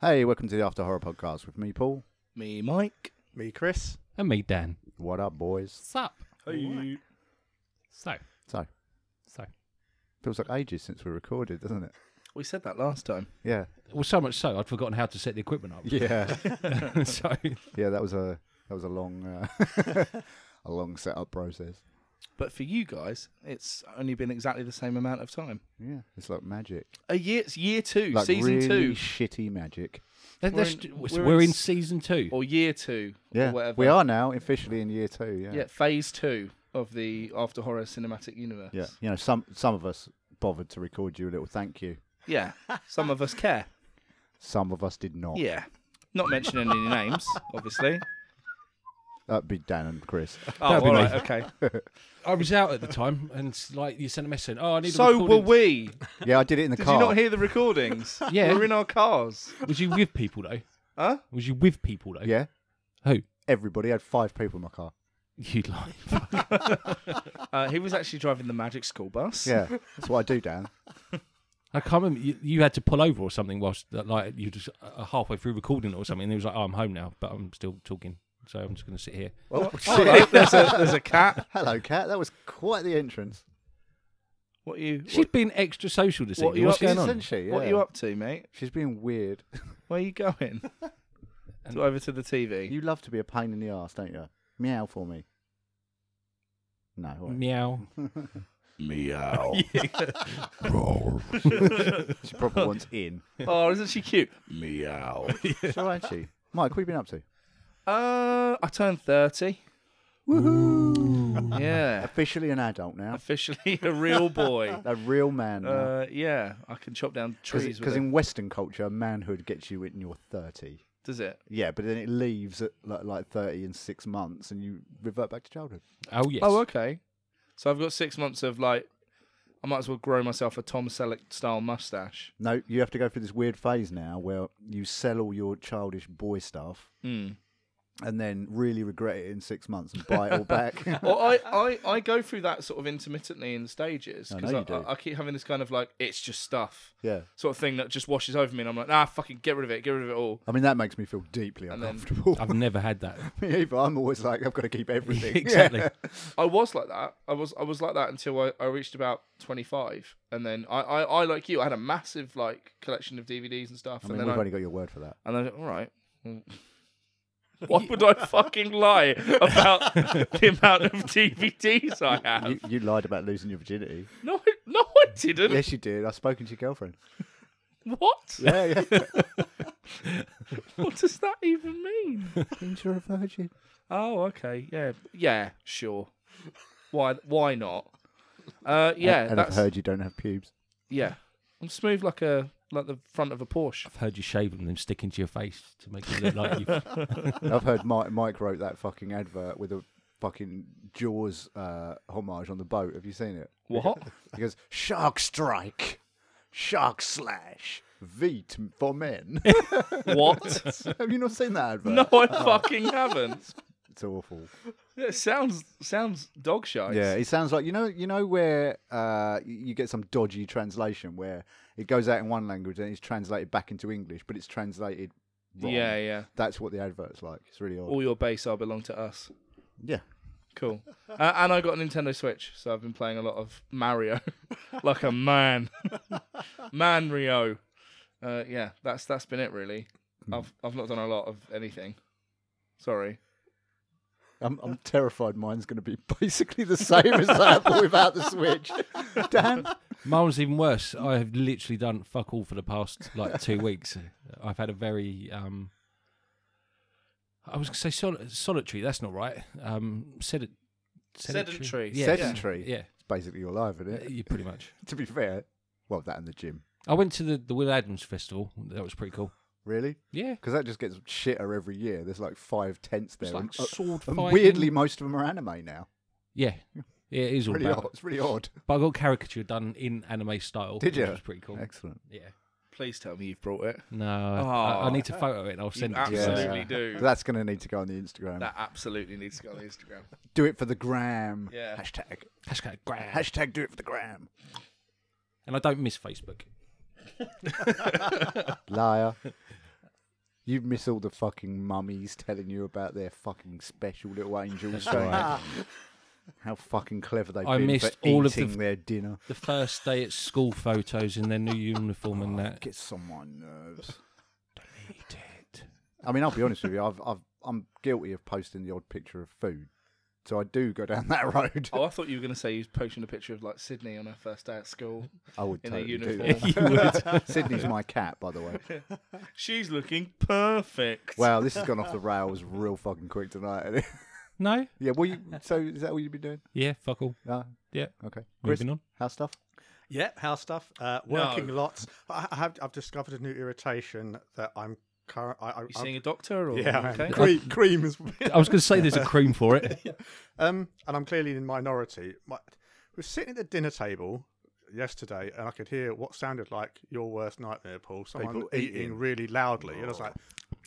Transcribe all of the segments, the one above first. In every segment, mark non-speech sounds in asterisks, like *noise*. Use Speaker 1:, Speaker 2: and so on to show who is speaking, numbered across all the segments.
Speaker 1: Hey, welcome to the After Horror Podcast with me, Paul.
Speaker 2: Me, Mike.
Speaker 3: Me, Chris.
Speaker 4: And me, Dan.
Speaker 1: What up, boys?
Speaker 4: Sup?
Speaker 3: Hey.
Speaker 4: So,
Speaker 1: So,
Speaker 4: so.
Speaker 1: feels like ages since we recorded, doesn't it?
Speaker 2: We said that last time.
Speaker 1: Yeah,
Speaker 2: *laughs*
Speaker 4: Well, so much so, I'd forgotten how to set the equipment up.
Speaker 1: yeah,
Speaker 4: *laughs* so,
Speaker 1: *laughs* yeah. That was a that was a long uh, *laughs* a long setup process.
Speaker 2: But for you guys, it's only been exactly the same amount of time.
Speaker 1: Yeah, it's like magic,
Speaker 2: A year, it's year two,
Speaker 1: like
Speaker 2: season
Speaker 1: really
Speaker 2: two,
Speaker 1: shitty magic.
Speaker 4: that-
Speaker 2: We're
Speaker 4: that's-
Speaker 2: in-
Speaker 4: we're,
Speaker 2: we're
Speaker 4: in,
Speaker 2: in s-
Speaker 4: season two.
Speaker 2: or year two,
Speaker 1: Yeah,
Speaker 2: or whatever.
Speaker 1: we are now officially in year two. Yeah.
Speaker 2: Yeah, phase two of the After Horror Cinematic Universe.
Speaker 1: Yeah, you know, some some of us bothered to record you a little thank you.
Speaker 2: Yeah. Some of us care.
Speaker 1: Some of us did not.
Speaker 2: Yeah. Not mentioning any names, obviously.
Speaker 1: That'd be Dan and Chris.
Speaker 2: Oh,
Speaker 4: That'd be
Speaker 2: all
Speaker 4: me.
Speaker 2: right, okay.
Speaker 4: I was out at the time, and like you sent a message. Oh, I need. a
Speaker 2: so were
Speaker 4: recording."
Speaker 2: we.
Speaker 1: Yeah, I did it in the
Speaker 2: *laughs* Did
Speaker 1: car.
Speaker 2: you not hear the recordings?
Speaker 4: Yeah.
Speaker 2: We're in our cars.
Speaker 4: Was you with people though?
Speaker 2: Huh?
Speaker 4: Was you with people though?
Speaker 1: yeah,
Speaker 4: Who?
Speaker 1: everybody I had five people in my car.
Speaker 4: You *laughs* like?
Speaker 2: Uh, he was actually driving the magic school bus.
Speaker 1: Yeah, that's what I do, Dan.
Speaker 4: I can't remember. You, you had to pull over or something whilst uh, like you just uh, halfway through recording or something. And he was like, "Oh, I'm home now, but I'm still talking, so I'm just going to sit here."
Speaker 1: Oh,
Speaker 2: *laughs* Hello,
Speaker 1: shit.
Speaker 2: *laughs* there's, a, there's a cat.
Speaker 1: Hello, cat. That was quite the entrance.
Speaker 2: What are you?
Speaker 4: She's been extra social this
Speaker 2: What
Speaker 4: evening.
Speaker 2: you
Speaker 4: What's
Speaker 2: up-
Speaker 4: going
Speaker 1: Isn't
Speaker 4: on?
Speaker 1: she?
Speaker 2: What are
Speaker 1: Yeah.
Speaker 2: you up to, mate?
Speaker 1: She's being weird.
Speaker 2: Where are you going? to over to the TV.
Speaker 1: You love to be a pain in the ass, don't you? Meow for me. No. all right.
Speaker 4: Meow.
Speaker 3: Meow.
Speaker 1: She probably wants
Speaker 2: *laughs*
Speaker 1: in.
Speaker 2: oh, isn't she cute?
Speaker 3: Meow.
Speaker 1: It's all right, she. Mike, what have you been up to?
Speaker 2: Uh, I turned 30.
Speaker 1: *laughs*
Speaker 2: Woohoo! yeah.
Speaker 1: Officially an adult now.
Speaker 2: Officially a
Speaker 1: *laughs*
Speaker 2: real boy.
Speaker 1: A real man now.
Speaker 2: Uh, yeah, I can chop down trees
Speaker 1: Because
Speaker 2: with it.
Speaker 1: in Western culture, manhood gets you in your 30.
Speaker 2: Does it?
Speaker 1: Yeah, but then it leaves at like, like 30 and six months and you revert back to childhood.
Speaker 4: Oh yes.
Speaker 2: Oh, okay. So I've got six months of like, I might as well grow myself a Tom Selleck style mustache.
Speaker 1: No, you have to go through this weird phase now where you sell all your childish boy stuff
Speaker 2: Mm.
Speaker 1: and then really regret it in six months and buy it all
Speaker 2: *laughs*
Speaker 1: back.
Speaker 2: Well, I, I, I go through that sort of intermittently in stages
Speaker 1: I know
Speaker 2: because
Speaker 1: you
Speaker 2: I,
Speaker 1: do.
Speaker 2: I, I keep having this kind of like it's just stuff
Speaker 1: yeah.
Speaker 2: sort of thing that just washes over me and I'm like nah fucking get rid of it get rid of it all
Speaker 1: I mean, that makes me feel deeply
Speaker 2: And then-
Speaker 1: uncomfortable.
Speaker 4: I've never had that.
Speaker 1: *laughs* Me either. I'm always like, I've got to keep everything. Yeah.
Speaker 4: exactly.
Speaker 2: I was like that. I was I was like that until I, I reached about twenty five, and then I, I, I like you. I had a massive like collection of DVDs and stuff,
Speaker 1: I mean,
Speaker 2: and
Speaker 1: we've
Speaker 2: then I,
Speaker 1: only got your word for that.
Speaker 2: and I all right. Why would I fucking lie
Speaker 1: *laughs*
Speaker 2: about the amount of DVDs I have?
Speaker 1: You,
Speaker 2: *laughs*
Speaker 1: you lied about losing your virginity.
Speaker 2: No, I- no, I didn't.
Speaker 1: yes, you did. I've spoken to your girlfriend.
Speaker 2: *laughs* What?
Speaker 1: Yeah, yeah.
Speaker 2: *laughs* What does that even
Speaker 1: *laughs*
Speaker 2: mean?
Speaker 1: Means you're a virgin.
Speaker 2: Oh, okay, yeah, yeah, sure. Why? Why not? Uh, yeah,
Speaker 1: and I've
Speaker 2: that's
Speaker 1: heard you don't have pubes.
Speaker 2: yeah. I'm smooth like a like the front of a Porsche.
Speaker 4: I've heard you shave them and them stick into your face to make you look
Speaker 1: *laughs*
Speaker 4: like you've
Speaker 1: I've heard Mike, Mike wrote that fucking advert with a fucking Jaws uh, homage on the boat. Have you seen it?
Speaker 2: What?
Speaker 1: He goes, Shark Strike, Shark Slash, Veet for Men.
Speaker 2: *laughs* what?
Speaker 1: *laughs* have you not seen that advert?
Speaker 2: No, I fucking haven't.
Speaker 1: It's awful.
Speaker 2: oh. *laughs* It sounds sounds dog shite.
Speaker 1: Yeah, it sounds like you know you know where uh, y- you get some dodgy translation where it goes out in one language and it's translated back into English, but it's translated wrong.
Speaker 2: yeah, yeah.
Speaker 1: that's what the advert's like. It's really odd.
Speaker 2: All your base are belong to us.
Speaker 1: yeah,
Speaker 2: *laughs* Cool. Uh, and I got a Nintendo Switch, so I've been playing a lot of Mario, *laughs* like a *laughs* man, man Rio. Uh, yeah, that's that's been it really. I've I've not done a lot of anything. Sorry.
Speaker 1: I'm, I'm terrified. Mine's going to be *laughs* basically the same as that, *laughs* but without the switch. Dan,
Speaker 4: Mine's even worse. I have literally done fuck all for the past like two weeks. I've had a very um I was gonna say sol- solitary, that's not right. Um sedi-
Speaker 2: Sedentary.
Speaker 4: Yeah,
Speaker 1: sedentary.
Speaker 4: Yeah.
Speaker 1: It's basically your life, isn't
Speaker 4: yeah,
Speaker 1: it? *laughs*
Speaker 4: you pretty much.
Speaker 1: To be fair, well, that and the gym.
Speaker 4: I went to the, the Will Adams festival. That was pretty cool.
Speaker 1: Really?
Speaker 4: Yeah.
Speaker 1: Because that just gets shitter every year. There's like five tents there.
Speaker 4: It's like
Speaker 1: and, uh,
Speaker 4: sword
Speaker 1: and
Speaker 4: fighting.
Speaker 1: weirdly, most of them are anime now.
Speaker 4: Yeah. Yeah, it is all
Speaker 1: Really
Speaker 4: about.
Speaker 1: odd. It's really odd.
Speaker 4: But I got caricature done in anime style.
Speaker 1: Did
Speaker 4: Which
Speaker 1: ya?
Speaker 4: was pretty cool.
Speaker 1: Excellent.
Speaker 4: Yeah.
Speaker 2: Please tell me you've brought it.
Speaker 4: No, I, I, I
Speaker 2: Aw.
Speaker 4: need to photo it and I'll send
Speaker 2: you
Speaker 4: it to you.
Speaker 2: Oh. absolutely
Speaker 1: Yeah.
Speaker 2: do. *laughs*
Speaker 1: That's going to need to go on the Instagram.
Speaker 2: That absolutely needs to go on Instagram.
Speaker 1: Do it for the gram.
Speaker 2: Yeah.
Speaker 1: Hashtag.
Speaker 4: Hashtag grab.
Speaker 1: Hashtag do it for the gram.
Speaker 4: And I don't miss Facebook. *laughs*
Speaker 1: Liar. You miss all the fucking mummies telling you about their fucking special little angels. saying
Speaker 4: right.
Speaker 1: How fucking clever they've
Speaker 4: I
Speaker 1: been
Speaker 4: missed
Speaker 1: for
Speaker 4: all of the
Speaker 1: eating
Speaker 4: f-
Speaker 1: their dinner.
Speaker 4: The first day at school photos in their new uniform and that.
Speaker 1: Gets on my nerves.
Speaker 4: Eat it. *laughs*
Speaker 1: I mean, I'll be honest with you. I've, I've, I'm guilty of posting the odd picture of food, so I do go down *laughs* that road.
Speaker 2: *laughs* Oh, I thought you were going to say you was posting a picture of like Sydney on her first day at school.
Speaker 1: I would
Speaker 2: In a
Speaker 1: totally do
Speaker 2: uniform.
Speaker 1: that.
Speaker 4: *laughs*
Speaker 1: Sydney's my cat, by the way.
Speaker 2: She's looking
Speaker 1: *laughs*
Speaker 2: perfect.
Speaker 1: Wow, this has gone off the rails real fucking quick tonight. hasn't it? *laughs*
Speaker 4: No?
Speaker 1: yeah. Well, you, so is that what you've been doing?
Speaker 4: Yeah, fuck all.
Speaker 1: No.
Speaker 4: Yeah.
Speaker 1: Okay. Chris,
Speaker 4: Moving on.
Speaker 1: how stuff?
Speaker 5: Yeah, house stuff. Uh, working lots. I I have. I've discovered a new irritation that I'm current. I, I,
Speaker 2: you
Speaker 5: I'm-
Speaker 2: seeing a doctor or
Speaker 5: *laughs* yeah, I am.
Speaker 2: okay?
Speaker 5: cream, cream is. *laughs*
Speaker 4: I was going to say there's a cream
Speaker 2: *laughs*
Speaker 4: for it.
Speaker 5: um, and I'm clearly in minority. My, we're sitting at the dinner table yesterday, and I could hear what sounded like your worst nightmare, Paul. Someone
Speaker 1: People
Speaker 5: eating,
Speaker 1: eating.
Speaker 5: really loudly, and I was like,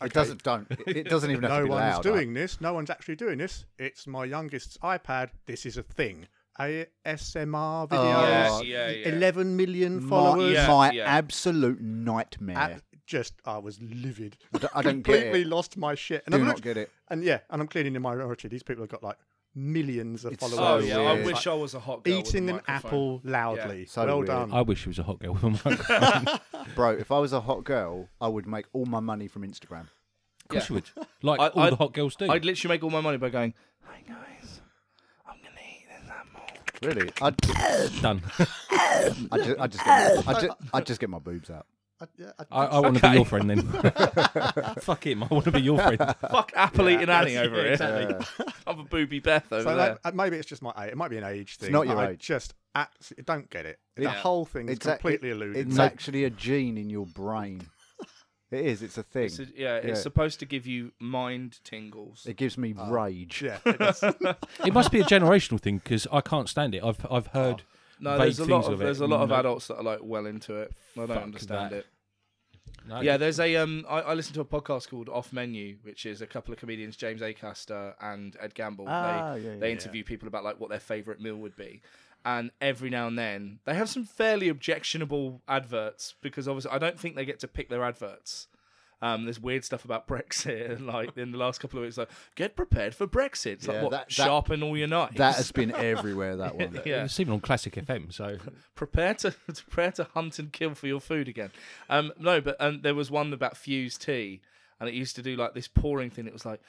Speaker 1: It doesn't. Don't. It,
Speaker 5: *laughs*
Speaker 1: it doesn't even Oh, have to
Speaker 5: "No
Speaker 1: be
Speaker 5: one's
Speaker 1: loud.
Speaker 5: doing this. No one's actually doing this. It's my youngest's iPad. This is a thing." ASMR videos.
Speaker 1: Yes,
Speaker 2: yeah, yeah.
Speaker 5: Eleven million
Speaker 1: My,
Speaker 5: followers.
Speaker 2: Yeah,
Speaker 1: my
Speaker 2: yeah.
Speaker 1: absolute nightmare.
Speaker 5: Ab- just I was livid.
Speaker 1: I don't- I don't get
Speaker 5: completely
Speaker 1: it.
Speaker 5: lost my shit. And
Speaker 1: Do
Speaker 5: I've
Speaker 1: not
Speaker 5: looked-
Speaker 1: get it.
Speaker 5: And yeah, and I'm clearly in the minority. These people have got like millions of
Speaker 1: It's so
Speaker 2: Oh
Speaker 5: followers.
Speaker 2: yeah, I
Speaker 1: weird.
Speaker 2: wish I was a hot girl with a
Speaker 5: Eating an
Speaker 2: microphone.
Speaker 5: apple loudly.
Speaker 1: So
Speaker 5: well
Speaker 1: weird.
Speaker 5: done.
Speaker 4: I wish it was a hot girl with a microphone. Of
Speaker 1: bro. If I was a hot girl, I would make all my money from Instagram.
Speaker 4: course you would. Like
Speaker 2: I-
Speaker 4: all
Speaker 2: I'd-
Speaker 4: the hot girls do.
Speaker 2: I'd literally make all my money by going, "Hey guys, I'm gonna eat this apple."
Speaker 1: Really? I'd,
Speaker 4: Done.
Speaker 1: I just, I just, get, I just, I just get my boobs out.
Speaker 5: I, yeah, I-
Speaker 4: I, I want to be your friend
Speaker 2: *laughs*
Speaker 4: then. Fuck him. I want to be your friend.
Speaker 2: Fuck apple eating Annie over here.
Speaker 4: exactly.
Speaker 2: *laughs* I'm a booby Beth over
Speaker 5: so
Speaker 2: there.
Speaker 5: that- uh, maybe it's just my age. It might be an age thing.
Speaker 1: not
Speaker 5: but
Speaker 1: your
Speaker 5: I
Speaker 1: age.
Speaker 5: just absolutely don't get it. The
Speaker 2: Yeah.
Speaker 5: whole thing is
Speaker 1: a-
Speaker 5: completely
Speaker 1: it-
Speaker 5: eluded.
Speaker 1: It's
Speaker 5: me.
Speaker 1: actually a gene in your brain. It is. It's a thing.
Speaker 2: It's a- yeah,
Speaker 1: Yeah.
Speaker 2: it's supposed to give you mind tingles.
Speaker 1: it gives me rage.
Speaker 5: Uh, yeah, it is.
Speaker 4: It must be a generational thing because I can't stand it. I've I've heard.
Speaker 2: No,
Speaker 4: vague
Speaker 2: there's a
Speaker 4: things
Speaker 2: lot of,
Speaker 4: it.
Speaker 2: there's a lot of
Speaker 4: No.
Speaker 2: adults that are like well into it. I don't
Speaker 4: Fuck
Speaker 2: understand
Speaker 4: that.
Speaker 2: it.
Speaker 4: No.
Speaker 2: Yeah, there's a um. I, I listen to a podcast called Off Menu, which is a couple of comedians, James Acaster and Ed Gamble.
Speaker 1: Ah,
Speaker 2: they
Speaker 1: yeah, yeah,
Speaker 2: they interview people about like what their favorite meal would be, and every now and then they have some fairly objectionable adverts because obviously I don't think they get to pick their adverts. Um, there's weird stuff about *laughs* Brexit, and like in the last couple of weeks, like get prepared for Brexit. It's
Speaker 1: Yeah,
Speaker 2: like what
Speaker 1: that- that-
Speaker 2: sharpen all your knives.
Speaker 1: That has been everywhere. That
Speaker 5: *laughs*
Speaker 1: one.
Speaker 2: yeah.
Speaker 4: It's even on Classic FM. So
Speaker 2: prepare to *laughs* to prepare to hunt and kill for your food again. Um, no, but um, there was one about fused tea, and it used to do like this pouring thing. It was like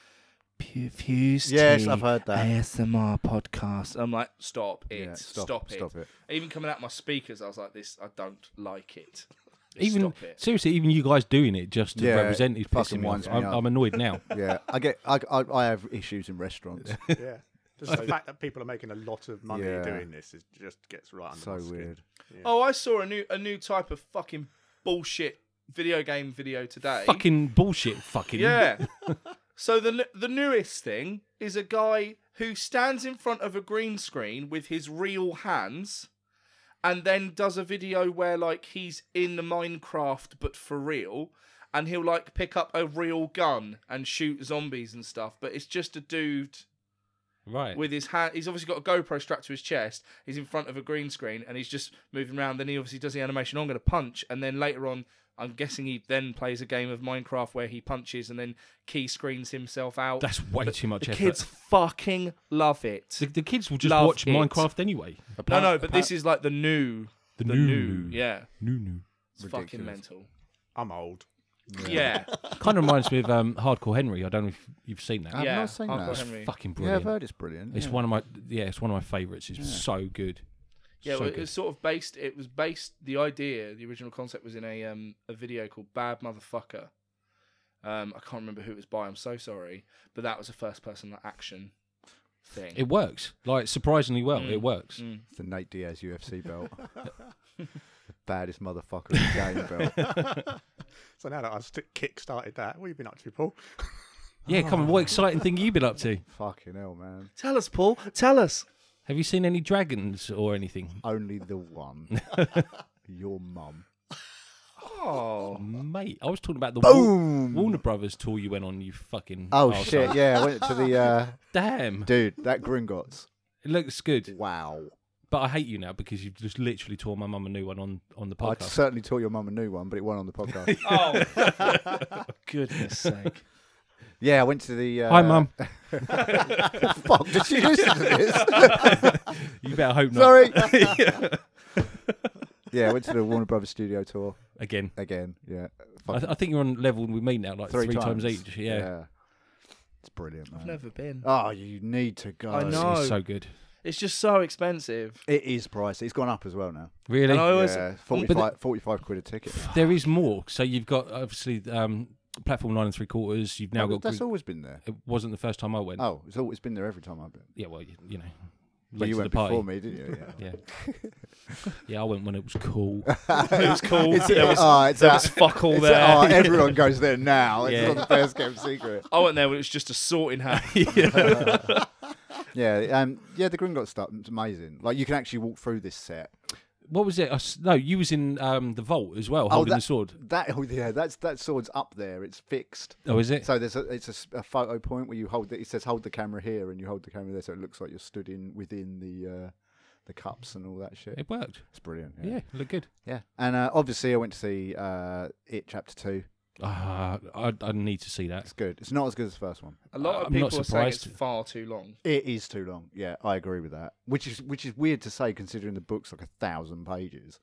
Speaker 2: "Pu- fused
Speaker 1: Yes,
Speaker 2: tea
Speaker 1: I've heard that.
Speaker 2: ASMR podcast. I'm like, stop it,
Speaker 1: Yeah,
Speaker 2: stop,
Speaker 1: stop-
Speaker 2: it.
Speaker 1: stop it.
Speaker 2: Even coming out my speakers, I was like, this, I don't like it. *laughs*
Speaker 4: even
Speaker 2: stop it.
Speaker 4: seriously, even you guys doing it just to
Speaker 1: Yeah,
Speaker 4: represent is
Speaker 1: it fucking
Speaker 4: pissing me
Speaker 1: winds
Speaker 4: off.
Speaker 1: me
Speaker 4: I'm,
Speaker 1: up.
Speaker 4: I'm annoyed now.
Speaker 1: *laughs* Yeah, I get. I, I, I have issues in restaurants.
Speaker 5: *laughs* yeah. Just
Speaker 2: *laughs*
Speaker 5: the fact that people are making a lot of money
Speaker 1: Yeah.
Speaker 5: doing this is just gets right under
Speaker 1: so
Speaker 5: my skin.
Speaker 1: weird.
Speaker 2: Oh, I saw a new a new type of fucking bullshit video game video today.
Speaker 4: fucking bullshit.
Speaker 2: *laughs*
Speaker 4: Fucking
Speaker 2: Yeah. so the n- the newest thing is a guy who stands in front of a green screen with his real hands, and then does a video where like he's in the Minecraft but for real, and he'll like pick up a real gun and shoot zombies and stuff. But it's just a dude *laughs*
Speaker 4: Right.
Speaker 2: with his hand. He's obviously got a GoPro strapped to his chest. He's in front of a green screen and he's just moving around. Then he obviously does the animation. "Oh, I'm going to punch, and then later on, I'm guessing he then plays a game of Minecraft where he punches and then key screens himself out.
Speaker 4: That's way too much
Speaker 2: the
Speaker 4: effort.
Speaker 2: kids fucking love it.
Speaker 4: the, the kids will just
Speaker 2: Love
Speaker 4: watch
Speaker 2: it.
Speaker 4: Minecraft anyway.
Speaker 2: no, no, but this is like the new,
Speaker 4: The
Speaker 2: the,
Speaker 4: new-
Speaker 2: new, yeah,
Speaker 4: No, no.
Speaker 2: it's fucking
Speaker 1: Ridiculous.
Speaker 2: mental.
Speaker 5: I'm old.
Speaker 2: Yeah,
Speaker 4: Kind of reminds me of um, Hardcore Henry. I don't know if you've seen that.
Speaker 1: I've
Speaker 2: yeah.
Speaker 1: not seen
Speaker 2: Hardcore
Speaker 1: that. It's
Speaker 2: Henry.
Speaker 4: Fucking
Speaker 1: Yeah,
Speaker 4: brilliant.
Speaker 1: I've heard it's brilliant.
Speaker 4: It's
Speaker 1: yeah.
Speaker 4: one of my yeah, it's one of my favourites. It's so good.
Speaker 2: Yeah,
Speaker 4: so
Speaker 2: well, it
Speaker 4: good.
Speaker 2: was sort of based. It was based. The idea, the original concept, was in a um a video called "Bad Motherfucker." Um, I can't remember who it was by. I'm so sorry, but that was a first person action thing.
Speaker 4: It works like surprisingly well.
Speaker 2: Mm,
Speaker 4: It works.
Speaker 1: It's the Nate Diaz UFC belt. *laughs* Baddest motherfucker in the game
Speaker 4: *laughs*
Speaker 1: belt.
Speaker 5: So now that I've st- kick-started that, what have you been up to, Paul?
Speaker 4: Yeah, come on.
Speaker 1: Oh.
Speaker 4: What exciting thing you been up to?
Speaker 1: Fucking hell, man.
Speaker 2: tell us, Paul. Tell us.
Speaker 4: Have you seen any dragons or anything?
Speaker 1: Only the
Speaker 4: *laughs*
Speaker 1: one. Your mum.
Speaker 2: Oh,
Speaker 4: Mate, I was talking about the Wa- Warner Brothers tour you went on. You fucking
Speaker 1: Oh
Speaker 4: arsehole.
Speaker 1: shit! Yeah, I went to the uh,
Speaker 4: Damn,
Speaker 1: dude that Gringotts.
Speaker 4: it looks good.
Speaker 1: Wow.
Speaker 4: But I hate you now because you've just literally torn my mum a new one on on the
Speaker 1: I'd
Speaker 4: podcast.
Speaker 1: certainly taught your mum a new one, but it won't on the
Speaker 4: *laughs*
Speaker 1: podcast.
Speaker 2: Oh, *laughs* goodness sake.
Speaker 1: yeah, I went to the. Uh,
Speaker 4: Hi, mum.
Speaker 1: *laughs* Fuck, did
Speaker 4: *laughs*
Speaker 1: she listen to this?
Speaker 4: You
Speaker 1: *laughs*
Speaker 4: better hope not. *laughs*
Speaker 1: Sorry. *laughs* yeah, I went to the Warner Brothers studio tour
Speaker 4: Again,
Speaker 1: again. Yeah.
Speaker 4: I,
Speaker 1: Fucking
Speaker 4: I think you're on level with me now, like three, times. each. Yeah,
Speaker 1: It's brilliant, man.
Speaker 2: I've never been.
Speaker 1: Oh, you need to go.
Speaker 2: I
Speaker 4: It's-
Speaker 2: know.
Speaker 4: it's
Speaker 2: No.
Speaker 4: so good.
Speaker 2: It's just so expensive.
Speaker 1: It is pricey. It's gone up as well now.
Speaker 4: Really,
Speaker 2: And I always,
Speaker 1: yeah,
Speaker 4: But
Speaker 1: 45,
Speaker 4: the-
Speaker 1: 45 quid a ticket.
Speaker 4: there is more. So you've got obviously um, platform nine and three quarters. You've now got.
Speaker 1: Oh, That's
Speaker 4: Gre-
Speaker 1: always been
Speaker 4: *laughs*
Speaker 1: there.
Speaker 4: It wasn't the first time I went.
Speaker 1: Oh, it's always been there every time I've been.
Speaker 4: Yeah, well, you, you know,
Speaker 1: Well,
Speaker 4: late
Speaker 1: you
Speaker 4: to the
Speaker 1: went
Speaker 4: party.
Speaker 1: before me, didn't
Speaker 4: *laughs*
Speaker 1: you? Yeah.
Speaker 4: Yeah,
Speaker 1: *laughs*
Speaker 4: yeah, I went when it was cool.
Speaker 2: it was cool.
Speaker 1: It's,
Speaker 2: there was,
Speaker 1: oh, it's
Speaker 2: there
Speaker 1: a-
Speaker 2: was fuck
Speaker 1: *laughs*
Speaker 2: all
Speaker 1: it's a-
Speaker 2: there.
Speaker 4: *laughs*
Speaker 1: oh, everyone goes there now. It's
Speaker 4: Yeah.
Speaker 1: not the first kept secret.
Speaker 2: I went there when it was just a sorting hat.
Speaker 1: Yeah, um, yeah. The Gringotts stuff. It's amazing. Like you can actually walk through this set.
Speaker 4: What was it? I s no, you was in um, the vault as well, holding
Speaker 1: Oh, that-
Speaker 4: the sword.
Speaker 1: That oh yeah, that's that sword's up there. It's fixed.
Speaker 4: Oh, is it?
Speaker 1: So there's a, it's a s- a, photo point where you hold it. It says hold the camera here, and you hold the camera there, so it looks like you're stood in within the uh, the cups and all that shit.
Speaker 4: it worked.
Speaker 1: It's brilliant.
Speaker 4: Yeah,
Speaker 1: Yeah,
Speaker 4: it looked good.
Speaker 1: yeah. And uh, obviously, I went to see uh, it chapter two.
Speaker 4: Ah, I, I need to see that.
Speaker 1: It's good. It's not as good as the first one.
Speaker 2: A lot of
Speaker 4: I'm not
Speaker 2: people are saying it's
Speaker 4: surprised.
Speaker 2: far too long.
Speaker 1: It is too long. Yeah, I agree with that. Which is which is weird to say considering the book's like a thousand pages.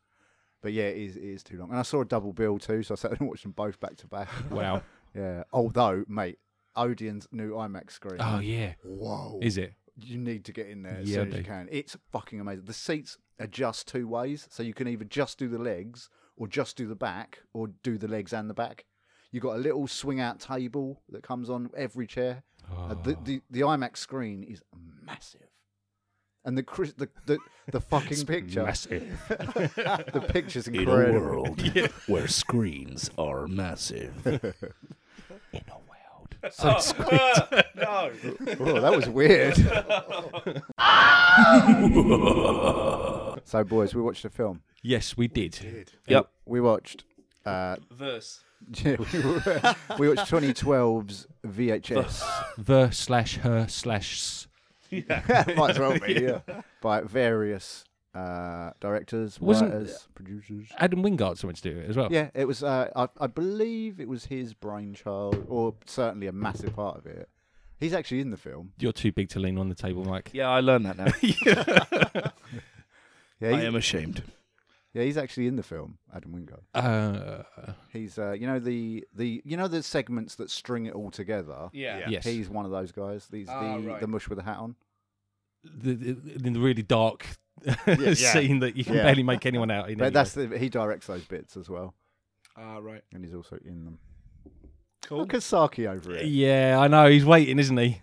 Speaker 1: But yeah, it is, it is too long. And I saw a double bill too, so I sat *laughs* and watched them both back to
Speaker 4: *laughs*
Speaker 1: back.
Speaker 4: Wow.
Speaker 1: Yeah. Although, mate, Odeon's new IMAX screen.
Speaker 4: Oh yeah.
Speaker 1: Whoa.
Speaker 4: Is it?
Speaker 1: you need to get in there as
Speaker 4: Yeah,
Speaker 1: soon as you
Speaker 4: dude.
Speaker 1: can. It's fucking amazing. The seats are just two ways, so you can either just do the legs or just do the back or do the legs and the back. You've got a little swing out table that comes on every chair. Uh,
Speaker 3: Ah.
Speaker 1: the, the the IMAX screen is massive, and the cri- the the,
Speaker 3: *laughs*
Speaker 1: the fucking picture, *laughs*
Speaker 3: Massive.
Speaker 1: the picture's
Speaker 3: In
Speaker 1: incredible.
Speaker 3: a world where screens are massive. In a world.
Speaker 1: *laughs* Oh, that was weird. so, boys, we watched a film.
Speaker 4: Yes, we did.
Speaker 2: Yep.
Speaker 1: We watched. Uh,
Speaker 2: Verse.
Speaker 1: *laughs* yeah, we, were- we watched 2012's VHS.
Speaker 4: The slash her slash. s-
Speaker 1: *laughs* Might as well be, yeah. By various uh, directors,
Speaker 4: Wasn't- Oh.
Speaker 1: writers, producers.
Speaker 4: Adam Wingard's went to do it as well.
Speaker 1: Yeah, it was. Uh, I, I believe it was his brainchild, or certainly a massive part of it. He's actually in the film.
Speaker 4: You're too big to lean on the table, Mike.
Speaker 2: Yeah, I learned that now.
Speaker 1: Yeah,
Speaker 3: I
Speaker 1: he's,
Speaker 3: am ashamed.
Speaker 1: yeah, he's actually in the film. Adam Wingard.
Speaker 4: Uh,
Speaker 1: He's, uh, you know, the the you know the segments that string it all together.
Speaker 2: yeah.
Speaker 5: Yeah.
Speaker 4: yes.
Speaker 1: He's one of those guys. He's
Speaker 2: Ah,
Speaker 1: the
Speaker 2: right.
Speaker 1: the mush with the hat on.
Speaker 4: the, the, in the really dark *laughs* scene that you can
Speaker 1: Yeah.
Speaker 4: barely make anyone out. In
Speaker 1: But
Speaker 4: anyway.
Speaker 1: that's the, he directs those bits as well,
Speaker 2: Ah, right.
Speaker 1: and he's also in them.
Speaker 2: Cool.
Speaker 1: Look at Saki over it.
Speaker 4: yeah, I know. He's waiting, isn't he?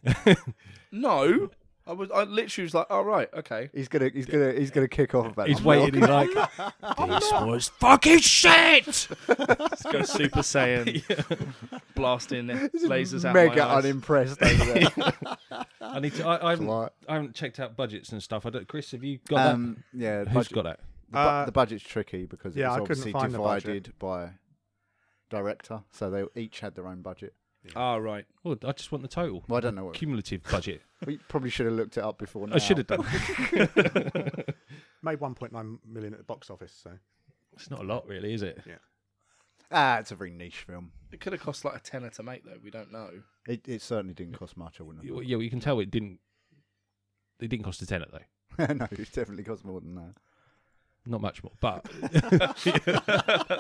Speaker 2: No. I was. I literally was like, all right, okay.
Speaker 1: He's gonna he's gonna he's gonna kick off about.
Speaker 4: he's
Speaker 1: that.
Speaker 4: waiting. He's like,
Speaker 3: This was fucking shit!
Speaker 2: Let's go *laughs* Super Saiyan. Blasting lasers out
Speaker 1: mega
Speaker 2: my eyes.
Speaker 1: unimpressed over there.
Speaker 4: I need to. I, I, haven't,
Speaker 1: Right.
Speaker 4: I haven't checked out budgets and stuff. I don't. Chris, have you got
Speaker 1: Um, yeah,
Speaker 4: that?
Speaker 1: the
Speaker 4: Who's
Speaker 1: budget,
Speaker 4: got that?
Speaker 1: the, bu-
Speaker 5: Uh,
Speaker 1: the budget's tricky because
Speaker 5: yeah,
Speaker 1: it
Speaker 5: I
Speaker 1: was
Speaker 5: couldn't
Speaker 1: obviously
Speaker 5: find the budget.
Speaker 1: divided by director, so they each had their own budget.
Speaker 2: Ah, right.
Speaker 4: Well, I just want the total.
Speaker 1: Well, I don't know what
Speaker 4: Cumulative budget.
Speaker 1: we probably should have looked it up before. Now.
Speaker 4: I should
Speaker 1: *laughs*
Speaker 4: have done. *laughs*
Speaker 5: Made 1.9 million at the box office, so
Speaker 4: It's not a lot, really, is it?
Speaker 1: Ah, it's a very niche film.
Speaker 2: It could have cost like a tenner to make, though. We don't know.
Speaker 1: It, it certainly didn't cost much. I wouldn't.
Speaker 4: Well, Yeah, well, you can tell it didn't. It didn't cost a tenner though.
Speaker 1: Have. *laughs* no, it definitely cost more than that.
Speaker 4: Not much more,
Speaker 1: *laughs*
Speaker 4: but. *laughs*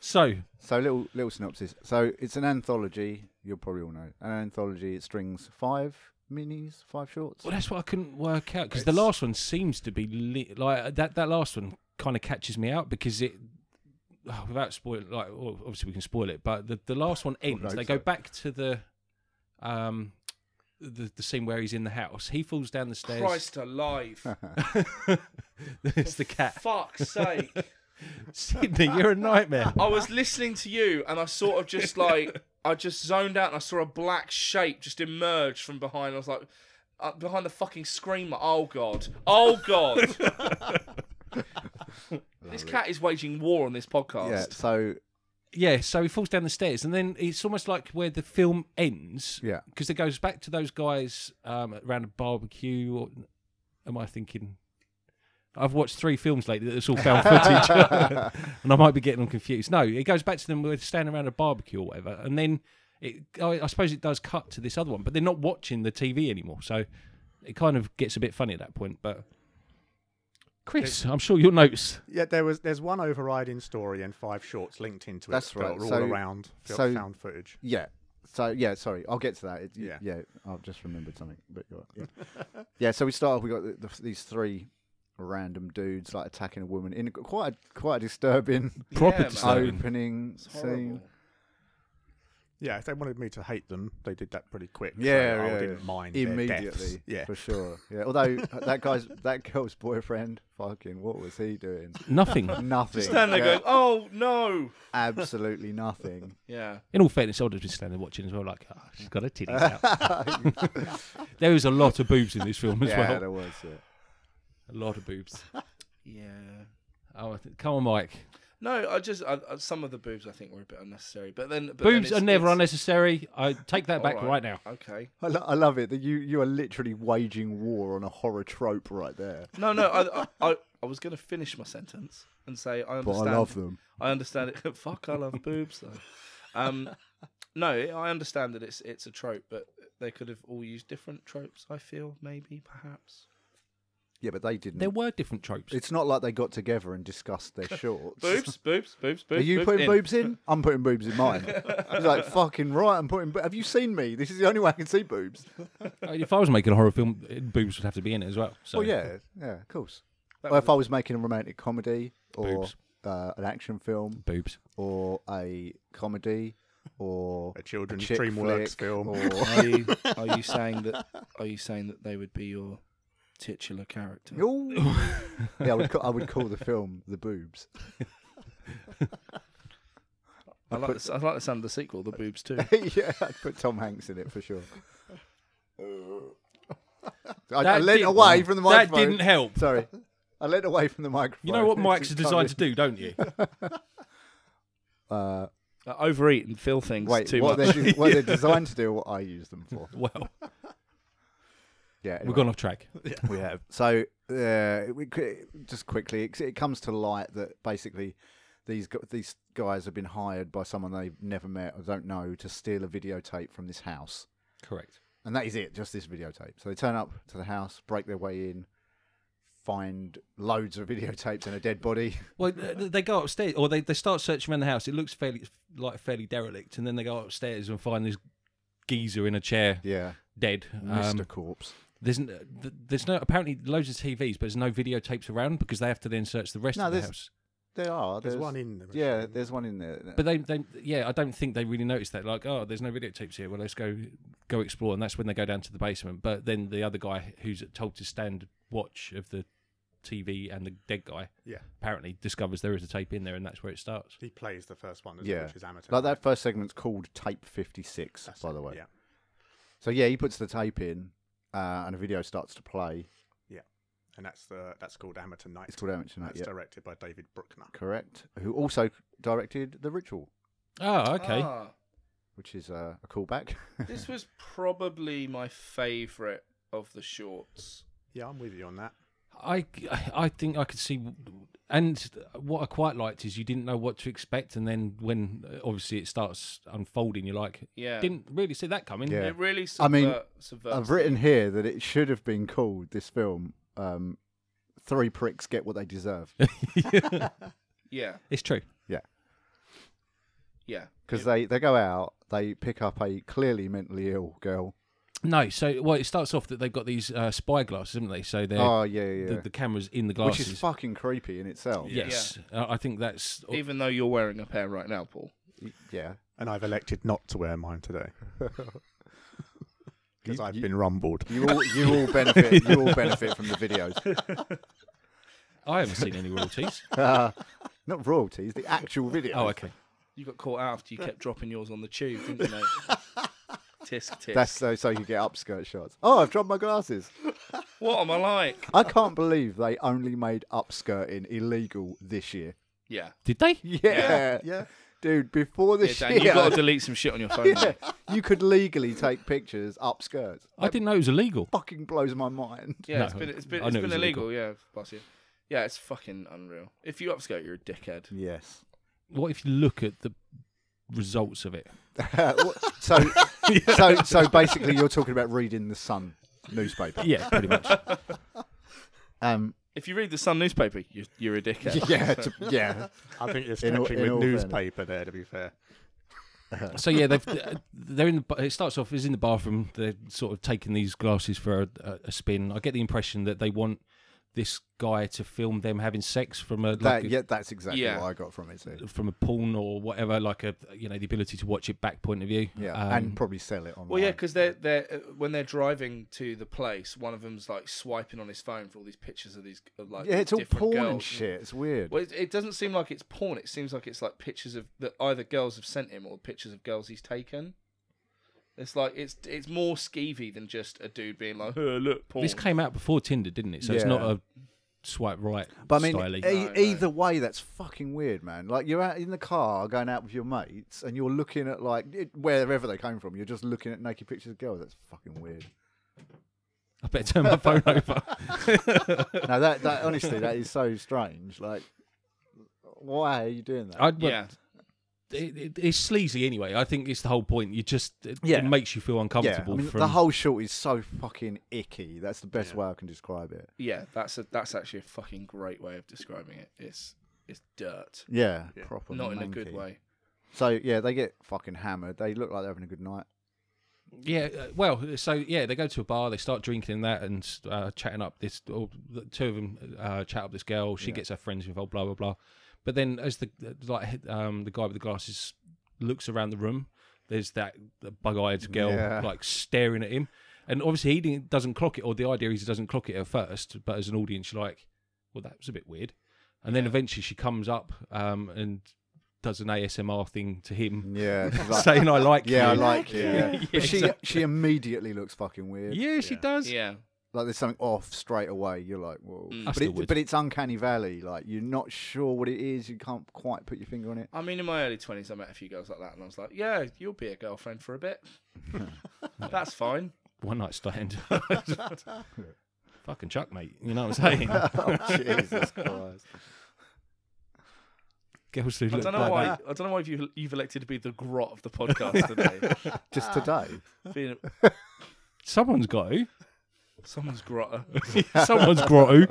Speaker 4: so
Speaker 1: So little little synopsis. So it's an anthology. You'll probably all know an anthology. It strings five minis, five shorts.
Speaker 4: well, that's what I couldn't work out because the last one seems to be li- like uh, that. That last one kind of catches me out because it, oh, without spoiling, like well, obviously we can spoil it, but the, the last one ends.
Speaker 1: hope
Speaker 4: they go
Speaker 1: so.
Speaker 4: back to the, um, the the scene where he's in the house. He falls down the stairs. *laughs*
Speaker 2: Christ alive.
Speaker 1: *laughs*
Speaker 4: it's
Speaker 2: *laughs*
Speaker 4: the cat. *laughs*
Speaker 2: Fuck's sake.
Speaker 4: Sydney, you're a nightmare.
Speaker 2: I was listening to you and I sort of just like I just zoned out and I saw a black shape just emerge from behind. I was like uh, behind the fucking screen. Like, oh god, oh
Speaker 1: *laughs*
Speaker 2: god. *laughs* this cat is waging war on this podcast.
Speaker 1: Yeah. So
Speaker 4: Yeah, so he falls down the stairs, and then it's almost like where the film ends.
Speaker 1: Yeah.
Speaker 4: because it goes back to those guys um, around a barbecue. Or am I thinking? I've watched three films lately that's all found footage, and I might be getting them confused. No, it goes back to them with standing around a barbecue or whatever, and then it. I, I suppose it does cut to this other one, but they're not watching the TV anymore, so it kind of gets a bit funny at that point. But Chris, I'm sure you'll notice.
Speaker 5: Yeah, there was there's one overriding story and five shorts linked into it.
Speaker 1: That's
Speaker 5: that
Speaker 1: right.
Speaker 5: Are all
Speaker 1: So-
Speaker 5: around felt-
Speaker 1: so-
Speaker 5: found footage.
Speaker 1: Yeah. So yeah, sorry, I'll get to that. It, yeah,
Speaker 5: Yeah.
Speaker 1: yeah, I've just remembered something. But you're right, yeah. *laughs* yeah, so we start off. We got the, the, these three random dudes like attacking a woman in quite a, quite a disturbing
Speaker 4: Proper
Speaker 2: man.
Speaker 4: disturbing.
Speaker 1: opening scene.
Speaker 2: Horrible.
Speaker 5: Yeah, if they wanted me to hate them, they did that pretty quick. so
Speaker 1: Yeah,
Speaker 5: I
Speaker 1: yeah,
Speaker 5: didn't
Speaker 1: yeah.
Speaker 5: mind their deaths.
Speaker 1: immediately.
Speaker 5: Yeah,
Speaker 1: for sure. Yeah, although *laughs* that guy's that girl's boyfriend, fucking, what was he doing?
Speaker 4: Nothing.
Speaker 1: *laughs* Nothing.
Speaker 2: Stand there
Speaker 1: Yeah,
Speaker 2: going, oh no.
Speaker 1: absolutely *laughs* nothing.
Speaker 2: Yeah.
Speaker 4: In all fairness, I'd have been standing there watching as well, like, oh, she's got her titties out.
Speaker 1: *laughs*
Speaker 4: *laughs* there was a lot of boobs in this film as
Speaker 1: yeah,
Speaker 4: well.
Speaker 1: there was. Yeah.
Speaker 4: A lot of boobs.
Speaker 2: Yeah.
Speaker 4: Oh, I think- come on, Mike.
Speaker 2: No, I just I, I, some of the boobs I think were a bit unnecessary, but then but then
Speaker 4: boobs
Speaker 2: it's-
Speaker 4: are never
Speaker 2: it's-
Speaker 4: unnecessary. I take that back
Speaker 2: All
Speaker 4: right. now.
Speaker 2: Okay.
Speaker 1: I, lo- I love it that you you are literally waging war on a horror trope right there.
Speaker 2: No, no, I I, I, I was going to finish my sentence and say I
Speaker 1: But
Speaker 2: understand.
Speaker 1: I love them.
Speaker 2: I understand it. *laughs* Fuck, I love boobs though. Um, no, I understand that it's it's a trope, but they could have all used different tropes. I feel maybe
Speaker 1: *laughs*
Speaker 2: perhaps.
Speaker 1: Yeah, but they didn't.
Speaker 4: There were different tropes.
Speaker 1: It's not like they got together and discussed
Speaker 2: *laughs*
Speaker 1: their shorts.
Speaker 2: Boobs, boobs, boobs, boobs.
Speaker 1: Are you
Speaker 2: boobs
Speaker 1: putting
Speaker 2: in.
Speaker 1: boobs in? I'm putting boobs in
Speaker 2: *laughs*
Speaker 1: mine. He's like, fucking right, I'm putting. bo- Have you seen me? This is the only way I can see boobs.
Speaker 4: Uh, if I was making a horror film, uh, boobs would have to be in it as well. So
Speaker 1: Oh yeah, yeah, of course.
Speaker 2: That
Speaker 1: Or
Speaker 2: was
Speaker 1: if I was making a romantic comedy or
Speaker 4: Boobs.
Speaker 1: uh, an action film
Speaker 4: boobs.
Speaker 1: or a comedy or
Speaker 5: a children's
Speaker 1: chick
Speaker 5: DreamWorks
Speaker 1: flick
Speaker 5: film.
Speaker 1: or-
Speaker 2: Are you, are you saying
Speaker 1: *laughs*
Speaker 2: that? Are you saying that they would be your titular character?
Speaker 1: Ooh.
Speaker 4: *laughs*
Speaker 1: yeah, I would, call, I would call the film The Boobs. *laughs*
Speaker 2: I like the, I like the sound of the sequel, The Boobs too.
Speaker 1: yeah, I'd put Tom Hanks in it for sure. I, I
Speaker 4: That
Speaker 1: leant
Speaker 4: didn't-
Speaker 1: away from the
Speaker 4: That
Speaker 1: microphone.
Speaker 4: didn't help.
Speaker 1: Sorry. I leant away from the microphone.
Speaker 4: You
Speaker 1: *laughs*
Speaker 4: know what Mike's
Speaker 1: It's
Speaker 4: designed to do, don't you?
Speaker 1: Uh,
Speaker 2: Uh, overeat and feel things
Speaker 1: wait,
Speaker 2: too
Speaker 1: what,
Speaker 2: much.
Speaker 1: They're, what
Speaker 4: *laughs*
Speaker 1: they're designed to do, what I use them for.
Speaker 4: *laughs* Well,
Speaker 1: Yeah,
Speaker 4: we've
Speaker 1: anyway.
Speaker 4: gone off track.
Speaker 1: we have. So, uh, we, qu- just quickly, it, it comes to light that basically these gu- these guys have been hired by someone they've never met or don't know to steal a videotape from this house.
Speaker 4: Correct.
Speaker 1: And that is it, just this videotape. So they turn up to the house, break their way in, find loads of *laughs* videotapes and a dead
Speaker 5: *laughs*
Speaker 1: body.
Speaker 4: Well, th- th- they go upstairs, or they, they start searching around the house. It looks fairly like fairly derelict, and then they go upstairs and find this geezer in a chair,
Speaker 1: Yeah. *laughs*
Speaker 4: dead. Um,
Speaker 1: Mr. Corpse.
Speaker 4: There's n- th- there's no apparently loads of TVs, but there's no videotapes around because they have to then search the rest
Speaker 1: No,
Speaker 4: of the
Speaker 1: there's-
Speaker 4: house.
Speaker 1: There are.
Speaker 5: There's one in there.
Speaker 1: Yeah, there's one in there.
Speaker 4: But they, they yeah, I don't think they really noticed that. Like, oh, there's no videotapes here. Well, let's go go explore, and that's when they go down to the basement. But then the other guy who's told to stand watch of the TV and the dead guy
Speaker 5: Yeah,
Speaker 4: apparently discovers there is a tape in there, and that's where it starts.
Speaker 5: he plays the first one, doesn't he,
Speaker 1: yeah.
Speaker 5: which is amateur.
Speaker 1: Like that first segment's called Tape 56,
Speaker 5: That's
Speaker 1: by
Speaker 5: it,
Speaker 1: the way.
Speaker 5: Yeah.
Speaker 1: So yeah, he puts the tape in, uh, and a video starts to play.
Speaker 5: and that's the that's called Amateur Night.
Speaker 1: It's called Amateur Night.
Speaker 5: That's
Speaker 1: Yeah,
Speaker 5: directed by David Bruckner.
Speaker 1: correct. Who also directed The Ritual,
Speaker 4: Oh, okay.
Speaker 2: Ah,
Speaker 1: which is uh, a callback. *laughs*
Speaker 2: this was probably my favourite of the shorts.
Speaker 5: Yeah, I'm with you on that.
Speaker 4: I, I think I could see, and what I quite liked is you didn't know what to expect, and then when uh, obviously it starts unfolding, you're like,
Speaker 2: Yeah.
Speaker 4: didn't really see that coming.
Speaker 1: Yeah.
Speaker 2: It really
Speaker 1: I
Speaker 2: subvert,
Speaker 1: mean,
Speaker 2: subverts
Speaker 1: I've written here that it should have been called this film. Um, Three pricks get what they deserve
Speaker 2: it. Yeah,
Speaker 4: It's true.
Speaker 2: yeah.
Speaker 1: because they, they go out, they pick up a clearly mentally ill girl.
Speaker 4: No, so well, it starts off that they've got these uh, spy glasses, haven't they? So they're
Speaker 1: Oh yeah, yeah,
Speaker 4: the, the cameras in the
Speaker 1: which
Speaker 4: glasses.
Speaker 1: is fucking creepy in itself.
Speaker 4: yes, Uh, I think that's.
Speaker 2: Even though you're wearing a pair right now, Paul.
Speaker 1: yeah.
Speaker 5: And I've elected not to wear
Speaker 1: *laughs*
Speaker 5: mine today because
Speaker 1: You-
Speaker 5: I've
Speaker 1: you-
Speaker 5: been rumbled.
Speaker 1: You all you all benefit you all benefit from the videos.
Speaker 4: I haven't seen any
Speaker 1: *laughs*
Speaker 4: royalties.
Speaker 1: Uh, not royalties, the actual video.
Speaker 4: oh, okay.
Speaker 2: You got caught out after you kept dropping yours on the tube, didn't you? mate? *laughs* tisk tisk.
Speaker 1: That's so so you get upskirt shots. Oh, I've dropped my glasses.
Speaker 2: What am I like?
Speaker 1: I can't believe they only made upskirting illegal this year.
Speaker 2: Yeah.
Speaker 4: Did they?
Speaker 1: Yeah,
Speaker 5: Yeah,
Speaker 1: dude. Before
Speaker 2: Yeah,
Speaker 1: this
Speaker 2: Dan,
Speaker 1: *laughs* year,
Speaker 2: you've got to delete some shit on your phone.
Speaker 1: *laughs* yeah,
Speaker 2: mate.
Speaker 1: you could legally take pictures upskirts.
Speaker 4: I didn't know it was illegal.
Speaker 1: Fucking blows my mind.
Speaker 2: Yeah,
Speaker 4: No,
Speaker 2: it's been it's been
Speaker 4: I
Speaker 2: it's
Speaker 4: knew it
Speaker 2: been
Speaker 4: was
Speaker 2: illegal. Yeah, last year. Yeah, it's fucking unreal. If you upscale, you're a dickhead.
Speaker 1: Yes.
Speaker 4: What if you look at the results of it?
Speaker 1: Uh, so,
Speaker 4: *laughs*
Speaker 1: so, so basically, you're talking about reading the Sun newspaper.
Speaker 4: Yeah, pretty much.
Speaker 1: Um,
Speaker 2: If you read the Sun newspaper, you're, you're a
Speaker 1: *laughs*
Speaker 2: dickhead.
Speaker 1: yeah, to- yeah.
Speaker 5: I think *laughs* you're
Speaker 1: In all-
Speaker 5: stretching
Speaker 1: in all
Speaker 5: with
Speaker 1: fairness.
Speaker 5: newspaper there. To be fair,
Speaker 4: so yeah, they've uh, they're in the. ba- It starts off is in the bathroom. They're sort of taking these glasses for a, a, a spin. I get the impression that they want this guy to film them having sex from a like
Speaker 1: That,
Speaker 4: a-
Speaker 1: yeah, that's exactly
Speaker 2: Yeah.
Speaker 1: what I got from it too.
Speaker 4: from a porn or whatever, like a you know the ability to watch it back point of view.
Speaker 1: Yeah,
Speaker 4: Um,
Speaker 1: and probably sell it online.
Speaker 2: Well, yeah, because they're they're uh, when they're driving to the place, one of them's like swiping on his phone for all these pictures of these of, like
Speaker 1: yeah, it's all
Speaker 2: different
Speaker 1: porn
Speaker 2: girls.
Speaker 1: and shit. It's weird.
Speaker 2: Well, it, it doesn't seem like it's porn. It seems like it's like pictures of that either girls have sent him or pictures of girls he's taken. It's like it's it's more skeevy than just a dude being like, "Huh, look, porn."
Speaker 4: this came out before Tinder, didn't it? So it's
Speaker 1: Yeah.
Speaker 4: not a swipe right.
Speaker 1: But I mean,
Speaker 4: styly.
Speaker 1: e-
Speaker 2: No, no.
Speaker 1: either way, that's fucking weird, man. Like you're out in the car going out with your mates, and you're looking at like it, wherever they came from. You're just looking at naked pictures of girls. That's fucking
Speaker 2: *laughs*
Speaker 1: weird.
Speaker 4: I better turn my phone
Speaker 1: *laughs*
Speaker 4: over.
Speaker 1: no, that, that honestly, that is so strange. Like, why are you doing that?
Speaker 4: I'd,
Speaker 2: yeah,
Speaker 4: it, it, it's sleazy anyway. I think it's the whole point. You just it,
Speaker 1: Yeah.
Speaker 4: it makes you feel
Speaker 1: yeah, I
Speaker 4: uncomfortable.
Speaker 1: mean,
Speaker 4: from,
Speaker 1: the whole short is so fucking icky. That's the best way I can describe it.
Speaker 2: yeah. That's a that's actually a fucking great way of describing it. It's it's dirt,
Speaker 1: Yeah, proper
Speaker 2: not in a good
Speaker 1: manky.
Speaker 2: way.
Speaker 1: So yeah, they get fucking hammered. They look like they're having a good night.
Speaker 4: yeah. uh, Well, so yeah, they go to a bar, they start drinking that and uh, chatting up this. Or the two of them uh, chat up this girl. She gets her friends involved. Blah blah blah. But then as the like um, the guy with the glasses looks around the room, there's that bug-eyed girl
Speaker 1: Yeah.
Speaker 4: like staring at him, and obviously he didn't, doesn't clock it. Or the idea is he doesn't clock it at first, but as an audience, you're like, well, that was a bit weird. And then eventually she comes up um, and does an ASMR thing to him.
Speaker 1: Yeah, she's *laughs* like,
Speaker 4: saying I like
Speaker 1: yeah, I
Speaker 4: you.
Speaker 1: like you. Yeah. *laughs*
Speaker 4: Yeah,
Speaker 1: But she
Speaker 4: exactly.
Speaker 1: she immediately looks fucking weird.
Speaker 4: Yeah, she does.
Speaker 2: Yeah,
Speaker 1: Like there's something off straight away. You're like, whoa.
Speaker 2: Mm. I
Speaker 1: But
Speaker 4: still
Speaker 1: it,
Speaker 4: would.
Speaker 1: but it's uncanny valley. Like you're not sure what it is. You can't quite put your finger on it.
Speaker 2: I mean, in my early twenties, I met a few girls like that, and I was like, "Yeah, you'll be a girlfriend for a
Speaker 4: *laughs*
Speaker 2: bit. that's fine."
Speaker 4: One
Speaker 1: *laughs*
Speaker 4: night stand. *laughs* Fucking chuck, mate. You know what
Speaker 1: *laughs*
Speaker 4: I'm saying?
Speaker 1: *laughs*
Speaker 4: *laughs*
Speaker 1: oh, Jesus Christ.
Speaker 4: Girls who
Speaker 2: I
Speaker 4: look
Speaker 2: don't know
Speaker 4: like
Speaker 2: why.
Speaker 4: that.
Speaker 2: I don't know why you've you've elected to be the grot of the
Speaker 4: *laughs*
Speaker 2: podcast today.
Speaker 1: *laughs* Just today.
Speaker 2: Being,
Speaker 4: Someone's
Speaker 1: *laughs*
Speaker 4: got who.
Speaker 2: someone's grotter.
Speaker 4: Someone's grotto.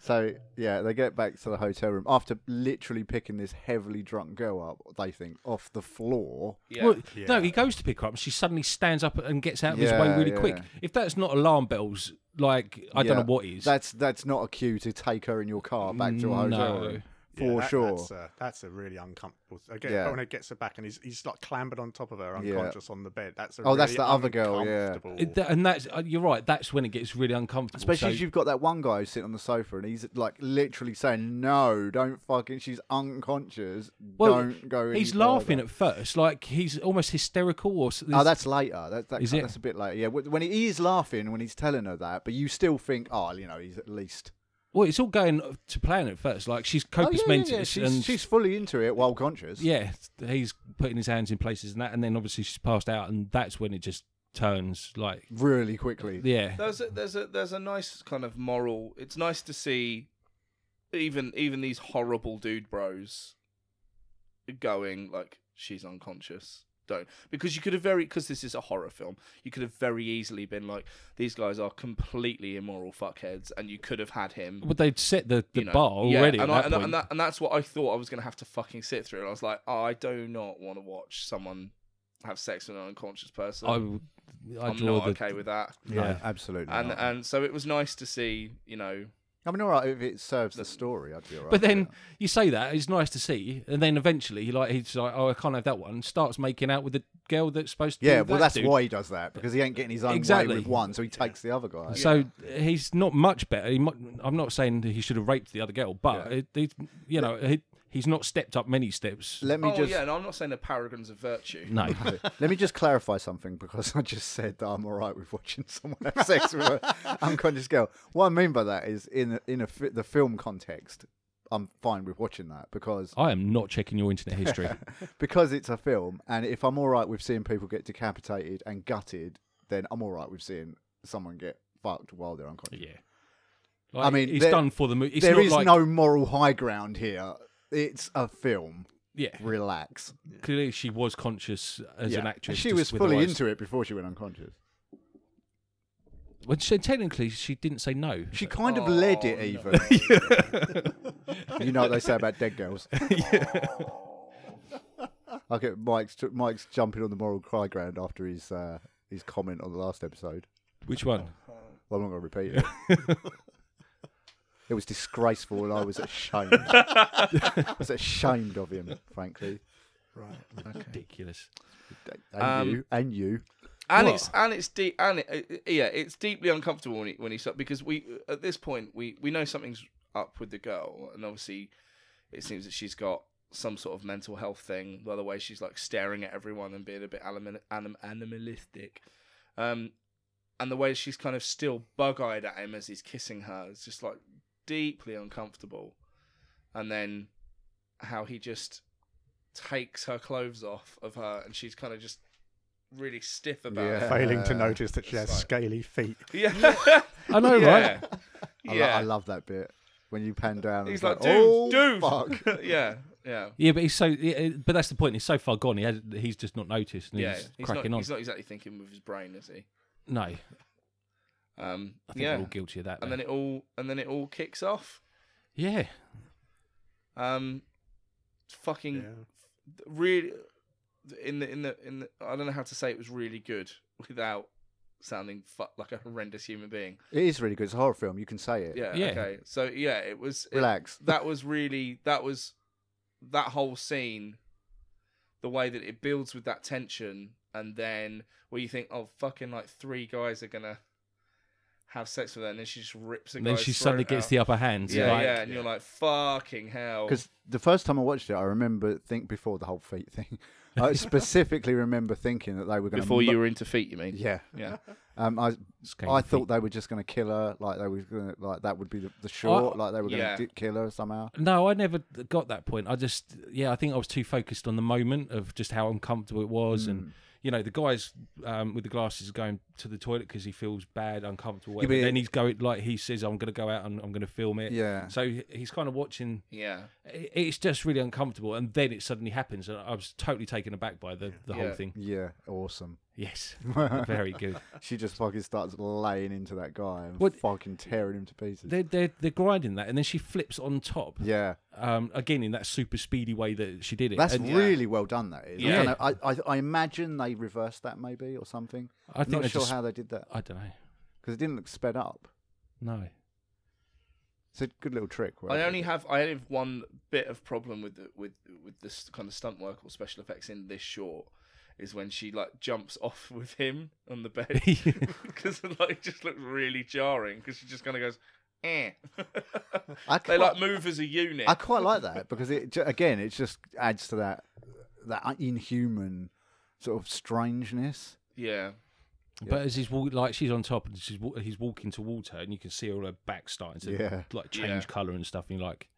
Speaker 1: So yeah, they get back to the hotel room after literally picking this heavily drunk girl up. They think off the floor.
Speaker 2: Yeah.
Speaker 4: Well, No, he goes to pick her up. and She suddenly stands up and gets out of his way
Speaker 1: Yeah,
Speaker 4: really
Speaker 1: yeah.
Speaker 4: quick. If that's not alarm bells, like, I
Speaker 1: Yeah.
Speaker 4: don't know what is.
Speaker 1: That's that's not a cue to take her in your car back to a hotel
Speaker 4: No.
Speaker 1: room
Speaker 5: Yeah,
Speaker 1: for
Speaker 5: that-
Speaker 1: sure.
Speaker 5: That's a, that's a really uncomfortable. Again,
Speaker 1: Yeah.
Speaker 5: when it gets her back and he's he's like clambered on top of her,
Speaker 1: Yeah.
Speaker 5: unconscious on the bed. That's a
Speaker 1: Oh, that's the
Speaker 5: really
Speaker 1: other girl, yeah.
Speaker 5: uncomfortable-
Speaker 4: It- that- and that's, uh, you're right, that's when it gets really uncomfortable.
Speaker 1: Especially
Speaker 4: So-
Speaker 1: if you've got that one guy who's sitting on the sofa and he's like literally saying, "No, don't fucking. She's unconscious. don't go." any
Speaker 4: he's laughing
Speaker 1: further."
Speaker 4: at first, like he's almost hysterical. Or s-
Speaker 1: Oh, that's later. That, that,
Speaker 4: Is it?
Speaker 1: That's a bit later. Yeah, wh- when he is laughing, when he's telling her that, but you still think, "Oh, you know, he's at least."
Speaker 4: well, it's all going to plan at first. Like she's
Speaker 1: Oh,
Speaker 4: copus
Speaker 1: yeah, yeah, yeah,
Speaker 4: mentis,
Speaker 1: She's,
Speaker 4: and
Speaker 1: she's fully into it while conscious.
Speaker 4: yeah, he's putting his hands in places and that, and then obviously she's passed out, and that's when it just turns like
Speaker 1: really quickly.
Speaker 4: yeah,
Speaker 2: There's a, there's a there's a nice kind of moral. It's nice to see even even these horrible dude bros going like she's unconscious. Don't because you could have very because this is a horror film. You could have very easily been like these guys are completely immoral fuckheads, and you could have had him.
Speaker 4: but they'd set the, the
Speaker 2: you know.
Speaker 4: bar
Speaker 2: Yeah,
Speaker 4: already.
Speaker 2: and,
Speaker 4: at
Speaker 2: I,
Speaker 4: that
Speaker 2: and,
Speaker 4: point.
Speaker 2: and that, and that's what I thought I was going to have to fucking sit through. And I was like, I do not want to watch someone have sex with an unconscious person.
Speaker 4: I
Speaker 2: I,
Speaker 4: w- I
Speaker 2: am
Speaker 4: draw
Speaker 2: not
Speaker 4: the,
Speaker 2: okay with that.
Speaker 1: No,
Speaker 4: Yeah.
Speaker 1: absolutely.
Speaker 2: And
Speaker 1: not.
Speaker 2: and so it was nice to see, you know,
Speaker 1: I mean, all right, if it serves the story, I'd be all right.
Speaker 4: But
Speaker 1: with
Speaker 4: then
Speaker 1: it.
Speaker 4: you say that it's nice to see, and then eventually, like he's like, "Oh, I can't have that one." Starts making out with the girl that's supposed to.
Speaker 1: yeah,
Speaker 4: do
Speaker 1: well,
Speaker 4: that
Speaker 1: that's
Speaker 4: dude.
Speaker 1: why he does that because he ain't getting his own way
Speaker 4: Exactly.
Speaker 1: with one, so he takes the other guy.
Speaker 4: So he's not much better. He might, I'm not saying that he should have raped the other girl, but it, it, you know he, he's not stepped up many steps.
Speaker 1: Let me
Speaker 2: oh
Speaker 1: just
Speaker 2: yeah. And I'm not saying they're paragons of virtue.
Speaker 4: No,
Speaker 1: *laughs* let me just clarify something because *laughs* I just said that I'm all right with watching *laughs* someone have sex with an *laughs* unconscious girl. What I mean by that is in in a, fi- the film context, I'm fine with watching that because
Speaker 4: I am not checking your internet history.
Speaker 2: *laughs*
Speaker 1: because it's a film, and if I'm all right with seeing people get decapitated and gutted, then I'm all right with seeing someone get fucked while they're unconscious.
Speaker 4: yeah, Like,
Speaker 1: I mean,
Speaker 4: it's
Speaker 1: there-
Speaker 4: done for the movie. It's
Speaker 1: there
Speaker 4: not
Speaker 1: is
Speaker 4: like,
Speaker 1: no moral high ground here. It's a film.
Speaker 4: Yeah,
Speaker 1: Relax.
Speaker 4: clearly she was conscious as
Speaker 1: Yeah.
Speaker 4: an actress.
Speaker 1: she was
Speaker 4: just with her
Speaker 1: fully
Speaker 4: eyes-
Speaker 1: into it before she went unconscious.
Speaker 4: Well, so technically, she didn't say no.
Speaker 1: She kind of led it, *laughs* even. "Oh, you know what they say about dead *laughs* girls. Okay, Mike's Mike's jumping on the moral high ground after his uh, his comment on the last episode.
Speaker 4: Which one?
Speaker 2: *laughs*
Speaker 1: Well, I'm not going to repeat it. it was disgraceful, and I was ashamed. I was ashamed of him, frankly.
Speaker 4: Ridiculous.
Speaker 1: And
Speaker 2: Um,
Speaker 1: you, and you.
Speaker 2: and
Speaker 4: What?
Speaker 2: it's and it's deep and it, uh, yeah, it's deeply uncomfortable when he when he stopped because we at this point we we know something's up with the girl, and obviously it seems that she's got some sort of mental health thing. By the way, she's like staring at everyone and being a bit anim- anim- animalistic, um, and the way she's kind of still bug eyed at him as he's kissing her is just like deeply uncomfortable, and then how he just takes her clothes off of her and she's kind of just really stiff about it.
Speaker 1: Yeah.
Speaker 5: Failing to
Speaker 1: Uh,
Speaker 5: notice that she has
Speaker 2: like-
Speaker 5: scaly feet.
Speaker 2: *laughs*
Speaker 5: *laughs*
Speaker 1: *laughs*
Speaker 2: Yeah.
Speaker 4: I know,
Speaker 2: yeah.
Speaker 4: right?
Speaker 1: I, lo-
Speaker 2: yeah.
Speaker 1: I love that bit when you pan down. and it's
Speaker 2: He's like, dude,
Speaker 1: oh,
Speaker 2: dude.
Speaker 1: fuck.
Speaker 2: *laughs* yeah. Yeah.
Speaker 4: Yeah, but he's so. yeah, uh, But that's the point. He's so far gone. He has, he's just not noticed. And
Speaker 2: Yeah.
Speaker 4: he's,
Speaker 2: He's not,
Speaker 4: cracking on.
Speaker 2: he's not exactly thinking with his brain, is he?
Speaker 4: no, I think
Speaker 2: Um,
Speaker 4: we're
Speaker 2: yeah.
Speaker 4: all guilty of that.
Speaker 2: And
Speaker 4: mate.
Speaker 2: then it all and then it all kicks off.
Speaker 4: yeah,
Speaker 2: Um, fucking really in the in the in the, I don't know how to say it was really good without sounding fu- like a horrendous human being.
Speaker 1: It is really good. It's a horror film. You can say it.
Speaker 2: Yeah,
Speaker 4: Yeah.
Speaker 2: Okay. So yeah, it was it-
Speaker 1: Relax.
Speaker 2: that was really that was that whole scene the way that it builds with that tension and then where you think oh fucking like three guys are gonna have sex with her and then she just rips a
Speaker 4: and then
Speaker 2: guy's
Speaker 4: she suddenly
Speaker 2: throat
Speaker 4: gets
Speaker 2: out.
Speaker 4: the upper hand.
Speaker 2: yeah
Speaker 4: like,
Speaker 2: yeah and you're like fucking hell
Speaker 1: Because the first time I watched it, I remember think before the whole feet thing. *laughs* I specifically remember thinking that they were going
Speaker 2: before you were into feet you mean
Speaker 1: Yeah.
Speaker 2: yeah
Speaker 1: Um. I
Speaker 4: Scaly
Speaker 1: I
Speaker 4: feet.
Speaker 1: thought they were just going to kill her. Like they were going to like that would be the, the short. like they were going to
Speaker 2: Yeah.
Speaker 1: kill her somehow.
Speaker 4: No, I never got that point. I just, yeah, I think I was too focused on the moment of just how uncomfortable it was,
Speaker 1: Mm.
Speaker 4: and you know, the guys um, with the glasses going to the toilet because he feels bad, uncomfortable. Whatever.
Speaker 1: but it-
Speaker 4: then he's going like he says, "I'm going to go out and I'm going to film it."
Speaker 1: Yeah.
Speaker 4: So he- he's kind of watching.
Speaker 2: yeah
Speaker 4: it- It's just really uncomfortable, and then it suddenly happens, and I was totally taken aback by the the whole
Speaker 2: Yeah.
Speaker 4: thing.
Speaker 1: Yeah. Awesome.
Speaker 4: Yes, *laughs* very good.
Speaker 1: *laughs* She just fucking starts laying into that guy and
Speaker 4: What-
Speaker 1: fucking tearing him to pieces.
Speaker 4: They're they're they're grinding that, and then she flips on top.
Speaker 1: yeah.
Speaker 4: Um, again in that super speedy way that she did it.
Speaker 1: That's
Speaker 4: And
Speaker 1: really well done. That is.
Speaker 4: Yeah.
Speaker 1: I, don't know, I, I I imagine they reversed that maybe or something.
Speaker 4: I think
Speaker 1: Not
Speaker 4: they
Speaker 1: sure
Speaker 4: just-
Speaker 1: how they did that
Speaker 4: I don't know.
Speaker 1: because it didn't look sped up.
Speaker 4: No.
Speaker 1: It's a good little trick.
Speaker 2: I
Speaker 1: whatever.
Speaker 2: only have I only have one bit of problem with the, with with this kind of stunt work or special effects in this short is when she like jumps off with him on the bed *laughs* because like it just looks really jarring because she just kind of goes eh.
Speaker 1: I
Speaker 2: they
Speaker 1: quite-
Speaker 2: like move as a unit.
Speaker 1: I quite like that because it ju- again it just adds to that that inhuman sort of strangeness.
Speaker 2: yeah,
Speaker 4: But as he's walk, like she's on top and she's wa- he's walking towards her, and you can see all her back starting to
Speaker 1: Yeah.
Speaker 4: like change
Speaker 2: Yeah.
Speaker 4: color and stuff. And you're like,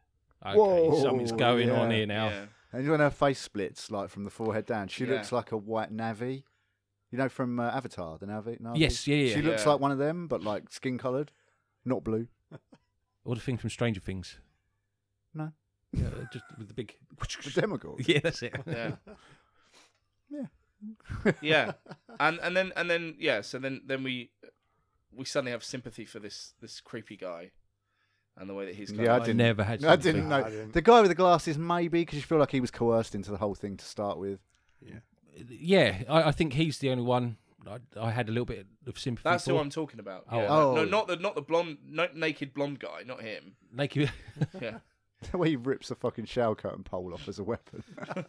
Speaker 4: okay,
Speaker 1: Whoa,
Speaker 4: something's going on
Speaker 1: yeah.
Speaker 4: here now.
Speaker 2: yeah,
Speaker 1: And when her face splits like from the forehead down, she
Speaker 2: Yeah.
Speaker 1: looks like a white Navi. You know from uh, Avatar, the Navi. Navi?
Speaker 4: Yes, yeah, yeah,
Speaker 1: She looks
Speaker 2: Yeah.
Speaker 1: like one of them, but like skin coloured, not
Speaker 4: *laughs*
Speaker 1: blue.
Speaker 4: Or the thing from Stranger Things,
Speaker 1: No,
Speaker 4: yeah, uh, just with the big.
Speaker 2: *laughs*
Speaker 1: the Demogorgon.
Speaker 4: Yeah, *laughs* that's it.
Speaker 2: yeah.
Speaker 1: Yeah.
Speaker 2: yeah, and and then and then yeah, so then then we we suddenly have sympathy for this this creepy guy, and the way that he's kind
Speaker 1: Yeah, I
Speaker 2: of
Speaker 4: I
Speaker 1: didn't-
Speaker 4: never had.
Speaker 1: *laughs* I
Speaker 4: something.
Speaker 1: didn't
Speaker 5: I
Speaker 1: know.
Speaker 5: didn't.
Speaker 1: The guy with the glasses, maybe, because you feel like he was coerced into the whole thing to start with. *laughs*
Speaker 4: Yeah, I, I think he's the only one I, I had a little bit of sympathy
Speaker 2: That's
Speaker 4: for.
Speaker 2: who I'm talking about.
Speaker 4: Oh.
Speaker 2: yeah.
Speaker 1: Oh.
Speaker 2: No, not the not the blonde, no, naked blonde guy, not him.
Speaker 4: Naked.
Speaker 2: Yeah.
Speaker 1: The way he rips a fucking shower curtain pole off as a weapon.
Speaker 4: *laughs*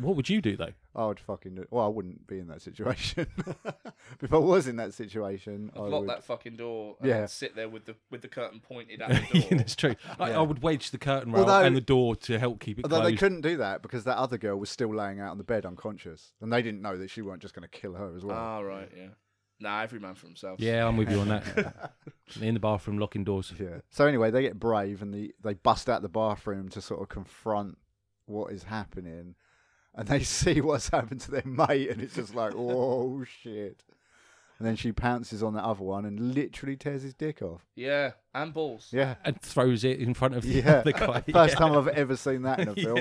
Speaker 4: what would you do though?
Speaker 1: I would fucking. do- Well, I wouldn't be in that situation. *laughs* if I was in that situation, I
Speaker 2: I'd
Speaker 1: would.
Speaker 2: lock that fucking door and
Speaker 1: Yeah.
Speaker 2: sit there with the with the curtain
Speaker 1: *laughs*
Speaker 2: pointed at
Speaker 4: *laughs*
Speaker 2: the
Speaker 4: yeah,
Speaker 2: door.
Speaker 4: that's true. I, I would wedge the curtain rail
Speaker 1: Although-
Speaker 4: and the door to help keep it
Speaker 1: Although
Speaker 4: closed.
Speaker 1: they couldn't do that because that other girl was still laying out on the bed unconscious, and they didn't know that she weren't just going to kill her as well.
Speaker 2: Ah, right, yeah. Nah, every man for himself.
Speaker 4: Yeah, I'm with you
Speaker 1: *laughs*
Speaker 4: on that. In the bathroom, locking doors.
Speaker 1: yeah. So anyway, they get brave and the, they bust out the bathroom to sort of confront what is happening, *laughs* and they see what's happened to their mate, and it's just like, oh shit. and then she pounces on that other one and literally tears his dick off.
Speaker 2: Yeah, and balls.
Speaker 1: Yeah.
Speaker 4: and throws it in front of the
Speaker 1: Yeah. *laughs*
Speaker 4: other guy.
Speaker 1: First time I've ever seen that in a film.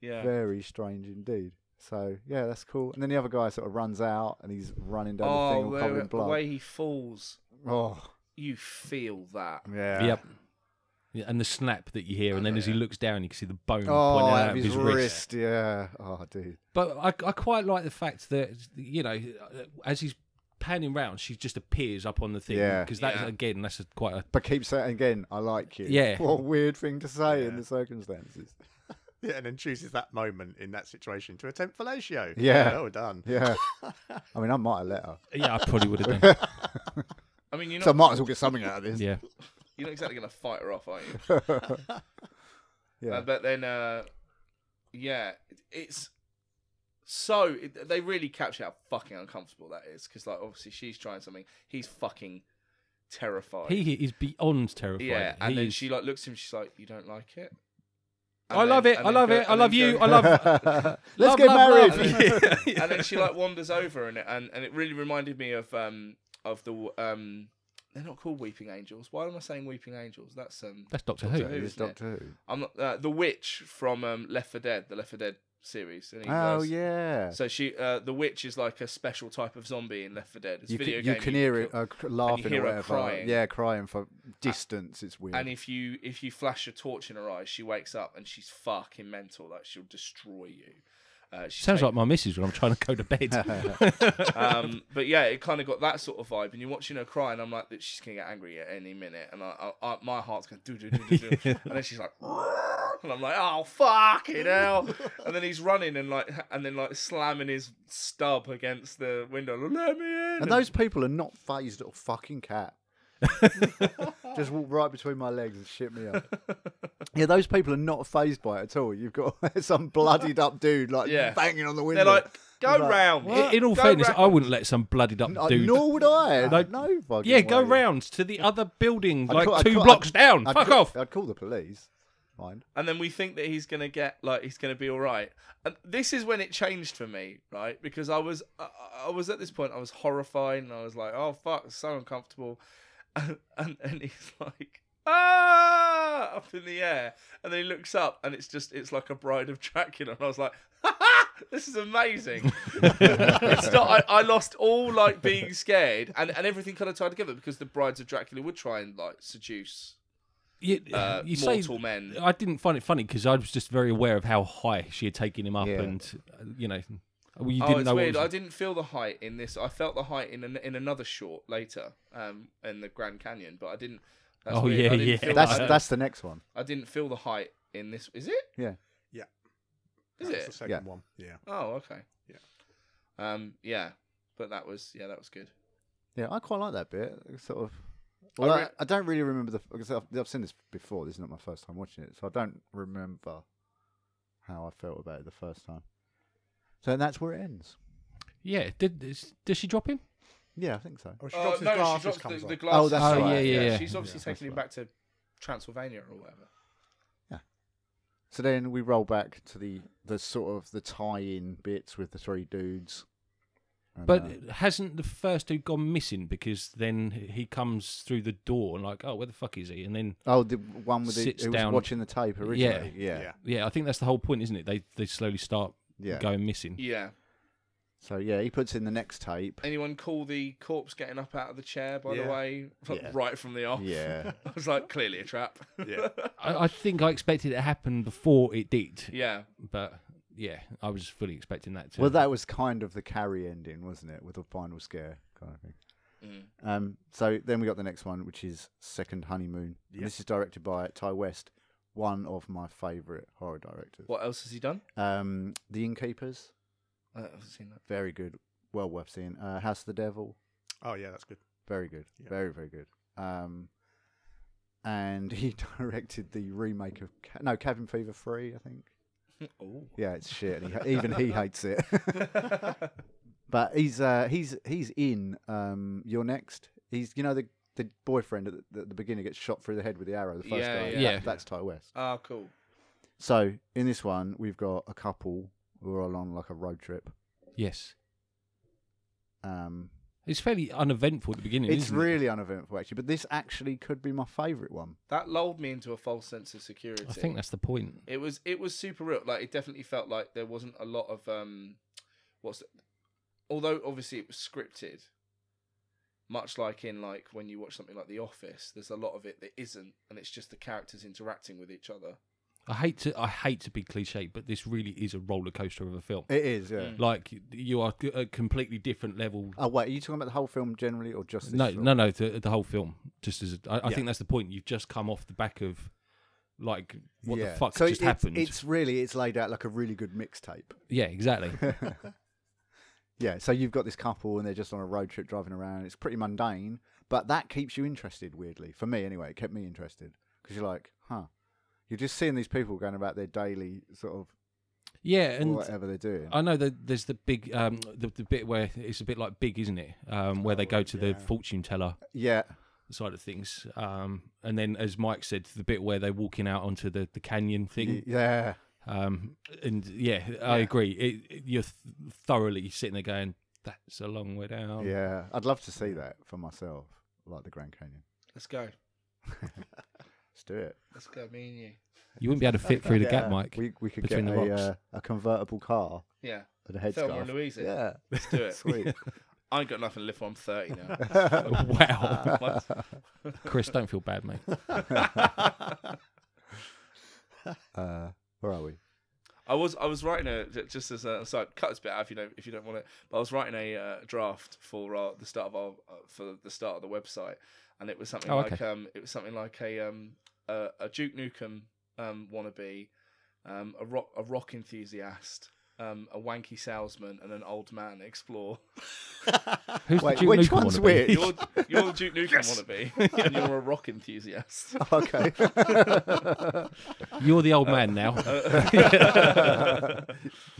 Speaker 2: Yeah.
Speaker 1: Very strange indeed. So yeah, that's cool. And then the other guy sort of runs out and he's running down the thing
Speaker 2: Oh,
Speaker 1: all
Speaker 2: the,
Speaker 1: covered in
Speaker 2: the
Speaker 1: blood.
Speaker 2: way he falls,
Speaker 1: Oh
Speaker 2: you feel that.
Speaker 1: yeah.
Speaker 4: Yep. Yeah, and the snap that you hear, and then as he looks down, you can see the bone
Speaker 1: Oh,
Speaker 4: pointing
Speaker 1: out of
Speaker 4: out
Speaker 1: his, wrist. Yeah. Oh, dude.
Speaker 4: But I, I quite like the fact that you know, as he's panning round, she just appears up on the thing.
Speaker 1: Yeah.
Speaker 4: because that
Speaker 2: Yeah.
Speaker 4: again, that's a, quite a
Speaker 1: But keep saying again, I like you.
Speaker 4: Yeah.
Speaker 1: What a weird thing to say in
Speaker 5: Yeah.
Speaker 1: the circumstances.
Speaker 5: Yeah, and then chooses that moment in that situation to attempt fellatio.
Speaker 1: Yeah.
Speaker 5: Well done.
Speaker 1: Yeah. I mean, I might have let her.
Speaker 4: yeah. I probably
Speaker 1: *laughs*
Speaker 4: would have done.
Speaker 2: I mean, you're
Speaker 1: So I
Speaker 2: not,
Speaker 1: might as well get something out of this. *laughs*
Speaker 4: yeah,
Speaker 2: you're not exactly going to fight her off, are you?
Speaker 1: Yeah.
Speaker 2: Uh, but then, uh, yeah, it- it's so it, they really capture how fucking uncomfortable that is because, like, obviously she's trying something. He's fucking terrified.
Speaker 4: he is beyond terrified.
Speaker 2: yeah, and
Speaker 4: He
Speaker 2: then
Speaker 4: is-
Speaker 2: she like looks at him. She's like, "You don't like it."
Speaker 4: I love it. I love it. I love you.
Speaker 1: *laughs*
Speaker 2: *laughs*
Speaker 4: I love.
Speaker 1: Let's
Speaker 4: love,
Speaker 1: get
Speaker 4: love,
Speaker 1: married. *laughs*
Speaker 4: love. *laughs* Yeah.
Speaker 2: and then she
Speaker 4: *laughs*
Speaker 2: like wanders over, and and and it really reminded me of um of the um they're not called weeping angels. Why am I saying weeping angels? That's um
Speaker 4: That's Doctor
Speaker 2: Doctor
Speaker 4: Who.
Speaker 2: Who.
Speaker 1: It is
Speaker 2: isn't it?
Speaker 1: Doctor Who.
Speaker 2: I'm not uh, the witch from um Left for Dead, the Left for Dead series. And he
Speaker 1: Oh
Speaker 2: was-
Speaker 1: yeah.
Speaker 2: So she, uh, the witch, is like a special type of zombie in Left 4 Dead. It's a
Speaker 1: you
Speaker 2: video
Speaker 1: can,
Speaker 2: game.
Speaker 1: you can hear it
Speaker 2: kill-
Speaker 1: uh, cr- laughing
Speaker 2: hear
Speaker 1: or
Speaker 2: her
Speaker 1: whatever.
Speaker 2: crying.
Speaker 1: Yeah, crying for distance. It's weird.
Speaker 2: and if you if you flash a torch in her eyes, she wakes up and she's fucking mental. Like she'll destroy you. Uh, she
Speaker 4: Sounds like my missus when I'm trying to go
Speaker 1: *laughs*
Speaker 4: to bed.
Speaker 2: um, but yeah, it kind of got that sort of vibe, and you're watching her cry, and I'm like, she's gonna get angry at any minute, and I, I, I my heart's going do do do
Speaker 1: *laughs*
Speaker 2: do, do. and then she's like, and I'm like, oh fucking hell, and then he's running and like, and then like slamming his stub against the window, let me in,
Speaker 1: and those people are not phased at a fucking
Speaker 4: *laughs*
Speaker 1: cat. Just walk right between my legs and shit me up. yeah, those people are not phased by it at all. You've got *laughs* some bloodied up dude like
Speaker 2: Yeah.
Speaker 1: banging on the window.
Speaker 2: they're like, go
Speaker 1: Like,
Speaker 2: round.
Speaker 4: In- in all
Speaker 2: Go
Speaker 4: fairness,
Speaker 2: round.
Speaker 4: I wouldn't let some bloodied up
Speaker 1: Like,
Speaker 4: dude.
Speaker 1: uh, Nor would I.
Speaker 4: No.
Speaker 1: No, fucking
Speaker 4: yeah, go
Speaker 1: way.
Speaker 4: round to the other building,
Speaker 1: I'd
Speaker 4: like
Speaker 1: call- I'd
Speaker 4: 2
Speaker 1: call-
Speaker 4: blocks
Speaker 1: I'd-
Speaker 4: down.
Speaker 1: I'd
Speaker 4: Fuck
Speaker 1: call-
Speaker 4: off.
Speaker 1: I'd call the police. Fine.
Speaker 2: and then we think that he's gonna get like he's gonna be all right. And this is when it changed for me, right? Because I was I, I- I was at this point, I was horrified, and I was like, oh fuck, it's so uncomfortable. *laughs* And, and and he's like. Ah, up in the air, and then he looks up, and it's just it's like a bride of Dracula, and I was like, ha ha, this is
Speaker 4: *laughs*
Speaker 2: amazing. it's not, I, I lost all like being scared, and and everything kind of tied together because the brides of Dracula would try and like seduce
Speaker 4: You,
Speaker 2: uh,
Speaker 4: you say,
Speaker 2: mortal men.
Speaker 4: I didn't find it funny because I was just very aware of how high she had taken him up,
Speaker 1: Yeah.
Speaker 4: and uh, you know, well, you
Speaker 2: Oh,
Speaker 4: didn't
Speaker 2: it's
Speaker 4: know.
Speaker 2: weird.
Speaker 4: What
Speaker 2: I
Speaker 4: was,
Speaker 2: didn't feel the height in this. I felt the height in an, in another short later, um, in the Grand Canyon, but I didn't. That's
Speaker 4: Oh,
Speaker 2: weird.
Speaker 4: yeah,
Speaker 2: I didn't
Speaker 4: yeah.
Speaker 2: Feel
Speaker 1: That's
Speaker 2: the, height-
Speaker 1: that's the next one.
Speaker 2: I didn't feel the height in this. Is it?
Speaker 1: Yeah.
Speaker 5: Yeah.
Speaker 2: Is
Speaker 5: That's the
Speaker 2: it?
Speaker 5: second
Speaker 1: Yeah.
Speaker 5: one. Yeah.
Speaker 2: Oh, okay.
Speaker 5: Yeah.
Speaker 2: Um. Yeah. But that was yeah, that was good.
Speaker 1: Yeah, I quite like that bit. Sort of. Well, I,
Speaker 2: re-
Speaker 1: I don't really remember the. Because I've, I've seen this before. This is not my first time watching it, so I don't remember how I felt about it the first time. So that's where it ends.
Speaker 4: yeah, did is- does she drop him?
Speaker 1: Yeah, I think so.
Speaker 5: Oh, she
Speaker 2: Uh,
Speaker 5: drops his
Speaker 2: no,
Speaker 5: glasses,
Speaker 2: she drops
Speaker 5: comes
Speaker 2: the,
Speaker 5: off.
Speaker 2: the glasses.
Speaker 1: that's Oh, right.
Speaker 4: yeah, yeah, yeah.
Speaker 2: She's obviously
Speaker 1: Yeah, that's
Speaker 2: taking him
Speaker 1: right.
Speaker 2: back to Transylvania or whatever.
Speaker 1: So then we roll back to the the sort of the tie-in bits with the three dudes. And,
Speaker 4: But
Speaker 1: uh,
Speaker 4: hasn't the first two gone missing because then he comes through the door and like, oh, where the fuck is he? And then
Speaker 1: oh, the one with the
Speaker 4: sits
Speaker 1: who was
Speaker 4: down-
Speaker 1: watching the tape originally.
Speaker 5: Yeah.
Speaker 1: Yeah, yeah.
Speaker 5: yeah.
Speaker 4: yeah, I think that's the whole point, isn't it? They they slowly start going missing.
Speaker 2: Yeah.
Speaker 1: So yeah, he puts in the next tape.
Speaker 2: Anyone call the corpse getting up out of the chair? By
Speaker 5: Yeah.
Speaker 2: the way,
Speaker 1: Yeah.
Speaker 2: *laughs* right from the off.
Speaker 1: Yeah,
Speaker 2: I was like, clearly a trap. *laughs*
Speaker 4: I, I think I expected it to happen before it did,
Speaker 2: yeah.
Speaker 4: but yeah, I was fully expecting that to.
Speaker 1: Well, that was kind of the carry ending, wasn't it? With the final scare kind of thing.
Speaker 2: Mm.
Speaker 1: Um, so then we got the next one, which is Second Honeymoon. And This is directed by Ty West, one of my favourite horror directors.
Speaker 2: What else has he done?
Speaker 1: Um, the Innkeepers,
Speaker 2: I haven't seen that.
Speaker 1: very good, well worth seeing. Uh, House of the Devil,
Speaker 5: Oh, yeah, that's good.
Speaker 1: very good,
Speaker 5: Yeah.
Speaker 1: very very good. Um, and *laughs* he directed the remake of Ca- no Cabin Fever Three, I think.
Speaker 2: Oh.
Speaker 1: Yeah, it's shit. And he, even he hates it. *laughs* but he's uh, he's he's in um, You're Next. He's you know the the boyfriend at the, at the beginning gets shot through the head with the arrow. The first
Speaker 2: Yeah,
Speaker 1: guy.
Speaker 2: yeah.
Speaker 1: That-
Speaker 4: Yeah.
Speaker 1: that's Ty West.
Speaker 2: *laughs* Ah, cool.
Speaker 1: So in this one, we've got a couple who are on like a road trip,
Speaker 4: yes,
Speaker 1: Um,
Speaker 4: It's fairly uneventful at the beginning.
Speaker 1: it's
Speaker 4: isn't Hmm, it?
Speaker 1: really uneventful actually, but this actually could be my favourite one.
Speaker 2: That lulled me into a false sense of security.
Speaker 4: I think that's the point.
Speaker 2: it was it was super real. Like it definitely felt like there wasn't a lot of um, what's the, although obviously it was scripted. Much like in like when you watch something like The Office, there's a lot of it that isn't, and it's just the characters interacting with each other.
Speaker 4: I hate to I hate to be cliche, but this really is a roller coaster of a film.
Speaker 1: It is, yeah.
Speaker 4: Like you are at a completely different level.
Speaker 1: Oh wait, are you talking about the whole film generally or just this
Speaker 4: No,
Speaker 1: film?
Speaker 4: no, no. The, the whole film, just as a, I, I think that's the point. You've just come off the back of like what
Speaker 1: Yeah.
Speaker 4: the fuck
Speaker 1: so
Speaker 4: just
Speaker 1: it's,
Speaker 4: happened.
Speaker 1: It's really it's laid out like a really good mixtape. *laughs*
Speaker 4: yeah, exactly.
Speaker 1: Yeah, so you've got this couple and they're just on a road trip driving around. It's pretty mundane, but that keeps you interested, weirdly. For me, anyway, it kept me interested because you're like, huh. You're just seeing these people going about their daily sort of
Speaker 4: yeah, and
Speaker 1: whatever they're doing.
Speaker 4: I know that there's the big um the, the bit where it's a bit like big, isn't it? Um, where they
Speaker 1: Oh,
Speaker 4: go to the fortune teller
Speaker 1: yeah,
Speaker 4: side of things. Um, and then as Mike said, the bit where they're walking out onto the the canyon thing.
Speaker 1: y- yeah,
Speaker 4: Um, and yeah, I agree. It, it- you're th- thoroughly sitting there going, "That's a long way down."
Speaker 1: yeah. I'd love to see that for myself, like the Grand Canyon.
Speaker 2: Let's go.
Speaker 1: Let's do it.
Speaker 2: Let's go, me and you.
Speaker 4: You wouldn't be able to fit through the gap, Mike.
Speaker 1: We we could
Speaker 4: Between
Speaker 1: get
Speaker 4: the
Speaker 1: a,
Speaker 4: rocks.
Speaker 1: uh, a convertible car
Speaker 2: Yeah.
Speaker 1: and a headscarf.
Speaker 2: Thelma and Louise it.
Speaker 1: Yeah,
Speaker 2: Let's do
Speaker 4: *laughs*
Speaker 2: it.
Speaker 1: sweet.
Speaker 2: I ain't got nothing to live for. I'm 30 now.
Speaker 4: *laughs*
Speaker 1: *laughs*
Speaker 4: wow,
Speaker 2: Once-
Speaker 4: Chris, don't feel bad, mate.
Speaker 1: uh, where are we? *laughs*
Speaker 2: I was I was writing a j- just as a aside, cut this bit out if you don't if you don't want it. But I was writing a uh, draft for uh, the start of our uh, for the start of the website, and it was something
Speaker 4: Oh,
Speaker 2: like
Speaker 4: okay.
Speaker 2: um it was something like a um a, a Duke Nukem um wannabe, um a rock a rock enthusiast, um a wanky salesman, and an old man
Speaker 4: *laughs*
Speaker 2: explore.
Speaker 4: Who's
Speaker 1: Wait,
Speaker 4: the Duke
Speaker 1: which
Speaker 4: Nukem
Speaker 1: one's
Speaker 4: wannabe?
Speaker 1: which?
Speaker 2: You're you're the Duke Nukem wannabe, and you're a rock
Speaker 4: *laughs*
Speaker 2: enthusiast. *laughs*
Speaker 1: Okay.
Speaker 4: *laughs*
Speaker 1: *laughs*
Speaker 4: You're the old man
Speaker 1: *laughs*
Speaker 4: now.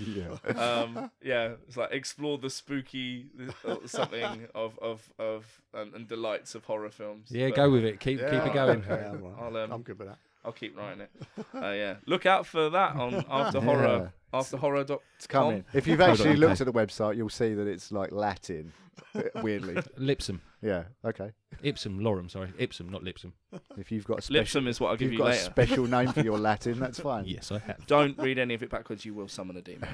Speaker 1: yeah.
Speaker 2: um, yeah, it's like explore the spooky uh, something of of of and, and delights of horror films.
Speaker 4: Yeah,
Speaker 2: But
Speaker 4: go with it. Keep keep it going.
Speaker 1: *laughs*
Speaker 5: Okay, I'm, all right.
Speaker 2: I'll, um,
Speaker 5: I'm
Speaker 2: *laughs*
Speaker 5: good with that. *laughs*
Speaker 2: I'll keep writing it. Uh, yeah, look out for
Speaker 1: *laughs*
Speaker 2: that on after horror after horror dot.
Speaker 1: It's coming.
Speaker 2: Oh.
Speaker 1: If
Speaker 2: *laughs*
Speaker 1: you've
Speaker 4: on,
Speaker 1: actually
Speaker 4: okay.
Speaker 1: looked at the website, you'll see that it's like Latin, *laughs* weirdly.
Speaker 4: Lipsum,
Speaker 1: Yeah. Okay.
Speaker 4: Ipsum, Lorem. Sorry, Ipsum, not Lipsum.
Speaker 1: If you've got a special,
Speaker 2: Lipsum is what I'll
Speaker 1: if
Speaker 2: give
Speaker 1: you've got
Speaker 2: you
Speaker 1: a
Speaker 2: later.
Speaker 1: special name
Speaker 2: *laughs*
Speaker 1: for your Latin, that's fine.
Speaker 4: Yes,
Speaker 1: *laughs*
Speaker 4: I have. *laughs*
Speaker 2: Don't read any of it backwards. You will summon a demon.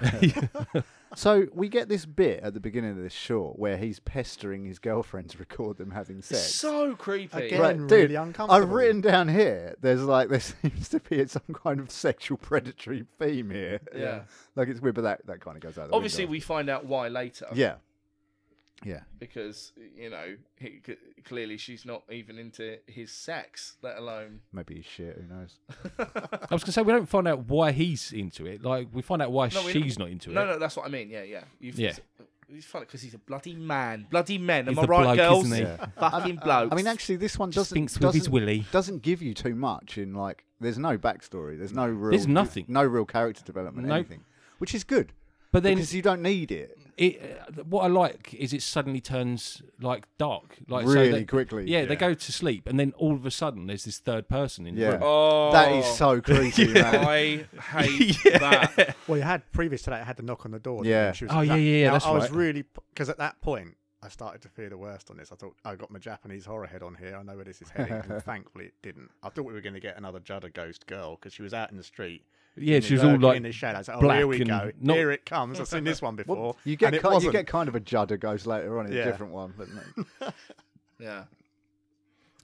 Speaker 1: So we get this bit at the beginning of this short where he's pestering his girlfriend to record them having sex.
Speaker 2: so creepy.
Speaker 5: Again.
Speaker 1: Right,
Speaker 5: Getting
Speaker 1: dude,
Speaker 5: really uncomfortable.
Speaker 1: I've written down here. There's like there *laughs* seems to be some kind of sexual predatory theme here.
Speaker 2: Yeah.
Speaker 1: like it's weird, but that, that kind of goes out. The
Speaker 2: Obviously,
Speaker 1: window.
Speaker 2: we find out why later.
Speaker 1: yeah, yeah,
Speaker 2: Because you know, he, c- clearly she's not even into his sex, let alone
Speaker 1: maybe he's shit. Who knows?
Speaker 4: I was gonna say we don't find out why he's into it. Like we find out why
Speaker 2: No, we-
Speaker 4: she's not into
Speaker 2: No,
Speaker 4: it.
Speaker 2: no, that's what I mean. Yeah, yeah. You've,
Speaker 4: Yeah.
Speaker 2: He's funny because he's a bloody man. Bloody men. Am
Speaker 4: He's
Speaker 2: I
Speaker 4: the
Speaker 2: right,
Speaker 4: bloke,
Speaker 2: girls?
Speaker 4: isn't he?
Speaker 1: Yeah.
Speaker 2: *laughs* Fucking blokes.
Speaker 1: I mean, actually, this one doesn't
Speaker 4: Spinks with
Speaker 1: doesn't,
Speaker 4: his willy.
Speaker 1: doesn't give you too much in like. There's no backstory. There's no real.
Speaker 4: There's nothing.
Speaker 1: No real character development.
Speaker 4: Nope.
Speaker 1: Anything, which is good
Speaker 4: But then
Speaker 1: because you don't need it.
Speaker 4: it uh, what I like is it suddenly turns like dark, like
Speaker 1: Really
Speaker 4: so they-
Speaker 1: quickly.
Speaker 4: Yeah,
Speaker 1: Yeah.
Speaker 4: they go to sleep, and then all of a sudden there's this third person in. the
Speaker 1: Yeah,
Speaker 4: room.
Speaker 2: Oh,
Speaker 1: that is
Speaker 4: *laughs*
Speaker 1: so creepy, man.
Speaker 2: I hate
Speaker 1: *laughs*
Speaker 2: that.
Speaker 5: Well, you had previous to that, I had the knock on the door. didn't
Speaker 1: Yeah.
Speaker 5: you? She was
Speaker 4: Oh,
Speaker 5: at
Speaker 4: yeah,
Speaker 5: that-
Speaker 4: yeah, yeah,
Speaker 5: Now,
Speaker 4: that's
Speaker 5: I was
Speaker 4: right.
Speaker 5: really because at that point I started to fear the worst on this. I thought I got my Japanese horror head on here. I know where this is heading,
Speaker 1: *laughs*
Speaker 5: and thankfully it didn't. I thought we were going to get another Judder ghost girl because she was out in the street.
Speaker 4: Yeah,
Speaker 5: and
Speaker 4: she was all
Speaker 5: lurking
Speaker 4: like
Speaker 5: in the shadows. Oh,
Speaker 4: black
Speaker 5: here we
Speaker 4: and
Speaker 5: go.
Speaker 4: not-
Speaker 5: Here it comes. I've seen this
Speaker 1: *laughs*
Speaker 5: one before.
Speaker 1: You get
Speaker 5: and it
Speaker 1: kind, you
Speaker 5: wasn't.
Speaker 1: get kind of a Judder goes later on in a
Speaker 5: Yeah.
Speaker 1: different one, but
Speaker 4: *laughs*
Speaker 1: no.
Speaker 2: Yeah.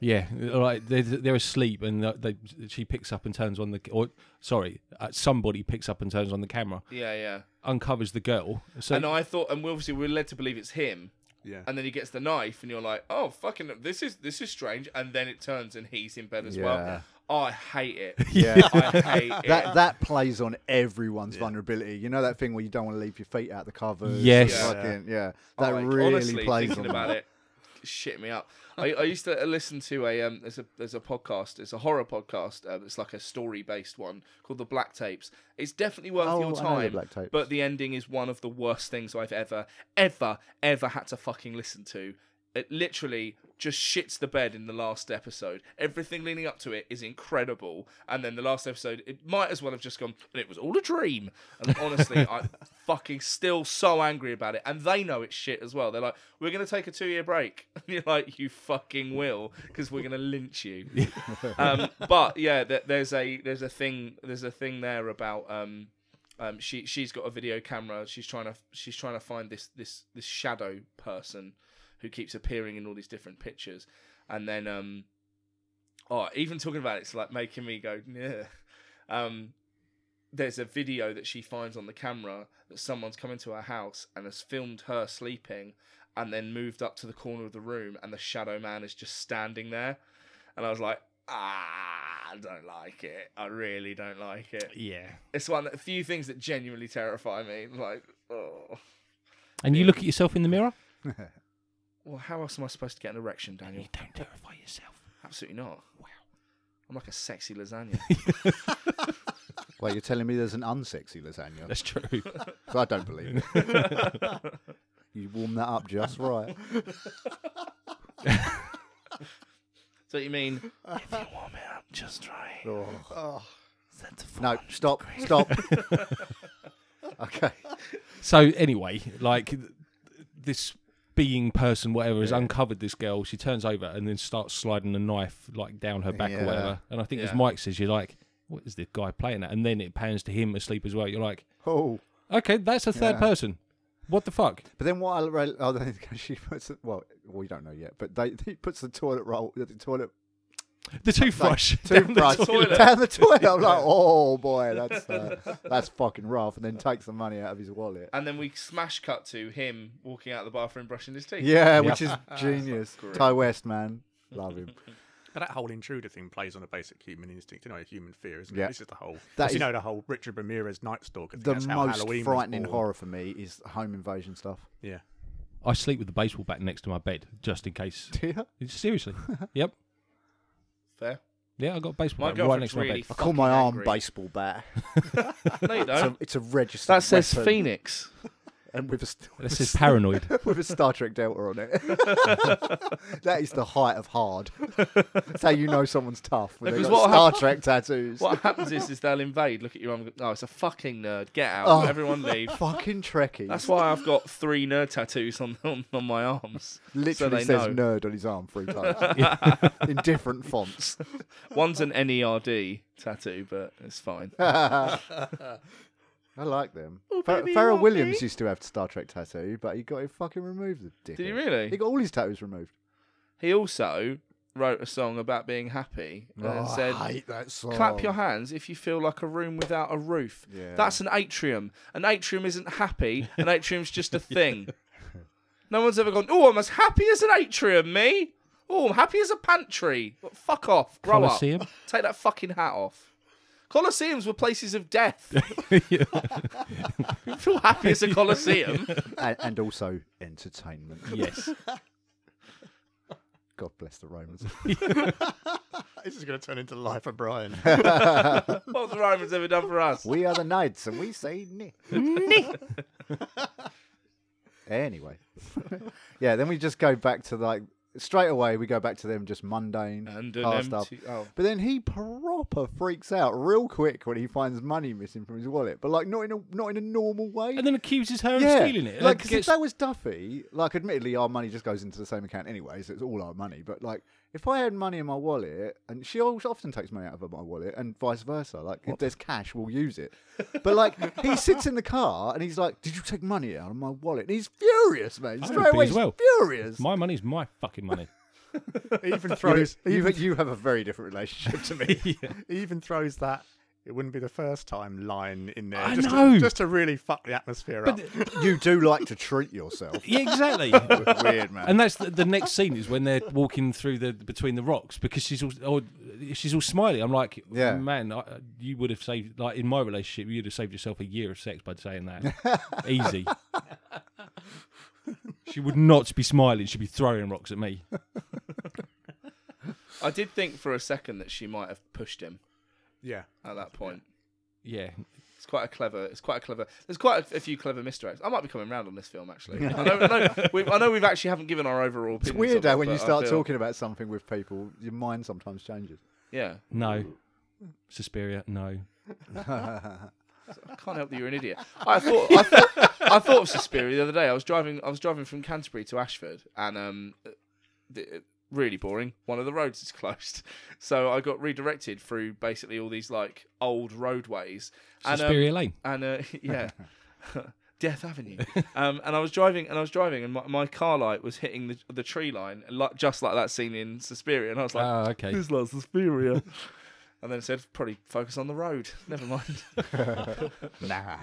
Speaker 4: Yeah, like they're, they're asleep, and they, she picks up and turns on the or sorry, uh, somebody picks up and turns on the camera,
Speaker 2: Yeah, yeah.
Speaker 4: uncovers the girl. So
Speaker 2: and I thought, and obviously we're led to believe it's him.
Speaker 5: Yeah.
Speaker 2: And then he gets the knife, and you're like, "Oh, fucking, this is this is strange." And then it turns, and he's in bed as
Speaker 1: Yeah.
Speaker 2: well. I hate it.
Speaker 1: *laughs* Yeah.
Speaker 2: I hate it.
Speaker 1: that that plays on everyone's vulnerability. You know that thing where you don't want to leave your feet out the covers. and
Speaker 4: Yes.
Speaker 1: fucking-
Speaker 5: Yeah.
Speaker 1: yeah. That
Speaker 2: Like,
Speaker 1: really
Speaker 2: honestly,
Speaker 1: plays on
Speaker 2: thinking about
Speaker 1: that.
Speaker 2: it. Shit me up. I, I used to listen to a um. There's a there's a podcast. It's a horror podcast. Um, it's like a story based one called The Black Tapes. It's definitely worth
Speaker 1: Oh,
Speaker 2: your
Speaker 1: I know The
Speaker 2: time.
Speaker 1: Black Tapes.
Speaker 2: But the ending is one of the worst things I've ever ever ever had to fucking listen to it literally just shits the bed in the last episode. Everything leading up to it is incredible, and then the last episode, it might as well have just gone. And it was all a dream. And honestly, I'm fucking still so angry about it. And they know it's shit as well. They're like, "We're gonna take a two-year break." *laughs* And you're like, "You fucking will, because we're gonna lynch you." um, but yeah, th- there's a there's a thing there's a thing there about. Um, um, she she's got a video camera. She's trying to she's trying to find this this this shadow person who keeps appearing in all these different pictures, and then um, oh, even talking about it, it's like making me go yeah. Um, there's a video that she finds on the camera that someone's come into her house and has filmed her sleeping, and then moved up to the corner of the room, and the shadow man is just standing there, and I was like. Ah, I don't like it. I really don't like it.
Speaker 5: Yeah.
Speaker 2: It's one of the few things that genuinely terrify me. Like, oh.
Speaker 4: And you look at yourself in the mirror.
Speaker 2: Well, how else am I supposed to get an erection, Daniel?
Speaker 4: Don't terrify yourself.
Speaker 2: Absolutely not. Wow. I'm like a sexy lasagna.
Speaker 1: Well, you're telling me there's an unsexy lasagna.
Speaker 4: That's *laughs* true.
Speaker 1: So I don't believe it. you warm that up just right.
Speaker 2: so you mean
Speaker 3: Warm it up, just try.
Speaker 5: Oh,
Speaker 1: No, stop,
Speaker 3: *laughs*
Speaker 1: stop. *laughs* okay.
Speaker 4: so anyway, like th- this being person, whatever, has uncovered this girl. She turns over and then starts sliding a knife like down her back
Speaker 1: Yeah.
Speaker 4: or whatever. And I think
Speaker 2: Yeah.
Speaker 4: as Mike says, you're like, what is this guy playing at? And then it pans to him asleep as well. You're like,
Speaker 1: Oh.
Speaker 4: okay, that's a third
Speaker 1: Yeah.
Speaker 4: person. What the fuck?
Speaker 1: But then what I re- oh, then *laughs* she puts the, well, we don't know yet, but they he puts the toilet roll the toilet
Speaker 4: The toothbrush. down the
Speaker 1: toothbrush
Speaker 4: toilet.
Speaker 1: down the toilet. I'm like, oh boy, that's uh, that's fucking rough. And then takes the money out of his wallet.
Speaker 2: and then we smash cut to him walking out of the bathroom brushing his
Speaker 1: *laughs*
Speaker 2: teeth.
Speaker 1: Yeah,
Speaker 2: *laughs*
Speaker 1: which is genius. Ty West, man, love him.
Speaker 5: but that whole intruder thing plays on a basic human instinct, you know, a human fear, isn't
Speaker 1: Yeah.
Speaker 5: it? This is the whole.
Speaker 1: That
Speaker 5: you
Speaker 1: is-
Speaker 5: know, the whole Richard Ramirez Night Stalker. Thing.
Speaker 1: The
Speaker 5: That's how
Speaker 1: most
Speaker 5: Halloween was
Speaker 1: frightening
Speaker 5: born.
Speaker 1: horror for me is home invasion stuff.
Speaker 2: *laughs*
Speaker 5: Yeah.
Speaker 4: I sleep with the baseball bat next to my bed just in case.
Speaker 1: Yeah.
Speaker 4: Seriously. yep.
Speaker 2: Fair.
Speaker 4: Yeah, I got a baseball
Speaker 2: My
Speaker 4: bat right
Speaker 2: girlfriend's
Speaker 4: next to my
Speaker 2: really.
Speaker 1: I call
Speaker 2: fucking
Speaker 1: my arm
Speaker 2: angry.
Speaker 1: baseball bat.
Speaker 2: *laughs* No, you
Speaker 1: It's a,
Speaker 2: don't.
Speaker 1: it's a registered
Speaker 2: That says
Speaker 1: weapon.
Speaker 2: Phoenix.
Speaker 1: and *laughs* with a, st-
Speaker 4: bed. This is paranoid.
Speaker 1: with a Star Trek Delta on
Speaker 2: *laughs*
Speaker 1: it. that is the height of hard. That's how you know someone's tough. When they've
Speaker 2: Because
Speaker 1: got
Speaker 2: what
Speaker 1: Star Trek tattoos.
Speaker 2: What happens is, is they'll invade. Look at your arm. and go, Oh, it's a fucking nerd. Get out.
Speaker 1: Oh.
Speaker 2: Everyone leave.
Speaker 1: Fucking Trekkie.
Speaker 2: That's why I've got three nerd tattoos on on, on my arms. so
Speaker 1: Literally
Speaker 2: they
Speaker 1: says
Speaker 2: know.
Speaker 1: nerd on his arm
Speaker 2: *laughs*
Speaker 1: three times in different fonts.
Speaker 2: One's an NERD tattoo, but it's fine.
Speaker 1: I like them. Fer- Pharrell Williams used to have Star Trek tattoo, but he got it fucking removed. The dick.
Speaker 2: Did he really?
Speaker 1: He got all his tattoos removed.
Speaker 2: He also wrote a song about being happy and then said,
Speaker 1: Oh, that song.
Speaker 2: "Clap your hands if you feel like a room without a roof."
Speaker 1: Yeah.
Speaker 2: That's an atrium. An atrium isn't happy.
Speaker 1: *laughs*
Speaker 2: An atrium's just a thing. No one's ever gone. Oh, I'm as happy as an atrium, me. Oh, I'm happy as a pantry. Well, fuck off. Grow
Speaker 4: Colosseum?
Speaker 2: up. Take that fucking hat off. Colosseums were places
Speaker 1: *laughs*
Speaker 2: of death. You feel happy as a colosseum.
Speaker 1: and, and also entertainment. *laughs*
Speaker 4: yes.
Speaker 1: God bless the Romans.
Speaker 5: This is going to turn into Life of Brian.
Speaker 2: what have the Romans ever done for
Speaker 1: *laughs*
Speaker 2: us?
Speaker 1: we are the knights, and we say ni. *laughs* anyway, yeah. Then we just go back to like straight away. We go back to them just mundane
Speaker 2: And an
Speaker 1: car stuff.
Speaker 2: empty- oh.
Speaker 1: But then he proper freaks out real quick when he finds money missing from his wallet, but like not in a not in a normal way.
Speaker 4: And then accuses her
Speaker 1: yeah,
Speaker 4: of stealing it. and
Speaker 1: like
Speaker 4: it
Speaker 1: 'cause if
Speaker 4: gets-
Speaker 1: that was Duffy, like admittedly our money just goes into the same account anyway, so it's all our money. But like if I had money in my wallet, and she al- often takes money out of my wallet, and vice versa, like if there's cash, we'll use it. But like *laughs* he sits in the car and he's like, "Did you take money out of my wallet?" And he's furious, man.
Speaker 4: would
Speaker 1: Straight
Speaker 4: be
Speaker 1: away,
Speaker 4: as
Speaker 1: he's
Speaker 4: well.
Speaker 1: furious.
Speaker 4: my money's my fucking money.
Speaker 1: *laughs*
Speaker 5: He even
Speaker 1: You-
Speaker 5: throws
Speaker 1: you, you have a very different relationship to me.
Speaker 5: *laughs* he even throws that it wouldn't be the first time line in there.
Speaker 4: I
Speaker 5: just
Speaker 4: know.
Speaker 5: To, just to really fuck the atmosphere up.
Speaker 1: you do like to treat yourself.
Speaker 4: yeah, exactly. *laughs*
Speaker 1: Weird man.
Speaker 4: And that's the, the next scene is when they're walking through the between the rocks because she's all oh, she's all smiley. I'm like,
Speaker 1: Yeah.
Speaker 4: man, I, you would have saved like in my relationship, you'd have saved yourself a year of sex by
Speaker 1: *laughs*
Speaker 4: saying that. Easy. she would not be smiling. She'd be throwing rocks at me.
Speaker 2: I did think for a second that she might have pushed him
Speaker 5: yeah.
Speaker 2: at that point.
Speaker 4: Yeah,
Speaker 2: It's quite a clever. It's quite a clever. There's quite a, a few clever Mister eggs. I might be coming round on this film actually. I know.
Speaker 1: *laughs*
Speaker 2: I know we've, I know we've actually haven't given our overall.
Speaker 1: It's
Speaker 2: opinions
Speaker 1: weird
Speaker 2: of
Speaker 1: though
Speaker 2: it,
Speaker 1: when you
Speaker 2: but I
Speaker 1: start
Speaker 2: feel-
Speaker 1: talking about something with people, your mind sometimes changes.
Speaker 2: Yeah,
Speaker 4: No. Suspiria, no.
Speaker 2: I can't help that you're an idiot. I thought I thought, I thought of Suspiria the other day. I was driving I was driving from Canterbury to Ashford, and um, th- really boring. One of the roads is closed, *laughs* so I got redirected through basically all these like old roadways. And, um,
Speaker 4: Suspiria Lane.
Speaker 2: and uh, *laughs* yeah, Death Avenue. Um, and I was driving, and I was driving, and my, my car light was hitting the the tree line, like just like that scene in Suspiria, and I was like,
Speaker 4: Oh, okay.
Speaker 2: *laughs* "This is like Suspiria." and then it said, "Probably focus on the road. Never mind."
Speaker 1: Nah,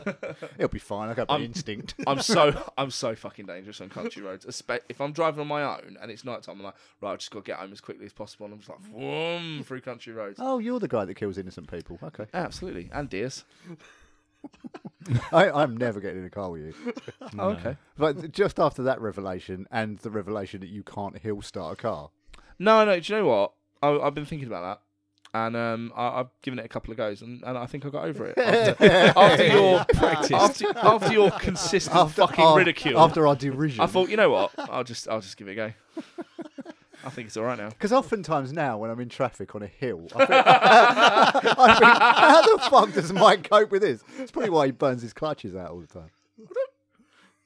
Speaker 1: *laughs* it'll be fine. I got my
Speaker 2: *laughs*
Speaker 1: instinct.
Speaker 2: I'm so I'm so fucking dangerous on country roads. Espe- If I'm driving on my own and it's night time, I'm like, right, I've just got to get home as quickly as possible. And I'm just like, vroom, through country roads.
Speaker 1: Oh, you're the guy that kills innocent people. Okay,
Speaker 2: Absolutely, and deers.
Speaker 1: I, I'm never getting in a car with you.
Speaker 2: Oh, okay.
Speaker 1: But just after that revelation and the revelation that you can't hill start a
Speaker 2: *laughs*
Speaker 1: car,
Speaker 2: No, no. Do you know what? I, I've been thinking about that, and um, I, I've given it a couple of goes, and, and I think I got over
Speaker 1: *laughs*
Speaker 2: it after, after your after, after your consistent fucking
Speaker 1: our,
Speaker 2: ridicule.
Speaker 1: after our derision.
Speaker 2: I thought, you know what? I'll just I'll just give it a
Speaker 1: *laughs*
Speaker 2: go. I think it's all right now.
Speaker 1: Because oftentimes now, when I'm in traffic on a hill, I think, *laughs* I think, how the fuck does Mike cope with this? It's probably why he burns his clutches out all the time.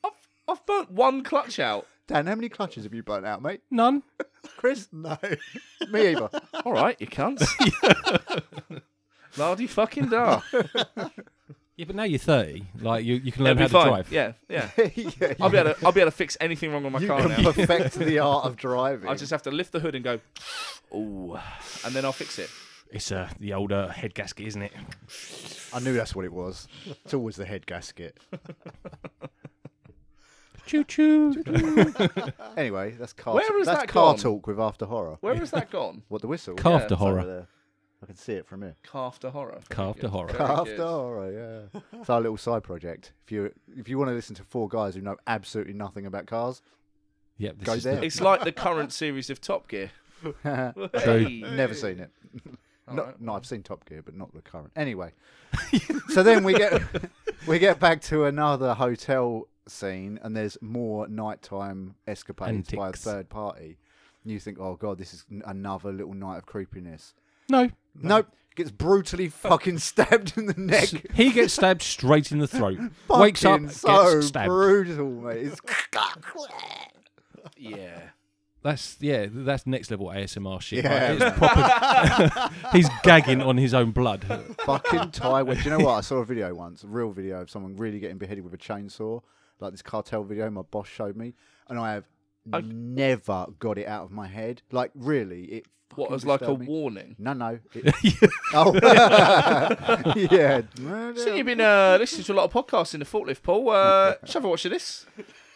Speaker 2: I've I've burnt one clutch out.
Speaker 1: Dan, how many clutches have you burnt out, mate?
Speaker 4: None.
Speaker 1: Chris? No. Me either. *laughs*
Speaker 2: All right, you cunts. Lardy fucking da.
Speaker 4: Yeah, but now you're 30. Like, you, you
Speaker 2: It'll
Speaker 4: can learn
Speaker 2: be
Speaker 4: how
Speaker 2: fine.
Speaker 4: to drive.
Speaker 2: Yeah, yeah.
Speaker 1: Yeah,
Speaker 2: I'll be able to I'll be able to fix anything wrong with my
Speaker 1: you
Speaker 2: car
Speaker 1: can
Speaker 2: now.
Speaker 1: perfect the art of driving.
Speaker 2: I just have to lift the hood and go, ooh, and then I'll fix it.
Speaker 4: It's uh, the older head gasket, isn't it?
Speaker 1: I knew that's what it was. It's always the head gasket.
Speaker 4: Choo choo.
Speaker 2: *laughs*
Speaker 1: Anyway, that's car,
Speaker 2: Where has
Speaker 1: that's
Speaker 2: that
Speaker 1: car
Speaker 2: gone?
Speaker 1: talk with After Horror.
Speaker 2: Where has that gone?
Speaker 1: What, the whistle?
Speaker 4: Calf
Speaker 2: Yeah,
Speaker 4: to
Speaker 1: It's over
Speaker 4: horror.
Speaker 1: there. I can see it from here.
Speaker 2: Calf to horror. Very
Speaker 4: Calf to
Speaker 2: good.
Speaker 4: horror.
Speaker 2: Very
Speaker 1: Calf
Speaker 2: good.
Speaker 1: to horror, yeah. It's our little side project. If you if you want to listen to four guys who know absolutely nothing about cars, *laughs*
Speaker 4: Yep, this
Speaker 1: Go
Speaker 4: is
Speaker 1: there.
Speaker 4: The,
Speaker 2: It's like the current series of Top Gear. Hey.
Speaker 1: Never seen it.
Speaker 2: All
Speaker 1: No,
Speaker 2: right.
Speaker 1: no, I've seen Top Gear, but not the current. Anyway, *laughs* so then we get *laughs* we get back to another hotel scene, and there's more nighttime escapades by a
Speaker 4: Antics.
Speaker 1: third party. And you think, oh god, this is n- another little night of creepiness.
Speaker 4: no.
Speaker 1: Nope, gets brutally
Speaker 2: *laughs*
Speaker 1: fucking stabbed in the neck.
Speaker 4: He gets stabbed straight in
Speaker 1: *laughs*
Speaker 4: the throat. Wakes up,
Speaker 1: Fucking so
Speaker 4: gets stabbed.
Speaker 1: brutal, mate. It's *laughs*
Speaker 2: *laughs* Yeah.
Speaker 4: That's yeah, that's next level ASMR shit.
Speaker 1: Yeah,
Speaker 4: Yeah, it's proper.
Speaker 1: *laughs*
Speaker 4: he's gagging on his own blood. *laughs*
Speaker 1: fucking Thai wed- Do you know what? I saw a video once, a real video of someone really getting beheaded with a chainsaw, like this cartel video my boss showed me, and I have never got it out of my head. Like, really, it.
Speaker 2: What
Speaker 1: fucking
Speaker 2: was like a
Speaker 1: disturbed me.
Speaker 2: warning?
Speaker 1: No,
Speaker 2: *laughs*
Speaker 1: no. It- oh, *laughs*
Speaker 2: *laughs*
Speaker 1: yeah.
Speaker 2: So you've been uh, listening to a lot of podcasts in the forklift,
Speaker 1: *laughs*
Speaker 2: Paul. Uh, shall I watch this?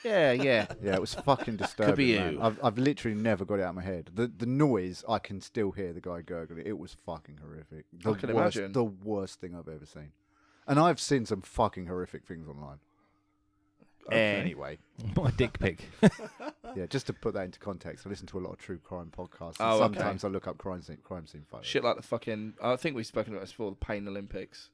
Speaker 1: Yeah, yeah, *laughs* yeah. It was fucking disturbing.
Speaker 2: be
Speaker 1: man.
Speaker 2: you.
Speaker 1: I've, I've literally never got it out of my head. The the noise I can still hear the guy gurgle. It was fucking horrific. The
Speaker 2: can
Speaker 1: worst,
Speaker 2: imagine.
Speaker 1: The worst thing I've ever seen. And I've seen some fucking horrific things online.
Speaker 2: Eh.
Speaker 1: Anyway,
Speaker 4: My dick pic.
Speaker 1: yeah. Just to put that into context, I listen to a lot of true crime podcasts. And
Speaker 2: Oh, okay.
Speaker 1: sometimes I look up crime scene crime scene photos.
Speaker 2: Shit like the fucking. I think we've spoken about this before. The Pain Olympics.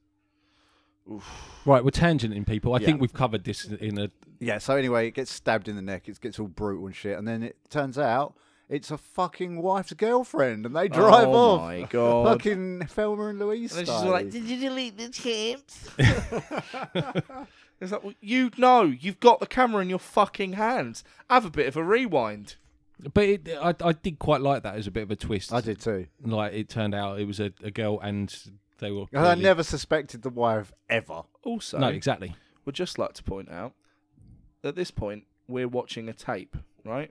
Speaker 4: Right, we're tangenting people. I
Speaker 1: Yeah.
Speaker 4: think we've covered this in a.
Speaker 1: Yeah. So anyway, it gets stabbed in the neck. It gets all brutal and shit. And then it turns out it's a fucking wife's girlfriend, and they drive
Speaker 2: oh
Speaker 1: off.
Speaker 2: my god.
Speaker 1: Fucking Thelma and Louise.
Speaker 2: And then she's
Speaker 1: style.
Speaker 2: all like, "Did you delete
Speaker 1: *laughs*
Speaker 2: the tips?" it's like, well, you know, you've got the camera in your fucking hands. Have a bit of a rewind.
Speaker 4: But it, I, I did quite like that as a bit of a twist.
Speaker 1: I did too.
Speaker 4: Like it turned out it was a, a girl and they were.
Speaker 1: And I
Speaker 4: clearly-
Speaker 1: never suspected the wife ever.
Speaker 2: Also,
Speaker 4: No, exactly.
Speaker 2: would just like to point out at this point we're watching a tape, right?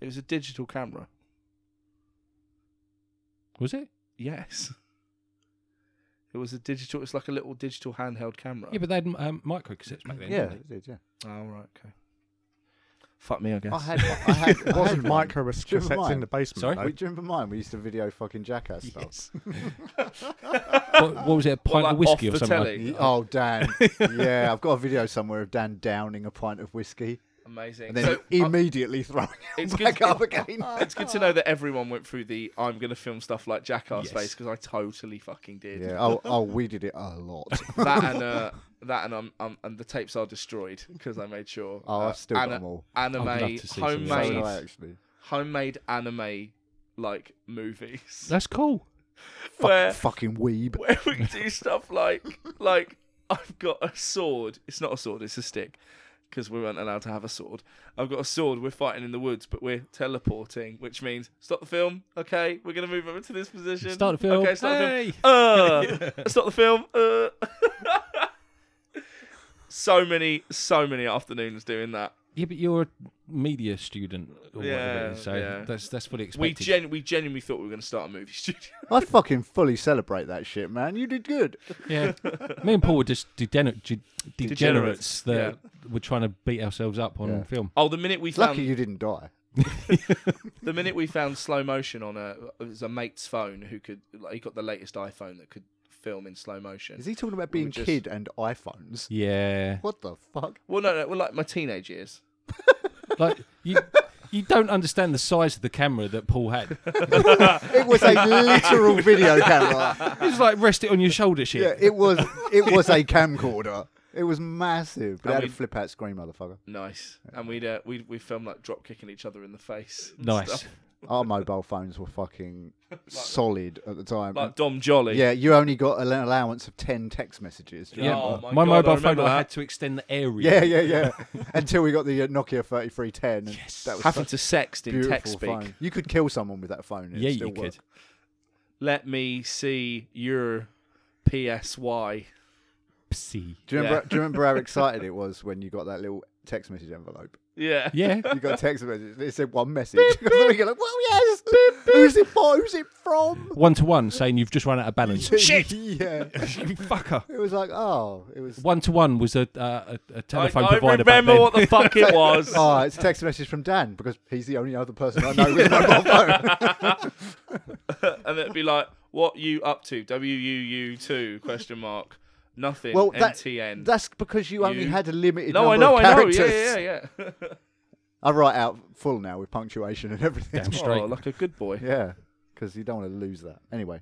Speaker 2: It was a digital camera.
Speaker 4: Was it?
Speaker 2: Yes. *laughs* It was a digital. It's like a little digital handheld camera.
Speaker 4: Yeah, but they had um, micro cassettes back then.
Speaker 1: Yeah,
Speaker 4: didn't
Speaker 1: it did, yeah.
Speaker 2: Oh right, okay. Fuck me, I guess.
Speaker 1: I
Speaker 2: *laughs*
Speaker 1: had, I had, *laughs* I
Speaker 5: It
Speaker 1: had
Speaker 5: wasn't micro
Speaker 1: one. Do you remember
Speaker 5: cassettes
Speaker 1: mine?
Speaker 5: in the basement.
Speaker 4: Sorry?
Speaker 5: though.
Speaker 1: *laughs* Wait, do you remember mine? We used to video fucking jackass
Speaker 4: they?
Speaker 1: stuff.
Speaker 4: Yes. what, what was it? A pint
Speaker 2: like,
Speaker 4: of whiskey
Speaker 2: off
Speaker 4: or
Speaker 2: the
Speaker 4: something?
Speaker 2: *laughs* telly?
Speaker 1: Y- Oh, Dan. yeah, I've got a video somewhere of Dan downing a pint of whiskey.
Speaker 2: Amazing.
Speaker 1: and then
Speaker 2: so
Speaker 1: *laughs* immediately throwing it
Speaker 2: it's
Speaker 1: back *laughs*
Speaker 2: good-
Speaker 1: up again.
Speaker 2: *laughs* it's good to know that everyone went through the I'm going to film stuff like Jackass
Speaker 4: Yes.
Speaker 2: phase because I totally fucking did.
Speaker 1: yeah, oh, oh, we did it a
Speaker 2: *laughs*
Speaker 1: lot.
Speaker 2: That
Speaker 1: *laughs*
Speaker 2: and uh, that and um, um, and the tapes are destroyed because I made sure.
Speaker 1: Oh,
Speaker 2: uh,
Speaker 1: I've still got
Speaker 2: ana-
Speaker 1: 'em all.
Speaker 4: I'd love
Speaker 2: Anime,
Speaker 4: to see some of
Speaker 1: So
Speaker 4: those.
Speaker 1: do I,
Speaker 2: homemade,
Speaker 1: actually.
Speaker 2: homemade anime like movies
Speaker 4: That's cool.
Speaker 1: Fuck-
Speaker 2: *laughs* where
Speaker 1: fucking weeb.
Speaker 2: where we do stuff like like I've got a sword. It's not a sword. It's a stick because we weren't allowed to have a sword. I've got a sword. We're fighting in the woods, but we're teleporting, which means stop the film. Okay, we're gonna move over to this position.
Speaker 4: Start the film.
Speaker 2: Okay, start the film
Speaker 4: hey!
Speaker 2: uh,
Speaker 4: *laughs*
Speaker 2: stop the film. Uh. *laughs* so many, so many afternoons doing that.
Speaker 4: Yeah, but you're a media student or whatever,
Speaker 2: Yeah,
Speaker 4: it is, so
Speaker 2: yeah.
Speaker 4: that's that's fully expected.
Speaker 2: We gen- we genuinely thought we were going to start a movie *laughs* studio.
Speaker 1: I fucking fully celebrate that shit, man. You did good.
Speaker 4: yeah, me and Paul were just degener- ge-
Speaker 2: Degenerates,
Speaker 4: degenerates that were trying to beat ourselves up on
Speaker 1: Yeah.
Speaker 4: film.
Speaker 2: *laughs* oh, the minute we
Speaker 1: It's lucky
Speaker 2: found
Speaker 1: you didn't die.
Speaker 2: the minute we found slow motion on a it was a mate's phone who could like, he got the latest iPhone that could film in slow motion.
Speaker 1: Is he talking about
Speaker 2: We
Speaker 1: being
Speaker 2: just-
Speaker 1: kid and iPhones?
Speaker 4: Yeah,
Speaker 1: What the fuck?
Speaker 2: Well, no, no, well, like my teenage years.
Speaker 4: like you, you don't understand the size of the camera that Paul had.
Speaker 1: It was a literal video camera.
Speaker 4: It was like rest it on your shoulder shit.
Speaker 1: Yeah, it was. It was a camcorder. It was massive, but it
Speaker 2: And
Speaker 1: had a
Speaker 2: we-
Speaker 1: flip out screen, motherfucker.
Speaker 2: Nice, and we'd uh, we we filmed like drop kicking each other in the face. and
Speaker 4: nice.
Speaker 2: stuff.
Speaker 1: Our mobile phones were fucking solid at the time.
Speaker 2: like Dom Jolly.
Speaker 1: yeah, you only got an allowance of ten text messages. do you
Speaker 4: Yeah,
Speaker 2: Oh
Speaker 1: remember?
Speaker 2: my God, I
Speaker 4: my, mobile phone
Speaker 2: remember
Speaker 4: I
Speaker 2: that.
Speaker 4: had to extend the area.
Speaker 1: yeah, yeah, yeah. Until we got the uh, Nokia thirty three ten. Yes, that was
Speaker 2: Having
Speaker 1: such
Speaker 2: to sext
Speaker 1: a
Speaker 2: in
Speaker 1: beautiful
Speaker 2: text speak.
Speaker 1: phone. You could kill someone with that phone. and it'd
Speaker 4: Yeah, you
Speaker 1: still
Speaker 4: could.
Speaker 1: work.
Speaker 2: let me see your PSY.
Speaker 4: Psi.
Speaker 1: Do you remember?
Speaker 2: Yeah.
Speaker 1: Do you remember how excited it was when you got that little text message envelope?
Speaker 2: Yeah. *laughs*
Speaker 4: Yeah.
Speaker 1: You got a text message. and It said one message. *laughs* And You're like, well, yes. Who's it for? Who's it
Speaker 2: *laughs*
Speaker 1: from?
Speaker 4: One to one saying you've just run out of balance. *laughs*
Speaker 1: *laughs*
Speaker 4: Shit,
Speaker 1: Yeah.
Speaker 4: you fucker.
Speaker 1: It was like, oh, it was.
Speaker 4: One to one was a uh, a, a
Speaker 2: I,
Speaker 4: telephone
Speaker 2: I
Speaker 4: provider. back
Speaker 2: remember
Speaker 4: then.
Speaker 2: what the fuck
Speaker 1: *laughs*
Speaker 2: it was.
Speaker 1: Oh, it's a text message from Dan because he's the only other person I know
Speaker 2: *laughs*
Speaker 1: with a mobile phone.
Speaker 2: and it'd be like, what you up to? WUU2 question mark. Nothing.
Speaker 1: Well, that-
Speaker 2: MTN.
Speaker 1: that's because you only
Speaker 2: You-
Speaker 1: had a limited
Speaker 2: no, I
Speaker 1: number of
Speaker 2: know, I know.
Speaker 1: characters.
Speaker 2: Yeah, yeah,
Speaker 1: *laughs*
Speaker 2: yeah.
Speaker 1: I write out full now with punctuation and everything.
Speaker 4: Damn straight.
Speaker 2: oh, like a good boy.
Speaker 1: *laughs* Yeah, because you don't want to lose that.
Speaker 2: *laughs*
Speaker 1: Anyway,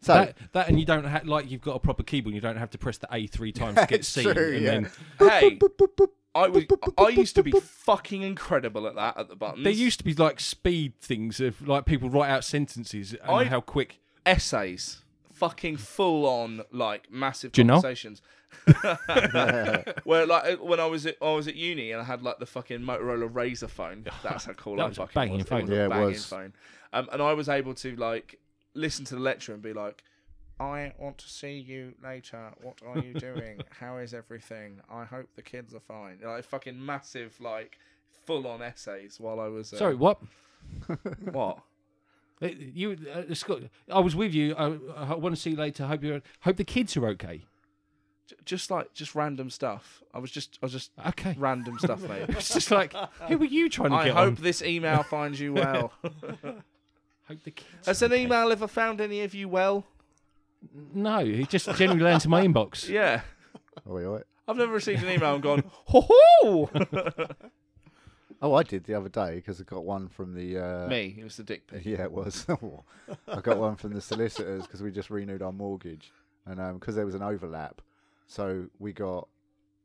Speaker 1: so
Speaker 4: That, that and you don't have like you've got a proper keyboard. and You don't have to press the A three times to get
Speaker 1: It's
Speaker 4: C.
Speaker 1: true,
Speaker 4: and
Speaker 1: yeah.
Speaker 4: then
Speaker 2: Hey,
Speaker 1: Boop, boop, boop.
Speaker 2: I was, I used to be fucking incredible at that at the buttons.
Speaker 4: there used to be like speed things of like people write out sentences and
Speaker 2: I-
Speaker 4: how quick.
Speaker 2: essays, fucking full on like massive
Speaker 4: Do you know?
Speaker 2: conversations. *laughs* Where like uh, when I was at I was at uni and I had like the fucking Motorola Razor
Speaker 4: *laughs*
Speaker 2: phone. That's how cool
Speaker 4: That
Speaker 2: I
Speaker 4: was a
Speaker 2: fucking
Speaker 4: banging
Speaker 2: was.
Speaker 4: phone.
Speaker 2: a
Speaker 1: Yeah, it
Speaker 2: banging
Speaker 1: was.
Speaker 2: phone. Um, and I was able to like listen to the lecture and be like. I want to see you later. What are you
Speaker 4: *laughs*
Speaker 2: doing? How is everything? I hope the kids are fine. Like fucking massive, like full on essays while I was. Uh,
Speaker 4: Sorry, what?
Speaker 2: what?
Speaker 4: Uh, You, uh, Scott, I was with you. I, I want to see you later. Hope you hope the kids are okay.
Speaker 2: J- just like just random stuff. I was just, I was just
Speaker 4: Okay.
Speaker 2: random stuff, *laughs* mate.
Speaker 4: It's just like who were you trying to
Speaker 2: I
Speaker 4: get
Speaker 2: hope
Speaker 4: on?
Speaker 2: this email finds you *laughs* well.
Speaker 4: Hope the kids.
Speaker 2: Has an email ever found any of you well?
Speaker 4: No, he just generally lands in my
Speaker 2: *laughs*
Speaker 4: inbox.
Speaker 2: Yeah.
Speaker 1: Oi, oi.
Speaker 2: I've never received an email and *laughs* gone, ho ho!
Speaker 1: Oh, I did the other day because I got one from the. Uh,
Speaker 2: *laughs* Me, it was the dick
Speaker 1: *laughs*
Speaker 2: pic.
Speaker 1: Yeah, it was. Oh, I got one from the solicitors because we just renewed our mortgage, and because there was an overlap, so we got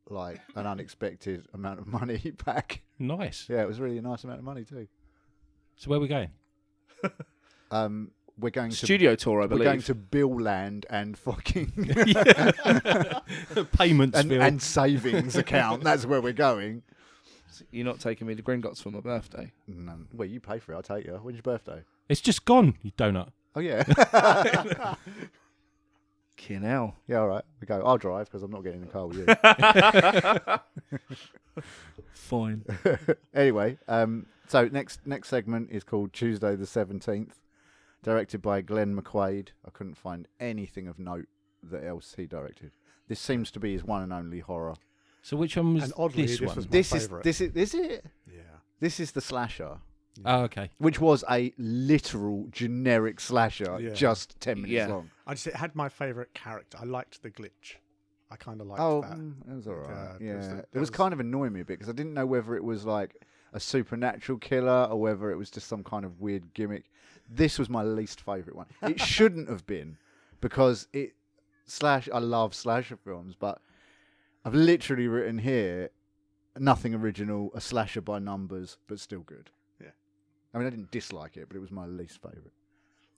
Speaker 1: like an unexpected amount of *laughs* money back.
Speaker 4: Nice.
Speaker 1: Yeah, it was really a nice amount of money too.
Speaker 4: So where are
Speaker 2: *laughs*
Speaker 4: we going?
Speaker 1: Um, we're going to
Speaker 2: Studio tour, I
Speaker 1: we're
Speaker 2: believe.
Speaker 1: going to bill land and
Speaker 2: *laughs*
Speaker 1: fucking
Speaker 4: Payments.
Speaker 1: *laughs* and,
Speaker 4: Phil.
Speaker 1: and
Speaker 2: *laughs*
Speaker 1: savings account. That's where we're going.
Speaker 2: You're not taking me to Gringotts for my birthday.
Speaker 1: No, Mm, um, well, you pay for it. I'll take you. When's your birthday?
Speaker 4: it's just gone. You donut.
Speaker 1: Oh yeah, *laughs*
Speaker 2: Kin hell.
Speaker 1: yeah. All right, we go. I'll drive because I'm not getting in the car with you.
Speaker 2: Fine.
Speaker 1: *laughs* anyway, um, so next next segment is called Tuesday the Seventeenth, directed by Glenn McQuaid. I couldn't find anything of note that else he directed. This seems to be his one and only horror.
Speaker 4: So which one was
Speaker 5: And oddly,
Speaker 4: this,
Speaker 5: this
Speaker 4: one?
Speaker 5: was my
Speaker 1: this
Speaker 5: favourite.
Speaker 1: is this is this is it.
Speaker 5: Yeah.
Speaker 1: This is the slasher,
Speaker 4: Oh, okay.
Speaker 1: which was a literal generic slasher,
Speaker 5: Yeah.
Speaker 1: just ten minutes
Speaker 2: Yeah.
Speaker 1: long.
Speaker 5: I just it had my favourite character. I liked the glitch. I kind of liked
Speaker 1: Oh,
Speaker 5: that.
Speaker 1: mm, it was all right.
Speaker 5: uh,
Speaker 1: yeah,
Speaker 5: there was the-
Speaker 1: it
Speaker 5: there
Speaker 1: was
Speaker 5: was-
Speaker 1: kind of annoying me a bit because I didn't know whether it was like a supernatural killer or whether it was just some kind of weird gimmick. This was my least favorite one.
Speaker 5: *laughs*
Speaker 1: It shouldn't have been because it slash I love slasher films, but I've literally written here nothing original, a slasher by numbers, but still good.
Speaker 5: Yeah.
Speaker 1: I mean, I didn't dislike it, but it was my least favorite.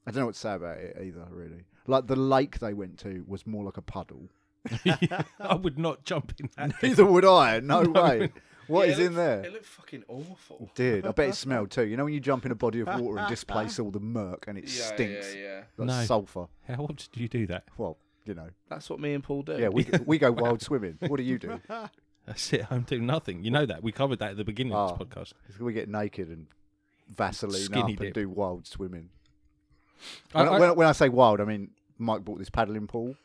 Speaker 1: I don't know what to say about it either, really. Like the lake they went to was more like a puddle.
Speaker 4: *laughs* I would not jump in that.
Speaker 2: *laughs*
Speaker 1: Neither would I. No, way. What
Speaker 2: Yeah,
Speaker 1: is
Speaker 2: it
Speaker 1: in
Speaker 2: looked-
Speaker 1: there?
Speaker 2: It looked fucking awful.
Speaker 1: Dude, I bet it smelled too. You know when you jump in a body of water and displace all the murk and it stinks
Speaker 2: *laughs* Yeah, yeah.
Speaker 1: like
Speaker 4: No.
Speaker 1: sulfur.
Speaker 4: *laughs* How often do you do that?
Speaker 1: Well, you know,
Speaker 2: That's what me and Paul do.
Speaker 1: yeah, we we
Speaker 2: *laughs*
Speaker 1: go wild swimming. What do you do?
Speaker 4: I sit at home doing nothing. You know that. We covered that at the beginning
Speaker 1: Ah.
Speaker 4: of this podcast.
Speaker 1: We get naked and Vaseline
Speaker 4: Skinny
Speaker 1: up and
Speaker 4: dip.
Speaker 1: do wild swimming.
Speaker 4: I-
Speaker 1: When I,
Speaker 4: I-
Speaker 1: when, I- when I say wild, I mean Mike bought this paddling pool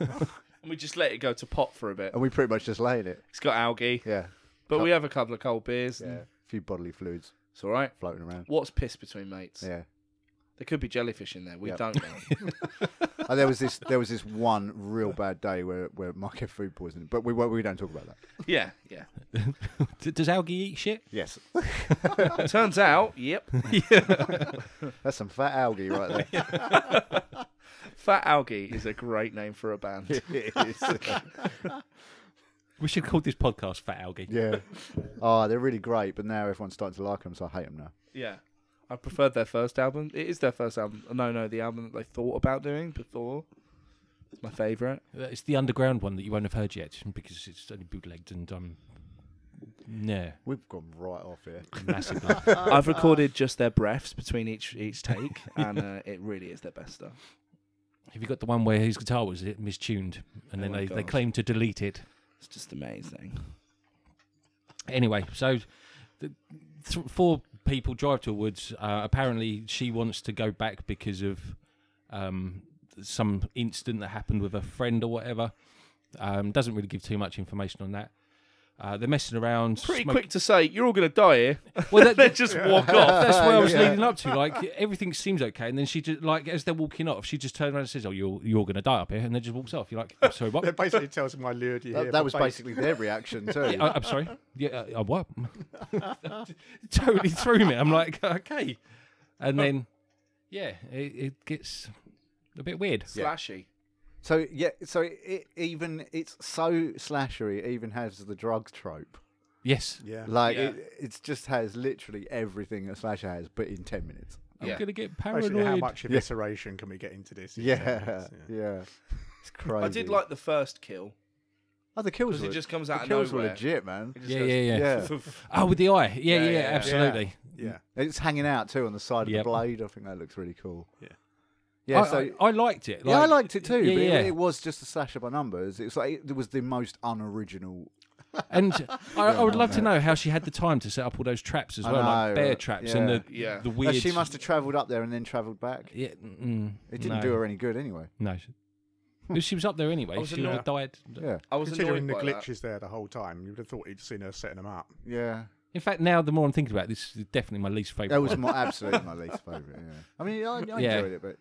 Speaker 2: and we just let it go to pot for a bit.
Speaker 1: and we pretty much just lay in it.
Speaker 2: It's got algae,
Speaker 1: Yeah,
Speaker 2: but we have a couple of cold beers.
Speaker 1: Oh. yeah,
Speaker 2: And
Speaker 1: a few bodily fluids
Speaker 2: it's all right.
Speaker 1: floating around.
Speaker 2: What's piss between mates?
Speaker 1: Yeah.
Speaker 2: There could be jellyfish in there. We
Speaker 1: Yep. *laughs*
Speaker 2: don't know.
Speaker 1: And there was this there was this one real bad day where where Mike had food poisoning, but we won't- we don't talk about that.
Speaker 2: yeah, yeah.
Speaker 4: D- Does algae eat shit?
Speaker 1: Yes.
Speaker 2: Turns out, yep,
Speaker 1: That's some fat algae right there. *laughs*
Speaker 2: Fat Algae is a great name for a band.
Speaker 1: It is. *laughs*
Speaker 4: We should call this podcast Fat Algae.
Speaker 1: yeah. Oh, they're really great, but now everyone's starting to like them, so I hate them now.
Speaker 2: Yeah. I preferred their first album. It is their first album. No, no, the album that they thought about doing before. It's my favourite.
Speaker 4: Uh, It's the underground one that you won't have heard yet because it's only bootlegged and um, yeah,
Speaker 1: We've gone right off here. *laughs*
Speaker 4: massively.
Speaker 5: Uh,
Speaker 2: I've recorded just their breaths between each each take, and uh, it really is their best stuff.
Speaker 4: Have you got the one where his guitar was mistuned and then
Speaker 2: Oh my
Speaker 4: they, they
Speaker 2: God.
Speaker 4: claimed to delete it?
Speaker 2: It's just amazing.
Speaker 4: Anyway, so the, th- four people drive to a woods. Uh, apparently, she wants to go back because of um, some incident that happened with a friend or whatever. Um, doesn't really give too much information on that. Uh, they're messing around.
Speaker 2: Pretty
Speaker 4: smoke- *laughs*
Speaker 2: quick to say, you're all going to die here.
Speaker 4: Well,
Speaker 2: *laughs*
Speaker 4: that,
Speaker 2: They just walk off.
Speaker 4: That's where I
Speaker 2: *laughs*
Speaker 4: was
Speaker 1: Yeah.
Speaker 4: leading up to. Like everything seems okay, and then she just like as they're walking off, she just turns around and says, "Oh, you're you're gonna die up here," and then just walks off. You're like,
Speaker 2: *laughs*
Speaker 4: "Sorry, what?"
Speaker 5: *laughs* It basically tells him I lured you here.
Speaker 1: That,
Speaker 5: for
Speaker 1: that was
Speaker 5: bait."
Speaker 1: basically their reaction too.
Speaker 4: I, I'm sorry. Yeah, uh, uh, what? *laughs* totally threw me. I'm like, okay, and then yeah, it, it gets a bit weird.
Speaker 2: Slashy.
Speaker 1: So yeah, so it, it even it's so slashery. It even has the drug trope.
Speaker 4: Yes,
Speaker 5: Yeah.
Speaker 1: Like
Speaker 2: Yeah.
Speaker 1: it, it's just has literally everything a slasher has, but in ten minutes.
Speaker 4: I'm
Speaker 2: Yeah.
Speaker 4: gonna get
Speaker 5: Basically, how
Speaker 4: paranoid.
Speaker 5: much evisceration can we get into this? in ten
Speaker 1: Yeah,
Speaker 5: minutes?
Speaker 1: *laughs* yeah, it's crazy.
Speaker 2: I did like the first kill.
Speaker 1: oh the kills.
Speaker 2: 'Cause it
Speaker 1: were-
Speaker 2: just comes
Speaker 1: the
Speaker 2: out of
Speaker 1: kills were
Speaker 2: nowhere.
Speaker 1: legit, man.
Speaker 2: It just
Speaker 4: Yeah,
Speaker 2: goes,
Speaker 4: yeah, yeah,
Speaker 1: Yeah,
Speaker 4: Oh, with the eye. Yeah,
Speaker 2: Yeah,
Speaker 4: yeah,
Speaker 2: yeah, yeah.
Speaker 4: absolutely.
Speaker 5: yeah.
Speaker 1: it's hanging out too on the side of
Speaker 4: Yep.
Speaker 1: the blade. I think that looks really cool.
Speaker 5: Yeah.
Speaker 1: yeah.
Speaker 4: I,
Speaker 1: so
Speaker 4: I, I liked it.
Speaker 1: yeah, I
Speaker 4: Like-
Speaker 1: liked it too,
Speaker 4: Yeah,
Speaker 1: but
Speaker 4: yeah.
Speaker 1: It, it was just a slasher by numbers. It was like it was the most unoriginal.
Speaker 4: and I, I would love to know how she had the time to set up all those traps as
Speaker 1: I
Speaker 4: well,
Speaker 1: know,
Speaker 4: like bear
Speaker 1: right.
Speaker 4: traps
Speaker 1: Yeah.
Speaker 4: and the
Speaker 2: Yeah.
Speaker 4: the
Speaker 1: Uh,
Speaker 4: weird.
Speaker 1: she must have travelled up there and then travelled back.
Speaker 4: Yeah, mm,
Speaker 1: It didn't
Speaker 4: no.
Speaker 1: do her any good anyway.
Speaker 4: No. Well, She was up there anyway.
Speaker 2: I was
Speaker 4: She
Speaker 2: annoyed.
Speaker 4: would have died.
Speaker 1: Yeah,
Speaker 2: *laughs* I was
Speaker 5: Considering
Speaker 2: annoyed
Speaker 5: the
Speaker 2: by that.
Speaker 5: glitches there the whole time, you would have thought you'd seen her setting them up.
Speaker 1: yeah.
Speaker 4: In fact, now the more I'm thinking about it, this, is definitely my least favorite.
Speaker 1: That was
Speaker 4: one.
Speaker 1: my absolute my least favourite. Yeah. I mean, I, I
Speaker 4: Yeah.
Speaker 1: enjoyed it,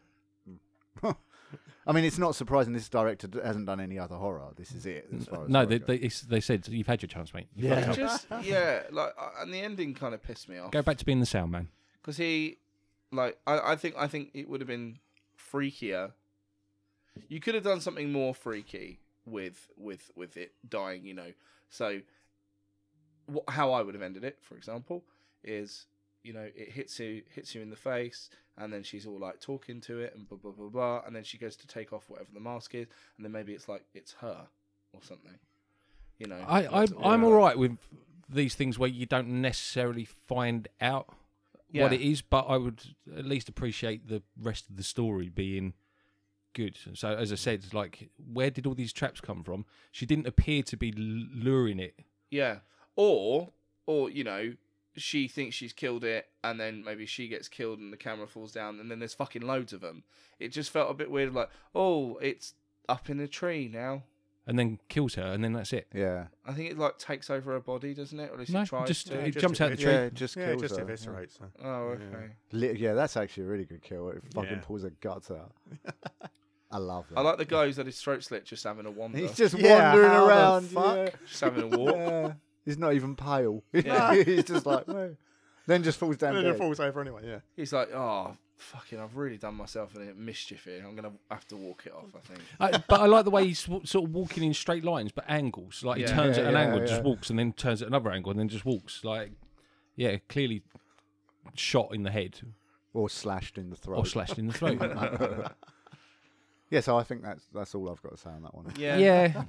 Speaker 1: but *laughs* I mean, it's not surprising this director d- hasn't done any other horror. This is it. As far as
Speaker 4: no,
Speaker 1: horror
Speaker 4: they,
Speaker 1: goes.
Speaker 4: they, it's- they said you've had your chance, mate. You've
Speaker 2: It
Speaker 4: got your chance.
Speaker 2: just yeah, like uh, and the ending kind of pissed me off
Speaker 4: Go back to being the sound man.
Speaker 2: because he, like, I, I think I think it would have been freakier. You could have done something more freaky with with with it dying, you know. So, wh- how I would have ended it, for example, is you know it hits you hits you in the face, and then she's all like talking to it and blah blah blah blah, and then she goes to take off whatever the mask is, and then maybe it's like it's her or something. You know,
Speaker 4: I, I,
Speaker 2: That's-
Speaker 4: I'm
Speaker 2: yeah.
Speaker 4: all right with these things where you don't necessarily find out what
Speaker 2: Yeah.
Speaker 4: it is, but I would at least appreciate the rest of the story being good. So, as I said, like, where did all these traps come from? She didn't appear to be l- luring it.
Speaker 2: Yeah. Or or you know, she thinks she's killed it and then maybe she gets killed and the camera falls down and then there's fucking loads of them. It just felt a bit weird like, "Oh, it's up in a tree now."
Speaker 4: And then kills her, and then that's it.
Speaker 1: yeah,
Speaker 2: I think it like takes over her body, doesn't it? Or at least
Speaker 4: No,
Speaker 2: it tries
Speaker 4: just
Speaker 2: to.
Speaker 4: it
Speaker 5: just
Speaker 4: jumps out the tree.
Speaker 1: yeah, it just
Speaker 5: yeah,
Speaker 1: kills
Speaker 5: just
Speaker 1: her.
Speaker 5: eviscerates her.
Speaker 2: Oh, okay.
Speaker 1: Li- yeah, that's actually a really good kill. It fucking
Speaker 5: *laughs* Yeah.
Speaker 1: pulls her guts out. I love that.
Speaker 2: I like the guy who's had his throat slit just having a wander.
Speaker 5: *laughs*
Speaker 1: He's
Speaker 2: Just,
Speaker 1: just
Speaker 5: Yeah,
Speaker 1: wandering
Speaker 5: how the
Speaker 1: around.
Speaker 5: fuck?
Speaker 2: having a
Speaker 1: Yeah.
Speaker 2: walk.
Speaker 5: *laughs*
Speaker 1: Yeah. Uh, He's not even pale. *laughs*
Speaker 2: Yeah.
Speaker 1: He's just like, "Whoa." then just falls down.
Speaker 5: And then it
Speaker 1: dead.
Speaker 5: falls over anyway, yeah.
Speaker 2: He's like, oh, fucking, I've really done myself a mischief here. I'm going to have to walk it off, I think.
Speaker 4: I, but I like the way he's w- sort of walking in straight lines, but angles. Like
Speaker 2: Yeah.
Speaker 4: he turns
Speaker 1: Yeah,
Speaker 4: at an
Speaker 1: yeah,
Speaker 4: angle,
Speaker 1: yeah.
Speaker 4: just walks, and then turns at another angle, and then just walks. Like, yeah, clearly shot in the head
Speaker 1: Or slashed in the throat.
Speaker 4: or slashed
Speaker 1: *laughs*
Speaker 4: in the throat.
Speaker 1: yeah, so I think that's that's all I've got to say on that one.
Speaker 2: Yeah.
Speaker 4: yeah,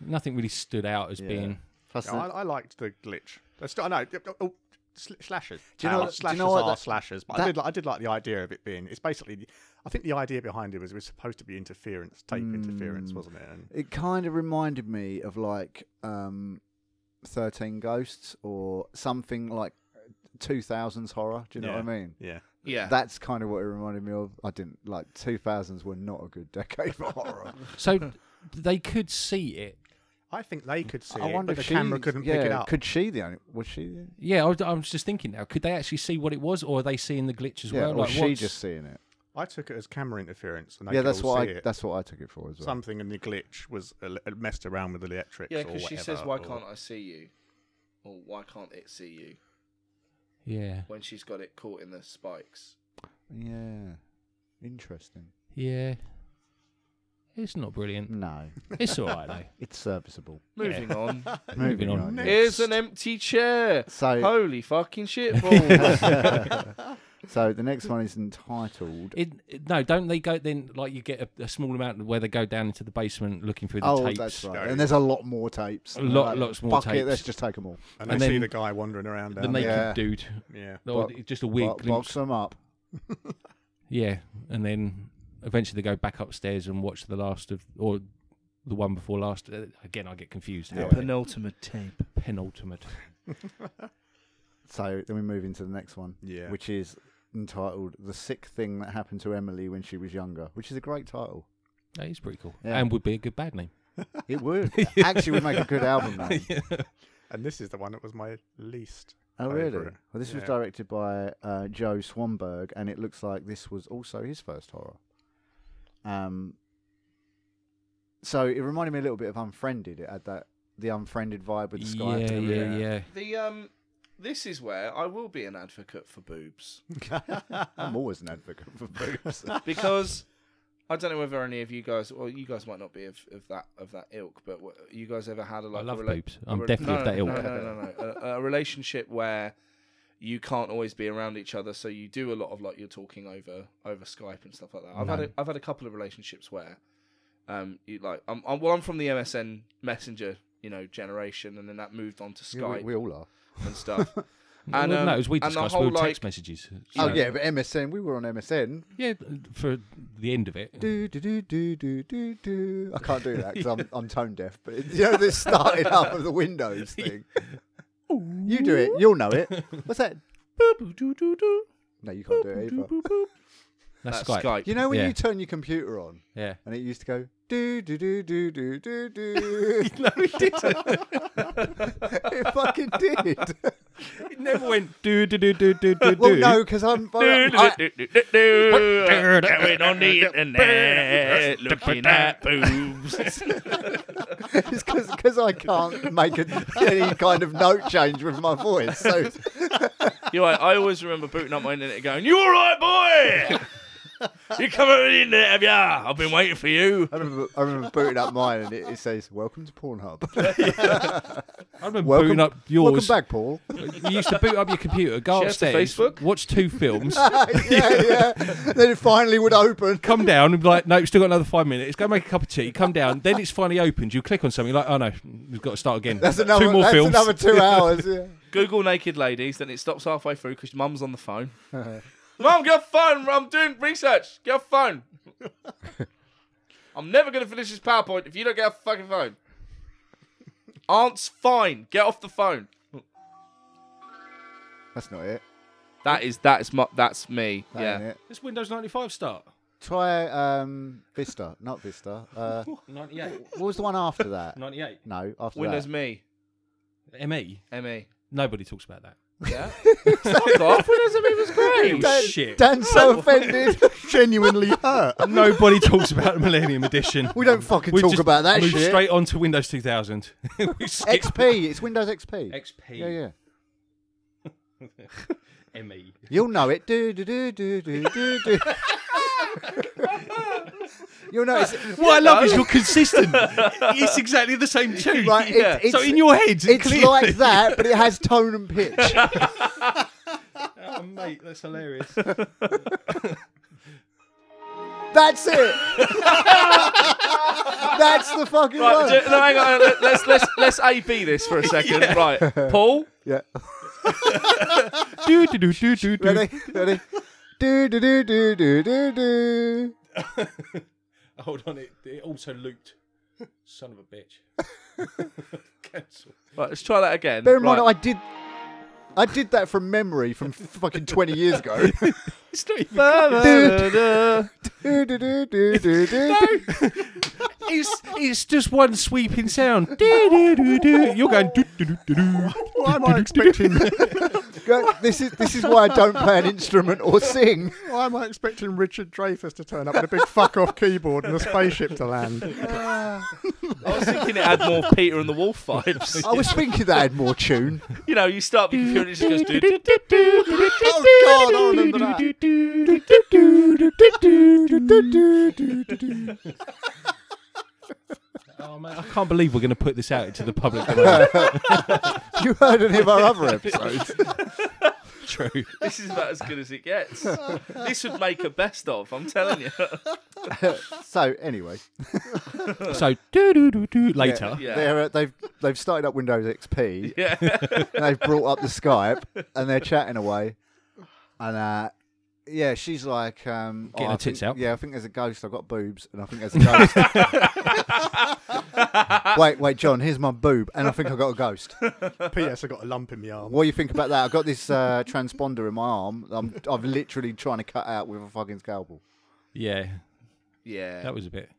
Speaker 4: nothing really stood out as being.
Speaker 1: Plus
Speaker 5: Yeah,
Speaker 1: the-
Speaker 5: I, I liked the glitch. That's still, I know. oh, Oh, sl- slashes.
Speaker 1: Do you know
Speaker 5: Uh,
Speaker 1: what- do you
Speaker 5: slashes
Speaker 1: know what
Speaker 5: are
Speaker 1: that-
Speaker 5: slashes, but
Speaker 1: that-
Speaker 5: I did. Like, I did like the idea of it being. It's basically. I think the idea behind it was it was supposed to be interference, tape
Speaker 1: Hmm.
Speaker 5: interference, wasn't it? And
Speaker 1: It kind of reminded me of like um, Thirteen Ghosts or something like two thousands horror. Do you know what I mean?
Speaker 5: yeah,
Speaker 2: Yeah.
Speaker 1: That's kind of what it reminded me of. I didn't like two thousands were not a good decade for horror.
Speaker 4: So they could see it.
Speaker 5: I think they could see
Speaker 1: I
Speaker 5: it,
Speaker 1: wonder
Speaker 5: but the
Speaker 1: if
Speaker 5: camera
Speaker 1: she-
Speaker 5: couldn't
Speaker 1: yeah,
Speaker 5: pick it up.
Speaker 1: Could she the only? Was she? The,
Speaker 4: Yeah, I was, I was just thinking now. Could they actually see what it was, or are they seeing the glitch as
Speaker 1: yeah,
Speaker 4: well?
Speaker 1: or
Speaker 4: like,
Speaker 1: was she
Speaker 4: what's-
Speaker 1: just seeing it?
Speaker 5: I took it as camera interference, and they
Speaker 1: yeah,
Speaker 5: could
Speaker 1: that's
Speaker 5: all
Speaker 1: what
Speaker 5: see
Speaker 1: I,
Speaker 5: it.
Speaker 1: that's what I took it for as well.
Speaker 5: Something in the glitch was a li- messed around with the electrics.
Speaker 2: Yeah,
Speaker 5: or
Speaker 2: because she
Speaker 5: whatever,
Speaker 2: says, "Why
Speaker 5: or-
Speaker 2: can't I see you?" Or "Why can't it see you?"
Speaker 4: Yeah,
Speaker 2: When she's got it caught in the spikes.
Speaker 1: Yeah, interesting.
Speaker 4: yeah. It's not brilliant.
Speaker 1: No,
Speaker 4: It's all right though.
Speaker 1: it's
Speaker 5: *laughs*
Speaker 1: serviceable.
Speaker 2: *laughs* Moving on.
Speaker 4: *laughs* Moving on.
Speaker 2: Here's an empty chair.
Speaker 1: *laughs* So-
Speaker 2: holy fucking *laughs* shit balls.
Speaker 1: *laughs*
Speaker 5: *laughs*
Speaker 1: So the next one is entitled.
Speaker 4: It, it- no, don't they go then? Like you get a, a small amount where they go down into the basement looking through the
Speaker 1: Oh,
Speaker 4: tapes.
Speaker 1: that's right.
Speaker 5: No.
Speaker 1: And there's a lot more tapes.
Speaker 4: A lot-
Speaker 1: Like,
Speaker 4: lots more
Speaker 1: fuck It,
Speaker 4: tapes.
Speaker 1: let's just take them all.
Speaker 5: And,
Speaker 4: And
Speaker 5: they see
Speaker 4: then-
Speaker 5: the guy wandering around
Speaker 4: The
Speaker 5: down
Speaker 4: naked
Speaker 5: there.
Speaker 1: Yeah.
Speaker 4: dude,
Speaker 5: *laughs*
Speaker 1: *laughs*
Speaker 5: Yeah.
Speaker 1: Bo-
Speaker 4: or just a weird
Speaker 1: Bo-
Speaker 4: glimpse.
Speaker 1: box them up.
Speaker 4: Yeah, and then eventually they go back upstairs and watch the last of, or the one before last. Uh, Again, I get confused. How
Speaker 2: Penultimate tape.
Speaker 4: penultimate.
Speaker 1: So then we move into the next one,
Speaker 5: Yeah.
Speaker 1: which is entitled "The Sick Thing That Happened to Emily When She Was Younger," which is a great title.
Speaker 4: That is pretty cool,
Speaker 1: Yeah.
Speaker 4: and would be a good bad name.
Speaker 1: It
Speaker 4: *laughs*
Speaker 1: would actually would make a good album name.
Speaker 5: And this is the one that was my least.
Speaker 1: Oh really? Well,
Speaker 5: Favourite.
Speaker 1: this was
Speaker 5: Yeah.
Speaker 1: directed by uh, Joe Swanberg, and it looks like this was also his first horror. Um, so it reminded me a little bit of Unfriended. It had that the Unfriended vibe with the
Speaker 4: yeah,
Speaker 1: sky.
Speaker 4: yeah, yeah,
Speaker 2: The um, this is where I will be an advocate for boobs
Speaker 1: *laughs* I'm always an advocate for *laughs* boobs.
Speaker 4: *laughs*
Speaker 2: because. I don't know whether any of you guys, well, you guys might not be of, of that of that ilk, but what, you guys ever had a like?
Speaker 4: I love
Speaker 2: a rela-
Speaker 4: boobs.
Speaker 2: a
Speaker 4: I'm
Speaker 2: re-
Speaker 4: definitely
Speaker 2: no,
Speaker 4: of that
Speaker 2: no, No,
Speaker 4: ilk.
Speaker 2: no, no, no. a, a relationship where you can't always be around each other, so you do a lot of like you're talking over over Skype and stuff like that. I've had a, I've had a couple of relationships where, um, you like I'm, I'm well, I'm from the MSN Messenger, you know, generation, and then that moved on to
Speaker 1: Yeah, we,
Speaker 2: Skype
Speaker 1: we all are.
Speaker 2: and stuff.
Speaker 4: And,
Speaker 2: um,
Speaker 4: no, as we
Speaker 2: and the
Speaker 4: discussed,
Speaker 2: whole,
Speaker 4: we were
Speaker 2: like-
Speaker 4: text messages.
Speaker 1: Oh
Speaker 4: so-
Speaker 1: yeah, but MSN. We were on MSN.
Speaker 4: yeah. For the end of it,
Speaker 1: Do do do do do do do. I can't do that because
Speaker 4: *laughs*
Speaker 1: I'm I'm tone deaf. But it, you know this started up of the
Speaker 4: *laughs*
Speaker 1: Windows thing. You do it. You'll know it. What's that? No, you can't do it
Speaker 4: *laughs*
Speaker 1: either.
Speaker 4: *laughs* that's,
Speaker 2: That's
Speaker 4: Skype.
Speaker 2: Uh, Skype. *laughs*
Speaker 1: You know when
Speaker 4: Yeah.
Speaker 1: you turn your computer on
Speaker 4: Yeah.
Speaker 1: and it used to go do do do do do do
Speaker 4: *laughs*
Speaker 1: do.
Speaker 4: *laughs* No, it didn't. *laughs*
Speaker 1: it fucking did.
Speaker 4: it never went do do do do do do.
Speaker 1: well, no, because I'm. I,
Speaker 2: Going on
Speaker 1: *laughs*
Speaker 2: the internet, looking at boobs.
Speaker 1: It's because I can't make a, any kind of note change with my voice. So
Speaker 2: You're like, I always remember booting up my internet and going, "You all right, boy? you come over the internet, have ya? I've been waiting for you."
Speaker 1: I remember, I remember booting up mine and it, it says, Welcome to Pornhub. *laughs*
Speaker 4: I remember
Speaker 1: welcome,
Speaker 4: booting up
Speaker 1: welcome
Speaker 4: yours.
Speaker 1: back, Paul. *laughs*
Speaker 4: You used to boot up your computer, go
Speaker 2: Shout out to
Speaker 4: upstairs,
Speaker 2: Facebook.
Speaker 4: watch two films,
Speaker 1: yeah, yeah. Then it finally would open. *laughs*
Speaker 4: come down and be like, nope, still got another five minutes. Go make a cup of tea. Come down. Then it's finally opened. You click on something. You're like, oh no, we've got to start again.
Speaker 1: That's another,
Speaker 4: two more
Speaker 1: that's
Speaker 4: films.
Speaker 1: another
Speaker 4: *laughs*
Speaker 1: two hours. Yeah.
Speaker 2: Google naked ladies, then it stops halfway through because mum's on
Speaker 1: *laughs*
Speaker 2: the phone. Mum, get a phone. I'm doing research. Get a phone. I'm never going to finish this PowerPoint if you don't get a fucking phone. Aunt's fine. Get off the phone.
Speaker 1: That's not it.
Speaker 2: That is that is my, that's me.
Speaker 1: That
Speaker 2: yeah.
Speaker 1: ain't it.
Speaker 4: It's Windows 95 start.
Speaker 1: Try um, Vista, not Vista. Uh,
Speaker 4: 98.
Speaker 1: what was the one
Speaker 2: *laughs*
Speaker 1: after that?
Speaker 4: 98.
Speaker 1: No, after
Speaker 2: Windows
Speaker 1: that.
Speaker 2: me.
Speaker 4: ME.
Speaker 2: ME.
Speaker 4: E? Nobody talks about that.
Speaker 1: *laughs*
Speaker 2: Yeah. Fuck off. Who knows if it was great?
Speaker 4: Oh, shit.
Speaker 1: Dan's so *laughs* offended.
Speaker 5: Genuinely hurt.
Speaker 4: Nobody talks about the Millennium Edition.
Speaker 1: *laughs* We don't fucking
Speaker 4: We
Speaker 1: talk
Speaker 4: just
Speaker 1: about that
Speaker 4: moved
Speaker 1: shit. *laughs*
Speaker 4: straight on to Windows 2000. *laughs* we skip
Speaker 1: XP. It's Windows XP.
Speaker 4: XP.
Speaker 1: Yeah, yeah.
Speaker 4: ME.
Speaker 1: You'll know it. Do do do do do do do. You'll know it's
Speaker 4: What I love is you're *laughs* consistent. it's exactly the same tune.
Speaker 1: right.
Speaker 2: Yeah.
Speaker 1: It, it's,
Speaker 4: so in your head,
Speaker 1: it's
Speaker 4: clearly.
Speaker 1: like that, but it has tone and
Speaker 4: *laughs*
Speaker 1: pitch.
Speaker 4: Oh, mate, that's hilarious.
Speaker 1: That's it. That's the fucking
Speaker 2: Right,
Speaker 1: one.
Speaker 2: ju- no, hang on. let- Let's let's let's A B this for a second. Right, Paul.
Speaker 1: *laughs*
Speaker 4: *laughs*
Speaker 1: Yeah.
Speaker 4: do, do, do, do, do, do.
Speaker 1: Ready? Ready? Do do do do do do do.
Speaker 4: *laughs* Hold on, it, it also looped. Son of a
Speaker 1: *laughs*
Speaker 4: bitch. *laughs* Cancel.
Speaker 2: Right, let's try that again.
Speaker 1: Bear in
Speaker 2: right.
Speaker 1: mind, I did. I did that from memory from fucking 20 years ago. *laughs*
Speaker 4: It's not even.
Speaker 1: Do, do, do, do, do, do, do.
Speaker 4: It's, it's just one sweeping sound. Do, do, do, do. You're going. Do, do, do, do, do.
Speaker 5: Why
Speaker 1: *laughs*
Speaker 5: am I expecting?
Speaker 1: Go- This is this is why I don't play an instrument or sing.
Speaker 5: why am I expecting Richard Dreyfuss to turn up with a big fuck off keyboard and a spaceship to land?
Speaker 2: I was thinking it had more Peter and the Wolf vibes.
Speaker 1: I was thinking that had more *laughs* tune.
Speaker 2: *laughs* you know, you start the computer, it just goes. "Doo, doo,
Speaker 1: God, I remember that.
Speaker 4: Oh, man, I can't believe we're going to put this out into the public domain.
Speaker 1: You heard any of our other episodes?
Speaker 4: True.
Speaker 2: This is about as good as it gets. This would make a best of. I'm telling *laughs* you.
Speaker 1: *laughs* So anyway,
Speaker 4: So do, do, do, do, later.
Speaker 2: Yeah.
Speaker 1: they're, uh, they've they've started up Windows XP.
Speaker 2: *laughs* Yeah.
Speaker 1: and they've brought up the Skype and they're chatting away. And uh, yeah, she's like, um,
Speaker 4: Getting
Speaker 1: I
Speaker 4: her tits
Speaker 1: think-
Speaker 4: out.
Speaker 1: Yeah, I think there's a ghost. I've got boobs, and I think there's a ghost.
Speaker 4: *laughs*
Speaker 1: wait, wait, John, here's my boob, and I think I've got a ghost.
Speaker 5: P.S. I got a lump in my arm.
Speaker 1: What do you think about that? I've got this uh, transponder in my arm. that I'm, I'm literally trying to cut out with a fucking scalpel.
Speaker 4: Yeah,
Speaker 2: Yeah.
Speaker 4: that was a bit.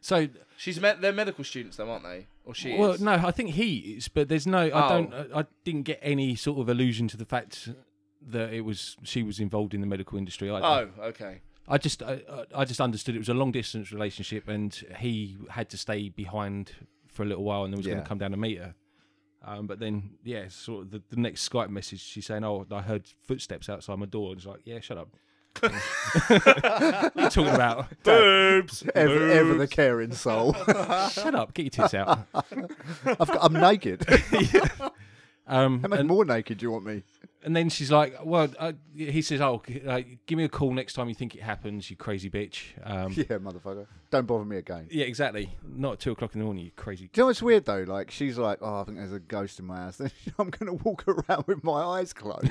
Speaker 4: So,
Speaker 2: She's met. They're medical students, though, aren't they? Or she
Speaker 4: well,
Speaker 2: is.
Speaker 4: no, I think he is, but there's no. I
Speaker 2: Oh.
Speaker 4: don't. I, I didn't get any sort of allusion to the fact that it was she was involved in the medical industry either.
Speaker 2: Oh, okay.
Speaker 4: I just, I, I- I just understood it was a long distance relationship, and he had to stay behind for a little while, and then was going
Speaker 1: Yeah.
Speaker 4: to come down and meet her. Um, but then, yeah, sort of the, the next Skype message, she's saying, "Oh, I heard footsteps outside my door," and it's like, "Yeah,
Speaker 2: *laughs*
Speaker 4: shut up." *laughs* what are you talking about?
Speaker 2: Boobs.
Speaker 1: Ever, ever the caring soul. *laughs*
Speaker 4: Shut up! Get your
Speaker 2: *laughs*
Speaker 4: tits out.
Speaker 1: I've got, I'm naked. *laughs*
Speaker 4: Um,
Speaker 1: How much
Speaker 4: and-
Speaker 1: more naked do you want me?
Speaker 4: And then she's like, "Well," uh, he says, "Oh, c- like, give me a call next time you think it happens, you crazy bitch." Um, *laughs* yeah.
Speaker 1: Yeah, motherfucker. Don't bother me again.
Speaker 4: exactly. Not at two o'clock in the morning, you crazy.
Speaker 1: Do you know what's weird though? Like she's like, "Oh, I think there's a ghost in my house." *laughs* Then I'm going to walk around with my eyes
Speaker 4: *laughs*
Speaker 1: closed.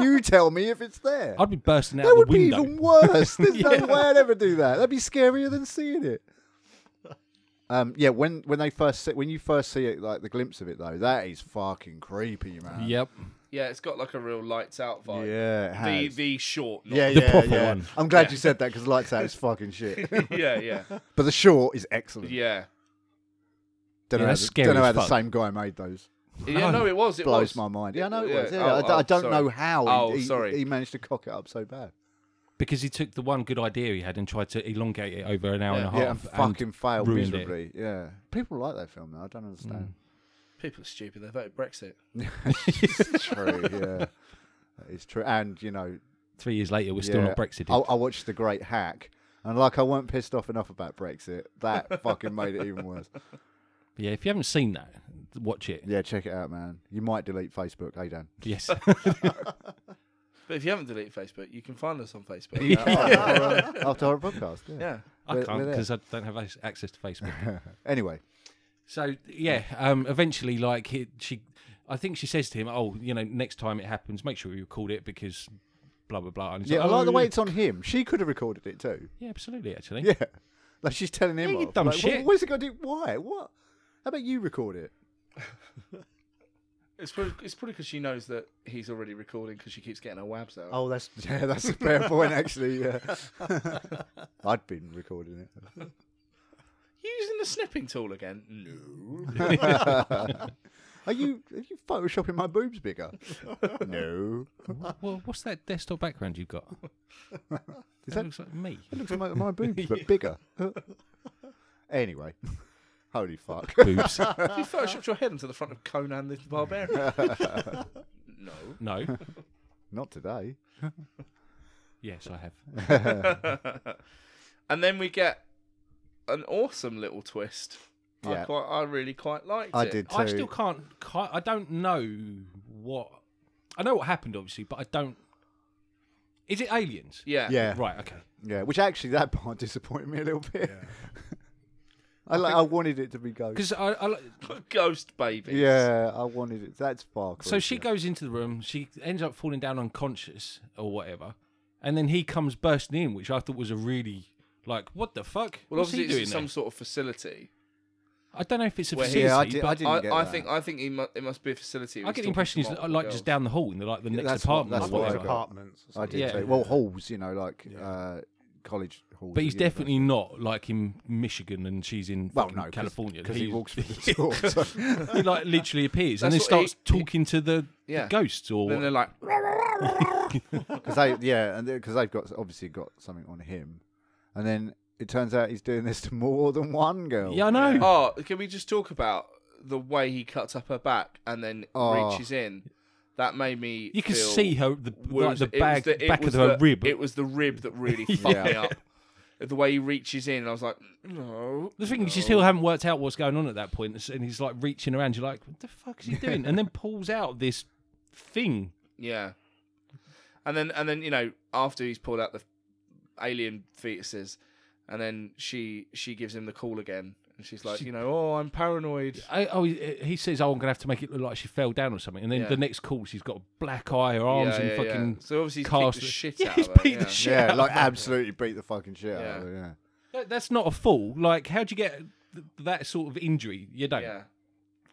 Speaker 1: you tell me if it's there.
Speaker 4: I'd be bursting out
Speaker 1: that
Speaker 4: the
Speaker 1: would be
Speaker 4: window.
Speaker 1: even worse. There's
Speaker 4: *laughs*
Speaker 1: no way I'd ever do that. That'd be scarier than seeing it. Um, yeah, when when they first see, when you first see it, like the glimpse of it though, that is fucking creepy, man.
Speaker 4: Yep.
Speaker 2: Yeah, it's got like a real lights out vibe.
Speaker 1: yeah, it
Speaker 2: The
Speaker 1: has.
Speaker 2: the short. Not *laughs*
Speaker 1: yeah,
Speaker 4: the
Speaker 1: yeah,
Speaker 4: proper
Speaker 1: yeah.
Speaker 4: one.
Speaker 1: I'm glad you said that because lights out is fucking
Speaker 4: *laughs*
Speaker 1: shit.
Speaker 2: yeah, *laughs* yeah,
Speaker 1: But the short is excellent.
Speaker 2: yeah.
Speaker 1: Don't know,
Speaker 4: Yeah,
Speaker 1: how,
Speaker 4: that's
Speaker 1: the-
Speaker 4: scary
Speaker 1: don't know
Speaker 4: as
Speaker 1: how the
Speaker 4: fuck.
Speaker 1: same guy made those.
Speaker 2: Yeah, no, it was. It
Speaker 1: blows
Speaker 2: was.
Speaker 1: my mind. Yeah, I know it
Speaker 2: Yeah.
Speaker 1: was. Yeah, I
Speaker 2: Oh,
Speaker 1: d-
Speaker 2: oh,
Speaker 1: I don't
Speaker 2: sorry.
Speaker 1: know how he,
Speaker 2: Oh,
Speaker 1: he-
Speaker 2: sorry.
Speaker 1: he managed to cock it up so bad.
Speaker 4: Because he took the one good idea he had and tried to elongate it over an hour and a
Speaker 2: Oh,
Speaker 4: half.
Speaker 1: yeah, and fucking failed
Speaker 4: ruined it.
Speaker 1: miserably. Yeah, people like that film though. I don't
Speaker 2: Mm.
Speaker 1: understand.
Speaker 2: People are stupid. They voted Brexit. *laughs*
Speaker 1: It's true. Yeah, that is true. And you know,
Speaker 4: three years later, we're still
Speaker 1: yeah,
Speaker 4: not Brexited.
Speaker 1: I, I watched The Great Hack, and like I weren't pissed off enough about Brexit.
Speaker 2: *laughs*
Speaker 1: That fucking made it even worse.
Speaker 4: yeah, if you haven't seen that, watch it.
Speaker 1: Yeah, check it out, man. You might delete Facebook. Hey,
Speaker 2: *laughs*
Speaker 1: Dan. *laughs*
Speaker 4: Yes.
Speaker 2: But if you haven't deleted Facebook, you can find us on Facebook.
Speaker 1: *laughs* after, our, after our podcast. Yeah.
Speaker 2: yeah.
Speaker 4: I
Speaker 1: We're-
Speaker 4: can't
Speaker 1: we're there.
Speaker 4: because I don't have ac- access to Facebook.
Speaker 1: Anyway,
Speaker 4: So yeah, um, eventually, like he, she, I think she says to him, "Oh, you know, next time it happens, make sure you record it because blah blah blah." And he's
Speaker 1: yeah, I
Speaker 4: "Oh,
Speaker 1: like the way
Speaker 4: yeah."
Speaker 1: it's on him. She could have recorded it too.
Speaker 4: Yeah, absolutely. Actually,
Speaker 1: Yeah. Like she's telling him
Speaker 4: Yeah, you
Speaker 1: off.
Speaker 4: dumb
Speaker 1: Like, wh-
Speaker 4: shit.
Speaker 1: What is it going to do? Why? What? How about you record it?
Speaker 2: It's probably it's probably because she knows that he's already recording because she keeps getting her wabs out.
Speaker 1: Oh, that's *laughs* yeah, that's a fair point actually. Yeah. *laughs* I'd been recording it.
Speaker 2: *laughs* You using the snipping tool again? No.
Speaker 1: *laughs* Are you are you photoshopping my boobs bigger? *laughs* no.
Speaker 4: Well, what's that desktop background you've got?
Speaker 1: *laughs* Is
Speaker 4: that
Speaker 1: that
Speaker 4: looks like
Speaker 1: *laughs*
Speaker 4: me.
Speaker 1: it looks like my, my boobs
Speaker 4: *laughs*
Speaker 1: but bigger? anyway, holy fuck.
Speaker 4: Boobs.
Speaker 2: you photoshopped your head into the front of Conan the Barbarian? *laughs* no.
Speaker 4: No.
Speaker 1: Not today.
Speaker 4: Yes, I
Speaker 1: *laughs*
Speaker 4: have.
Speaker 2: and then we get an awesome little twist. I
Speaker 1: Yeah.
Speaker 2: quite, I really quite liked
Speaker 1: I
Speaker 2: it.
Speaker 1: did too.
Speaker 4: Oh, I still can't. ki- I don't know what. I know what happened, obviously, but I don't. Is it aliens?
Speaker 2: Yeah.
Speaker 1: Yeah,
Speaker 4: Right. Okay.
Speaker 1: yeah. Which actually, that part *laughs* disappointed me a little bit. *laughs* I, like, I wanted it to be ghost.
Speaker 4: Because I, I
Speaker 2: *laughs*
Speaker 4: like-
Speaker 2: Ghost babies.
Speaker 1: Yeah, I wanted it. That's far.
Speaker 4: so she
Speaker 1: creepier.
Speaker 4: goes into the room. She ends up falling down unconscious or whatever, and then he comes bursting in, which I thought was a really like what the fuck?
Speaker 2: Well,
Speaker 4: What's
Speaker 2: obviously,
Speaker 4: he
Speaker 2: it's
Speaker 4: doing
Speaker 2: in some
Speaker 4: there?
Speaker 2: sort of facility.
Speaker 4: I don't know if it's a
Speaker 2: Where he-
Speaker 4: facility,
Speaker 1: Yeah, I did. I
Speaker 4: but
Speaker 1: didn't
Speaker 2: I,
Speaker 1: get
Speaker 2: I
Speaker 1: that.
Speaker 2: think I think he mu- it must be a facility.
Speaker 4: I get the impression he's like just down the hall in the like the next
Speaker 1: that's what-
Speaker 4: apartment.
Speaker 1: that's
Speaker 4: or
Speaker 1: what I
Speaker 5: Or
Speaker 1: got.
Speaker 4: whatever.
Speaker 5: apartments. or
Speaker 1: I did.
Speaker 4: Yeah.
Speaker 1: Say, well, halls, you know, like uh, college halls.
Speaker 4: But he's
Speaker 1: yeah.
Speaker 4: definitely not like in Michigan and she's in
Speaker 1: well,
Speaker 4: fucking
Speaker 1: no, 'cause-
Speaker 4: California.
Speaker 1: because he
Speaker 4: He's-
Speaker 1: walks through the door. so-
Speaker 4: he *laughs* like literally appears and then
Speaker 2: That's what
Speaker 4: starts
Speaker 2: he-
Speaker 4: talking to the, the
Speaker 2: Yeah.
Speaker 4: ghosts or
Speaker 2: Then they're
Speaker 4: what-
Speaker 2: like,
Speaker 1: Because they, yeah, and because they've got obviously got something on him, and then it turns out he's doing this to more than one girl.
Speaker 4: yeah, I know.
Speaker 2: oh, can we just talk about the way he cuts up her back and then
Speaker 1: Oh.
Speaker 2: reaches in? That made me.
Speaker 4: Ah. You can
Speaker 2: feel
Speaker 4: see her the like
Speaker 2: was-
Speaker 4: the
Speaker 2: it was
Speaker 4: bag
Speaker 2: the- it
Speaker 4: back of
Speaker 2: was
Speaker 4: her
Speaker 2: the-
Speaker 4: rib.
Speaker 2: It was the rib that
Speaker 4: *laughs*
Speaker 2: really fucked me
Speaker 1: Yeah.
Speaker 2: up. The way he reaches in, I was like, no.
Speaker 4: the thing is, you still haven't worked out what's going on at that point, and he's like reaching around. You're like, "What the fuck is he doing?" and then pulls out this thing.
Speaker 2: Yeah. And then and then you know after he's pulled out the alien fetuses, and then she she gives him the call again, and she's like, you know, oh, I'm paranoid.
Speaker 4: I, oh, he, he says, "Oh, I'm gonna have to make it look like she fell down or something." And then
Speaker 2: Yeah.
Speaker 4: the next call, she's got a black eye, her arms,
Speaker 2: Yeah,
Speaker 4: and
Speaker 2: yeah, yeah.
Speaker 4: fucking
Speaker 2: So obviously he's
Speaker 4: cast
Speaker 2: kicked the shit
Speaker 4: yeah,
Speaker 2: out
Speaker 4: he's
Speaker 2: of her,
Speaker 4: beat
Speaker 2: yeah.
Speaker 4: the shit out
Speaker 1: yeah,
Speaker 4: of
Speaker 1: like
Speaker 4: her.
Speaker 1: absolutely beat the fucking shit out of
Speaker 2: Yeah.
Speaker 1: her. Yeah.
Speaker 4: That- That's not a fall. Like, how do you get th- that sort of injury? You don't.
Speaker 2: Yeah.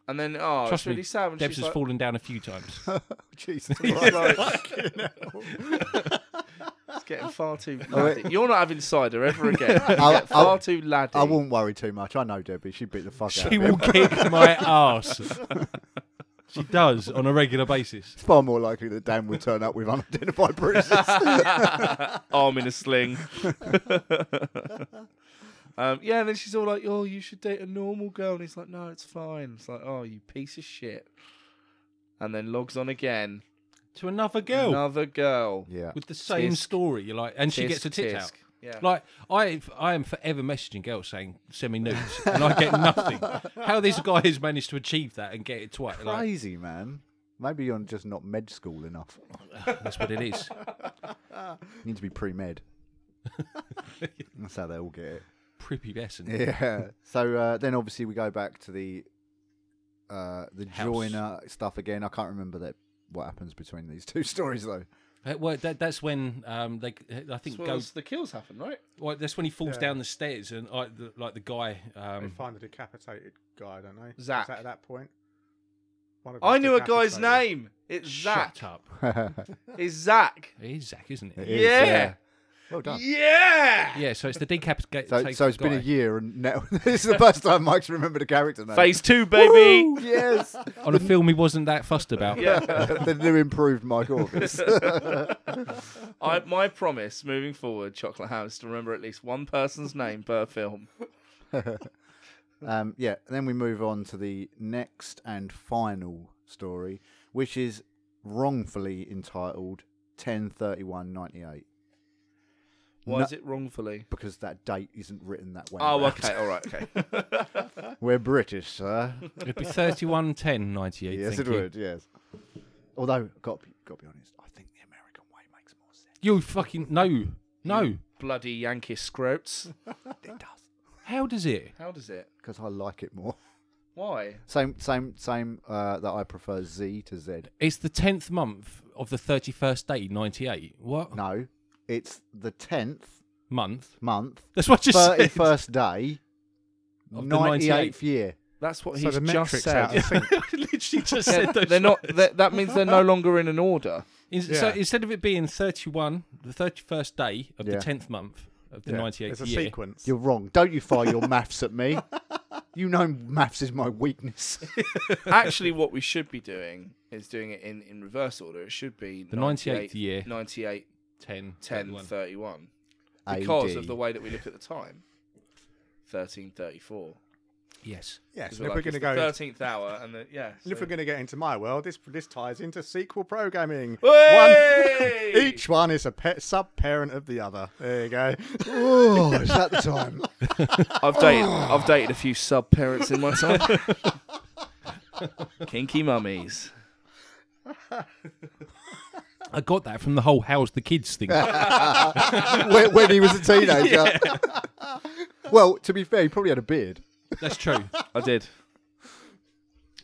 Speaker 2: And then oh,
Speaker 4: Trust
Speaker 2: it's really
Speaker 4: me,
Speaker 2: sad when
Speaker 4: Debs
Speaker 2: she's
Speaker 4: has
Speaker 2: like,
Speaker 4: fallen down a few times.
Speaker 1: *laughs* *laughs* Jesus Christ.
Speaker 2: it's getting
Speaker 1: *laughs*
Speaker 2: far too. laddie. You're not having cider ever again.
Speaker 1: Oh,
Speaker 2: You
Speaker 1: I'll-
Speaker 2: get far
Speaker 1: I'll-
Speaker 2: too laddie.
Speaker 1: I wouldn't worry too much. I know Debbie. She beat the fuck out
Speaker 4: She
Speaker 1: of him.
Speaker 4: will kick my ass. She does on a regular basis.
Speaker 1: It's far more likely that Dan would turn up with *laughs* unidentified bruises.
Speaker 2: *laughs*
Speaker 4: *laughs*
Speaker 2: arm in a sling. *laughs* um, yeah, and then she's all like, "Oh, you should date a normal girl," and he's like, "No, it's fine." It's like, "Oh, you piece of shit," and then logs on again.
Speaker 4: To another girl
Speaker 2: Another girl.
Speaker 1: yeah.
Speaker 4: with the same
Speaker 2: Tisk.
Speaker 4: story. You're like, and she
Speaker 2: Tisk,
Speaker 4: gets her tits
Speaker 2: tisk.
Speaker 4: out.
Speaker 2: Yeah.
Speaker 4: Like I, I am forever messaging girls saying send me nudes, and I get nothing. How this guy has managed to achieve that and get it twice? Like,
Speaker 1: Crazy, man. Maybe you're just not med school enough.
Speaker 4: that's what it
Speaker 2: *laughs*
Speaker 4: is.
Speaker 1: You need to be pre *laughs* med. That's how they all get it.
Speaker 4: Pretty lesson.
Speaker 1: Yeah. So uh, then obviously we go back to the uh, the joiner stuff again. I can't remember that what happens between these two *laughs* stories though.
Speaker 4: Uh, Well, that, that's when um, they, I
Speaker 2: That's
Speaker 4: think,
Speaker 2: where
Speaker 4: go,
Speaker 2: the kills happen, right?
Speaker 4: well, that's when he falls down the stairs and I, the, like the guy.
Speaker 5: They
Speaker 4: Um,
Speaker 5: find the decapitated guy, don't they? Is
Speaker 2: Zach.
Speaker 5: that at that point? One of
Speaker 2: I
Speaker 5: them's
Speaker 2: knew a guy's
Speaker 5: decapitated.
Speaker 2: name. It's Zach.
Speaker 4: Shut up!
Speaker 2: It's Zach.
Speaker 4: It is Zach, isn't it?
Speaker 1: It is,
Speaker 2: Yeah.
Speaker 1: Well done.
Speaker 2: Yeah.
Speaker 4: Yeah, so it's the decapitated.
Speaker 1: *laughs* So, so it's
Speaker 4: guy.
Speaker 1: been a year, and now *laughs* this is the first time Mike's remembered a character name.
Speaker 2: Phase two, baby.
Speaker 1: Woo! *laughs* Yes, *laughs*
Speaker 4: on a film he wasn't that fussed about.
Speaker 2: yeah. *laughs*
Speaker 1: the new improved Mike Orvis.
Speaker 2: I, my promise moving forward, Chocolate House, to remember at least one person's name per film.
Speaker 1: um, yeah, then we move on to the next and final story, which is wrongfully entitled 103198
Speaker 2: Why
Speaker 1: No-
Speaker 2: is it wrongfully?
Speaker 1: because that date isn't written that way.
Speaker 2: Oh,
Speaker 1: *laughs* around.
Speaker 2: okay, all right, okay. *laughs*
Speaker 1: We're British, sir.
Speaker 4: It'd be 31 10 98.
Speaker 1: yes,
Speaker 4: thank
Speaker 1: it
Speaker 4: you.
Speaker 1: would. Yes. Although, got to be, got to be honest, I think the American way makes more
Speaker 2: *laughs*
Speaker 1: sense.
Speaker 4: You fucking. No.
Speaker 1: Mm.
Speaker 4: No.
Speaker 2: Bloody Yankee scroats.
Speaker 1: It does
Speaker 4: How does it?
Speaker 2: How does it?
Speaker 1: because I like it more.
Speaker 2: Why?
Speaker 1: Same, same, same. Uh, that I prefer Z to Z.
Speaker 4: It's the 10th month of the 31st day, 98.
Speaker 2: Oh.
Speaker 4: What?
Speaker 1: No, it's the tenth
Speaker 4: Month?
Speaker 1: month,
Speaker 4: That's what I just
Speaker 1: thirty
Speaker 4: said.
Speaker 1: first day,
Speaker 4: Of the
Speaker 1: ninety eighth year.
Speaker 2: That's what
Speaker 5: So
Speaker 2: he's
Speaker 5: the
Speaker 2: just
Speaker 5: metrics out.
Speaker 2: said.
Speaker 5: of
Speaker 4: *laughs*
Speaker 5: sync.
Speaker 4: I literally just said those.
Speaker 2: *laughs* they're not. they that means they're no longer in an
Speaker 5: *laughs*
Speaker 2: order.
Speaker 4: In- So
Speaker 5: Yeah.
Speaker 4: instead of it being 31, the 31st day of
Speaker 1: Yeah.
Speaker 4: the 10th month of the
Speaker 1: Yeah.
Speaker 4: 98th
Speaker 5: It's a
Speaker 4: year.
Speaker 5: sequence.
Speaker 1: You're wrong. Don't you fire your maths at me. You know, maths is my weakness.
Speaker 2: Actually, what we should be doing is doing it in, in reverse order. It should be the
Speaker 4: 98th year.
Speaker 2: 98,
Speaker 4: 10,
Speaker 2: 10,
Speaker 4: 31.
Speaker 2: 31. Because
Speaker 1: AD.
Speaker 2: of the way that we look at the time. 13, 34.
Speaker 4: Yes.
Speaker 5: Yes,
Speaker 2: Because
Speaker 5: and
Speaker 2: like,
Speaker 5: if we're going
Speaker 2: it's the
Speaker 5: to go, into-
Speaker 2: 13th hour, and the, yeah.
Speaker 5: and if we're going to get into my world, this this ties into sequel programming.
Speaker 2: Hey!
Speaker 5: One, *laughs* each one is a pet sub parent of the other. There you go. *laughs*
Speaker 1: oh, is that the time?
Speaker 2: I've dated, I've dated a few sub parents in my
Speaker 5: *laughs*
Speaker 2: time. Kinky mummies.
Speaker 4: I got that from the whole how's the kids thing.
Speaker 1: when, when he was a teenager. *laughs* well, to be fair, he probably had a beard.
Speaker 4: That's true.
Speaker 2: I did.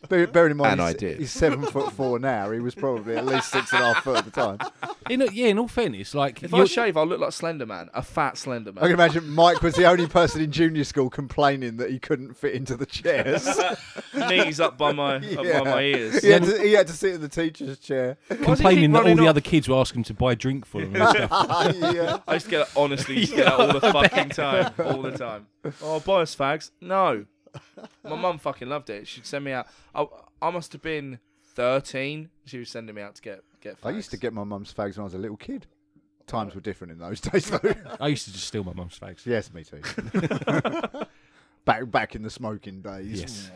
Speaker 1: Bear, bearing in mind,
Speaker 2: And
Speaker 1: he's,
Speaker 2: I did.
Speaker 1: he's seven foot four now. He was probably at least six and a half foot at the time.
Speaker 4: In a, yeah, in all fairness, like
Speaker 2: If I
Speaker 4: you're-
Speaker 2: shave, I'll look like Slender Man, a fat Slender Man.
Speaker 1: I can imagine Mike was the only person in junior school complaining that he couldn't fit into the chairs. *laughs*
Speaker 2: Knees up by my
Speaker 1: Yeah.
Speaker 2: up by
Speaker 5: *laughs*
Speaker 2: my ears.
Speaker 1: he, had to, he had to sit in the teacher's chair.
Speaker 4: complaining that all the other kids were asking him to buy a drink for him and stuff.
Speaker 1: yeah.
Speaker 2: I used to get it, honestly used to get it all the fucking time, all the time. Oh, buy us fags. No, my mum fucking loved it. She'd send me out. I, I must have been thirteen. She was sending me out to get get. Fags.
Speaker 1: I used to get my mum's fags when I was a little kid. Times were different in those *laughs* days, though.
Speaker 4: I used to just steal my mum's fags.
Speaker 1: yes, me too. *laughs* back back in the smoking days.
Speaker 4: Yes.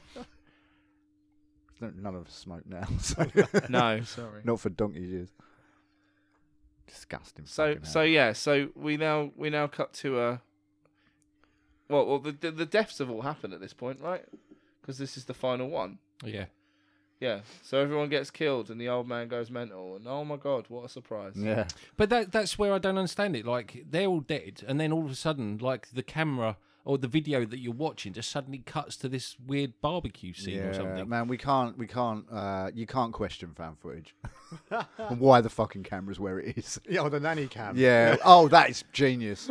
Speaker 1: *laughs* Don't- None of us smoke now, *laughs* so *laughs*
Speaker 2: no, sorry.
Speaker 1: not for donkey's years. Disgusting.
Speaker 2: So
Speaker 1: fucking
Speaker 2: so
Speaker 1: hell.
Speaker 2: yeah. So we now we now cut to a. Well, well, the the, the deaths have all happened at this point, right? Because this is the final one.
Speaker 4: Yeah.
Speaker 2: Yeah. So everyone gets killed, and the old man goes mental, and oh my god, what a surprise!
Speaker 1: yeah.
Speaker 4: But that that's where I don't understand it. Like they're all dead, and then all of a sudden, like the camera or the video that you're watching just suddenly cuts to this weird barbecue scene or something.
Speaker 1: Man, we can't, we can't, uh, you can't question fan footage. and why the fucking camera's where it is.
Speaker 5: yeah, or the nanny cam.
Speaker 1: Yeah. Oh, that is genius.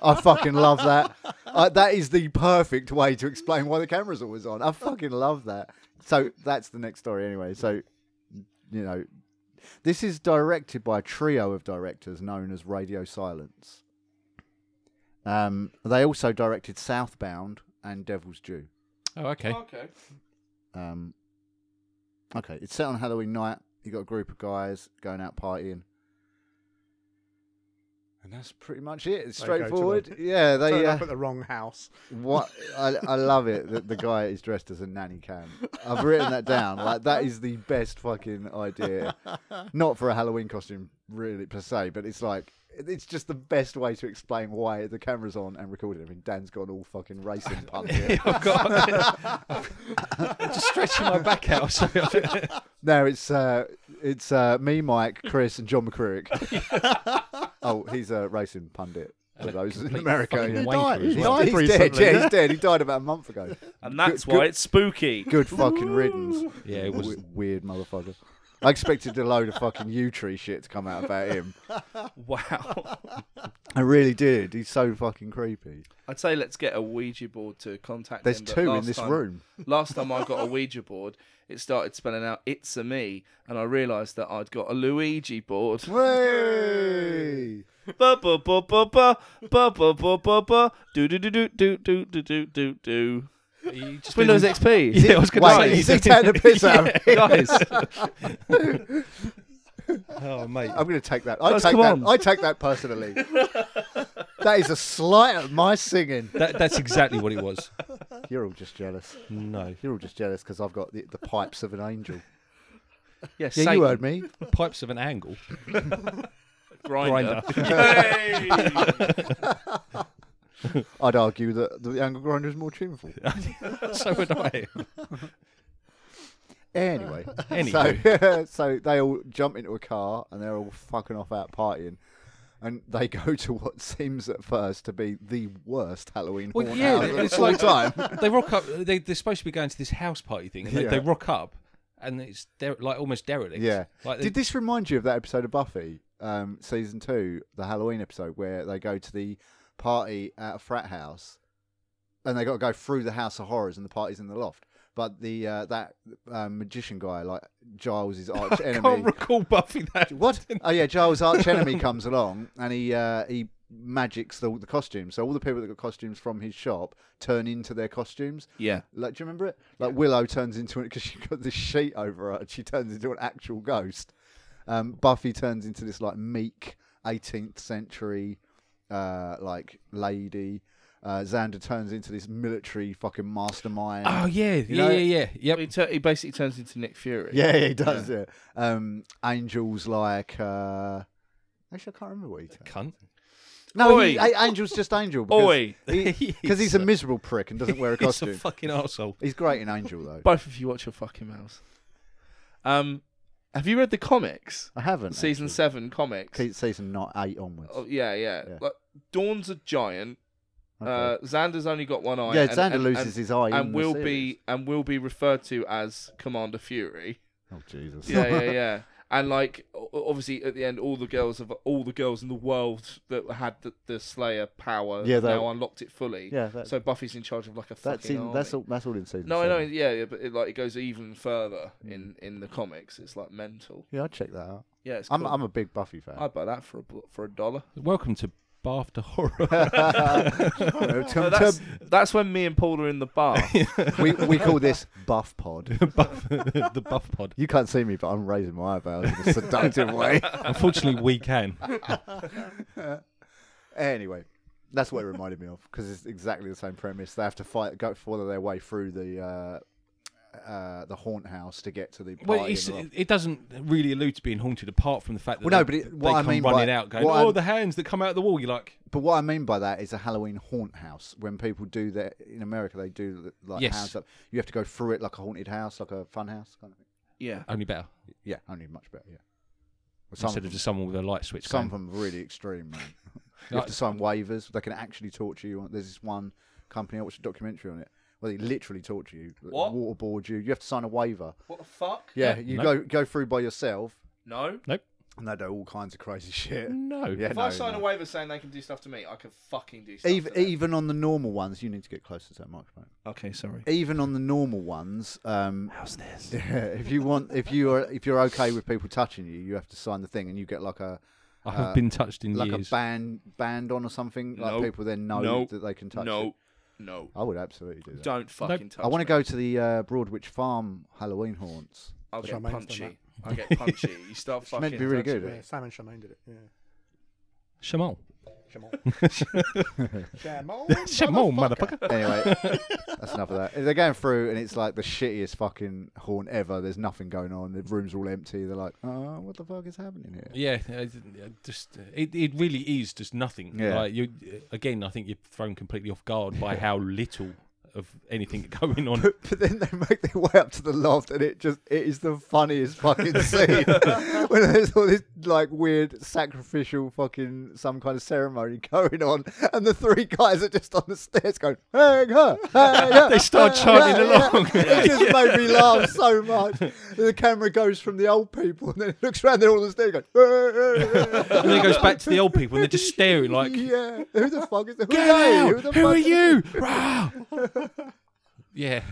Speaker 1: I fucking love that. Uh, that is the perfect way to explain why the camera's always on. I fucking love that. So that's the next story anyway. So, you know, this is directed by a trio of directors known as Radio Silence. Um, they also directed Southbound and Devil's Due.
Speaker 4: Oh, okay.
Speaker 2: Okay.
Speaker 1: Um, okay, it's set on Halloween night. You got a group of guys going out partying, and that's pretty much it. It's
Speaker 5: They go to the-
Speaker 1: straightforward.
Speaker 5: *laughs*
Speaker 1: yeah,
Speaker 5: Turn
Speaker 1: they.
Speaker 5: up
Speaker 1: Uh,
Speaker 5: at the wrong house.
Speaker 1: what I, I love it that the guy is dressed as a nanny cam. I've written that down. Like that is the best fucking idea. *laughs* Not for a Halloween costume, really per se, but it's like. It's just the best way to explain why the camera's on and recording. I mean, Dan's gone all fucking racing punk. here.
Speaker 4: *laughs* I've got *laughs* just stretching my back out. So
Speaker 1: No, it's uh, it's uh, me, Mike, Chris, and John
Speaker 4: *laughs*
Speaker 1: McCruick. oh, he's a racing pundit for
Speaker 4: a
Speaker 1: those in
Speaker 4: complete
Speaker 1: America.
Speaker 4: fucking
Speaker 1: yeah.
Speaker 4: He died- wanker as
Speaker 1: He's,
Speaker 4: well.
Speaker 1: he's
Speaker 5: Died
Speaker 1: dead.
Speaker 5: recently,
Speaker 1: Yeah,
Speaker 5: yeah.
Speaker 1: he's dead. He died about a month ago.
Speaker 2: And that's
Speaker 1: Good-
Speaker 2: why
Speaker 1: good-
Speaker 2: it's
Speaker 3: *laughs*
Speaker 2: spooky. *laughs*
Speaker 1: Good fucking riddance.
Speaker 4: yeah, it was
Speaker 1: W- weird motherfucker. I expected a load of fucking yew tree shit to come out about
Speaker 4: *laughs*
Speaker 1: him.
Speaker 2: Wow.
Speaker 1: I really did. He's so fucking creepy.
Speaker 2: I'd say let's get a Ouija board to contact.
Speaker 1: There's
Speaker 2: him, but
Speaker 1: two in
Speaker 2: last
Speaker 1: this
Speaker 2: time-
Speaker 1: room.
Speaker 2: *laughs* Last time I got a Ouija board, it started spelling out "It's a me," and I realised that I'd got a Luigi board.
Speaker 1: Way!
Speaker 2: *laughs* ba ba ba ba ba ba ba ba ba ba do do do do do do do do do do.
Speaker 4: *laughs* you just
Speaker 2: Windows
Speaker 4: been-
Speaker 2: XP.
Speaker 4: Yeah, I was going to
Speaker 1: Wait,
Speaker 4: say.
Speaker 1: is he taking the piss out of me?
Speaker 3: *laughs*
Speaker 2: Guys,
Speaker 4: *laughs* Oh, mate.
Speaker 1: I'm going to take that. I
Speaker 2: Guys,
Speaker 1: take
Speaker 2: come
Speaker 1: that.
Speaker 2: on.
Speaker 1: I take that personally. that is a slight at my singing.
Speaker 4: That, that's exactly what it was.
Speaker 1: You're all just jealous.
Speaker 4: No.
Speaker 1: You're all just jealous because I've got the, the pipes of an angel.
Speaker 2: yeah,
Speaker 1: Yeah,
Speaker 2: Satan
Speaker 1: you heard me.
Speaker 4: Pipes of an angle.
Speaker 2: grinder.
Speaker 1: *laughs* I'd argue that the angle grinder is more tuneful.
Speaker 4: *laughs* so would I.
Speaker 1: Anyway,
Speaker 4: Anyway.
Speaker 1: so *laughs* so they all jump into a car and they're all fucking off out partying, and they go *laughs* to what seems at first to be the worst Halloween
Speaker 4: Well,
Speaker 1: haunt
Speaker 4: yeah,
Speaker 1: house of
Speaker 4: it's
Speaker 1: all
Speaker 4: like-
Speaker 1: time.
Speaker 4: they rock up. They, they're supposed to be going to this house party thing, and they,
Speaker 1: Yeah.
Speaker 4: they rock up, and it's der- like almost derelict.
Speaker 1: Yeah.
Speaker 4: Like
Speaker 1: Did this remind you of that episode of Buffy, um, season two, the Halloween episode where they go to the party at a frat house, and they got to go through the house of horrors, and the party's in the loft. But the uh, that um, magician guy, like Giles' his arch
Speaker 4: I can't
Speaker 1: enemy.
Speaker 4: *laughs* recall Buffy that.
Speaker 1: What? Oh yeah, Giles' arch enemy comes along, and he uh, he magics the, the costumes. So all the people that got costumes from his shop turn into their costumes.
Speaker 2: Yeah.
Speaker 1: Like, do you remember it? Like Willow turns into it because she got this sheet over her. and She turns into an actual ghost. Um, Buffy turns into this like meek 18th century uh, like lady. Uh, Xander turns into this military fucking mastermind.
Speaker 4: Oh yeah, yeah,
Speaker 1: know-
Speaker 4: yeah, yeah,
Speaker 2: *laughs* He,
Speaker 4: yep.
Speaker 2: tur he basically turns into Nick Fury.
Speaker 1: Yeah, he does. Yeah. Um, angels like. Uh, actually, I can't remember what he. Turned. *laughs*
Speaker 4: Cunt.
Speaker 1: No,
Speaker 2: Oi.
Speaker 1: he, A- Angel's just Angel.
Speaker 2: Oi.
Speaker 4: *laughs*
Speaker 1: Because he's a miserable prick and doesn't wear a
Speaker 4: He's
Speaker 1: costume.
Speaker 4: a fucking asshole.
Speaker 1: he's great in Angel though.
Speaker 2: Both of you watch your fucking mouths. Um, have you read the comics?
Speaker 1: I haven't.
Speaker 2: Season
Speaker 1: actually.
Speaker 2: seven comics.
Speaker 1: Se- season not eight onwards.
Speaker 2: Oh, yeah, yeah,
Speaker 1: Yeah.
Speaker 2: Like Dawn's a giant.
Speaker 1: Okay.
Speaker 2: Uh, Xander's only got one eye.
Speaker 1: yeah,
Speaker 2: and-
Speaker 1: Xander
Speaker 2: and-
Speaker 1: loses
Speaker 2: and-
Speaker 1: his eye. in
Speaker 2: and
Speaker 1: the
Speaker 2: will
Speaker 1: series.
Speaker 2: be and will be referred to as
Speaker 1: *laughs*
Speaker 2: Commander Fury.
Speaker 1: Oh Jesus.
Speaker 2: Yeah,
Speaker 1: *laughs*
Speaker 2: yeah, yeah. And like, o- obviously, at the end, all the girls of all the girls in the world that had the, the Slayer power
Speaker 1: Yeah, that-
Speaker 2: now unlocked it fully.
Speaker 1: Yeah, that-
Speaker 2: so Buffy's in charge of like a
Speaker 1: That's
Speaker 2: fucking
Speaker 1: in.
Speaker 2: army.
Speaker 1: That's all. That's all in season.
Speaker 2: No, I know.
Speaker 1: seven.
Speaker 2: Yeah, yeah, but it, like it goes even further
Speaker 1: Mm.
Speaker 2: in in the comics. It's like mental.
Speaker 1: Yeah, I'll check that out.
Speaker 2: Yeah, it's.
Speaker 1: I'm
Speaker 2: cool.
Speaker 1: I'm a big Buffy fan.
Speaker 2: I'd buy that for a bu- for a dollar.
Speaker 4: Welcome to Bath to Horror.
Speaker 1: *laughs*
Speaker 4: *laughs*
Speaker 1: Welcome
Speaker 2: No,
Speaker 1: to-
Speaker 2: that's that's when me and Paul are in the bar.
Speaker 1: we we call
Speaker 2: *laughs*
Speaker 1: this Buff Pod. *laughs*
Speaker 4: Buff, the Buff Pod.
Speaker 1: You can't see me, but I'm raising my eyebrows in a seductive
Speaker 2: *laughs*
Speaker 1: way.
Speaker 4: Unfortunately, we
Speaker 1: *laughs*
Speaker 4: can.
Speaker 1: Anyway, that's what it reminded me of because it's exactly the same premise. They have to fight, go follow their way through the uh, uh, the haunt house to get to the party.
Speaker 4: Well,
Speaker 1: in
Speaker 4: it's,
Speaker 1: the loft.
Speaker 4: it doesn't really allude to being haunted, apart from the fact that
Speaker 1: Well, no,
Speaker 4: they,
Speaker 1: but it-
Speaker 4: they
Speaker 1: what I
Speaker 4: come
Speaker 1: mean by-
Speaker 4: running out, going,
Speaker 1: what
Speaker 4: "Oh,
Speaker 1: I'm-
Speaker 4: the hands that come out of the wall." You're like,
Speaker 1: but what I mean by that is a Halloween haunt house. When people do that in America, they do the- like
Speaker 4: Yes.
Speaker 1: house up. You have to go through it like a haunted house, like a fun house kind of thing.
Speaker 2: yeah,
Speaker 4: only better
Speaker 1: Yeah, only much better. Yeah. Well, some of
Speaker 4: instead of
Speaker 1: them,
Speaker 4: just someone with a light switch.
Speaker 1: some of
Speaker 4: going,
Speaker 1: them are really extreme. Man. you
Speaker 4: Like-
Speaker 1: have to sign waivers. They can actually torture you. There's this one company I watched a documentary on it. Well, they literally torture you,
Speaker 2: What?
Speaker 1: waterboard you. You have to sign a waiver.
Speaker 2: What the fuck?
Speaker 1: Yeah, you
Speaker 4: No.
Speaker 1: go go through by yourself,
Speaker 2: No.
Speaker 1: and they do all kinds of crazy *laughs* shit.
Speaker 4: no,
Speaker 1: Yeah,
Speaker 2: If
Speaker 1: no,
Speaker 2: I sign
Speaker 1: no.
Speaker 2: a waiver saying they can do stuff to me, I can fucking do stuff.
Speaker 1: Even, even on the normal ones, you need to get closer to that microphone.
Speaker 2: Okay, sorry.
Speaker 1: Even on the normal ones, um, how's this? *laughs* if you want, if you are, if you're okay with people touching you, you have to sign the thing, and you get like a
Speaker 4: I have been touched in
Speaker 1: like
Speaker 4: years.
Speaker 1: a band band on or something. Like
Speaker 2: No.
Speaker 1: people then know
Speaker 2: No.
Speaker 1: that they can touch. you.
Speaker 2: No, no.
Speaker 1: I would absolutely do that.
Speaker 2: Don't fucking touch
Speaker 1: I want to
Speaker 2: me.
Speaker 1: go to the uh, Broadwich Farm Halloween haunts.
Speaker 2: I'll get
Speaker 5: Charmaine's done
Speaker 2: punchy.
Speaker 1: *laughs*
Speaker 2: I get punchy. You start
Speaker 1: It's
Speaker 2: fucking.
Speaker 1: meant to be really
Speaker 2: touching
Speaker 1: good.
Speaker 2: me.
Speaker 5: Yeah, Sam and Charmaine did it. Yeah.
Speaker 4: Shamal,
Speaker 5: Charmaine.
Speaker 4: *laughs*
Speaker 5: Charmaine.
Speaker 4: Shamal,
Speaker 1: *laughs*
Speaker 4: motherfucker.
Speaker 1: Anyway,
Speaker 2: *laughs*
Speaker 1: that's enough of that. They're going through, and it's like the shittiest fucking haunt ever. There's nothing going on. The room's all empty. They're like, oh, what the fuck is happening here?
Speaker 4: Yeah, uh, just uh, it, it really is just nothing.
Speaker 1: Yeah.
Speaker 4: Like you, uh, again, I think you're thrown completely off guard by how little of anything *laughs* going
Speaker 1: *laughs*
Speaker 4: on.
Speaker 1: But then they make their way up to the loft, and it just it is the funniest
Speaker 4: *laughs*
Speaker 1: fucking scene when there's all this like weird sacrificial fucking some kind of ceremony going on, and the three guys are just on the stairs going, "Hang her, hang her."
Speaker 4: *laughs* They start
Speaker 1: hang
Speaker 4: chanting
Speaker 1: her, hang her."
Speaker 4: along.
Speaker 1: It
Speaker 4: *laughs*
Speaker 1: just made me laugh so much. The camera goes from the old people, and then it looks around, they're all on the stairs going, "Hang her, hang her."
Speaker 4: and then it goes back to the old people, and they're just staring like,
Speaker 1: "Yeah, who the fuck is who
Speaker 4: "Get
Speaker 1: are they?
Speaker 4: out!
Speaker 1: the
Speaker 4: Who
Speaker 1: fuck
Speaker 4: are you?" Rah!
Speaker 1: *laughs*
Speaker 4: yeah,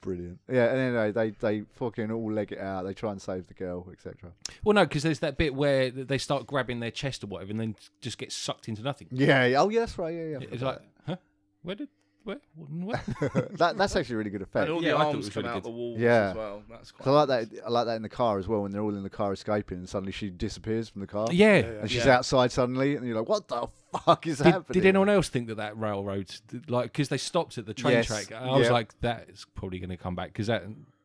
Speaker 1: Brilliant. Yeah, and anyway, they they fucking all leg it out. They try and save the girl, etc.
Speaker 4: Well, no, because there's that bit where th- they start grabbing their chest or whatever, and then just get sucked into nothing.
Speaker 1: Yeah. yeah, Oh, yeah, that's right. Yeah, yeah.
Speaker 4: It's like, huh? Where did where? where?
Speaker 1: *laughs* that, that's actually a really good effect.
Speaker 2: And all
Speaker 4: Yeah, I
Speaker 2: the
Speaker 4: thought it
Speaker 2: arms
Speaker 4: was
Speaker 2: come
Speaker 4: really
Speaker 2: out
Speaker 4: good.
Speaker 2: the walls
Speaker 1: Yeah.
Speaker 2: as well. That's quite.
Speaker 1: So I like that. I like that in the car as well. When they're all in the car escaping, and suddenly she disappears from the car.
Speaker 4: yeah.
Speaker 1: And she's
Speaker 2: Yeah.
Speaker 1: outside suddenly, and you're like, "What the fuck is
Speaker 4: Did,
Speaker 1: happening?"
Speaker 4: did anyone else think that that railroad, like, because they stopped at the train
Speaker 1: Yes.
Speaker 4: track? I was
Speaker 1: Yeah.
Speaker 4: like, that is probably going to come back because that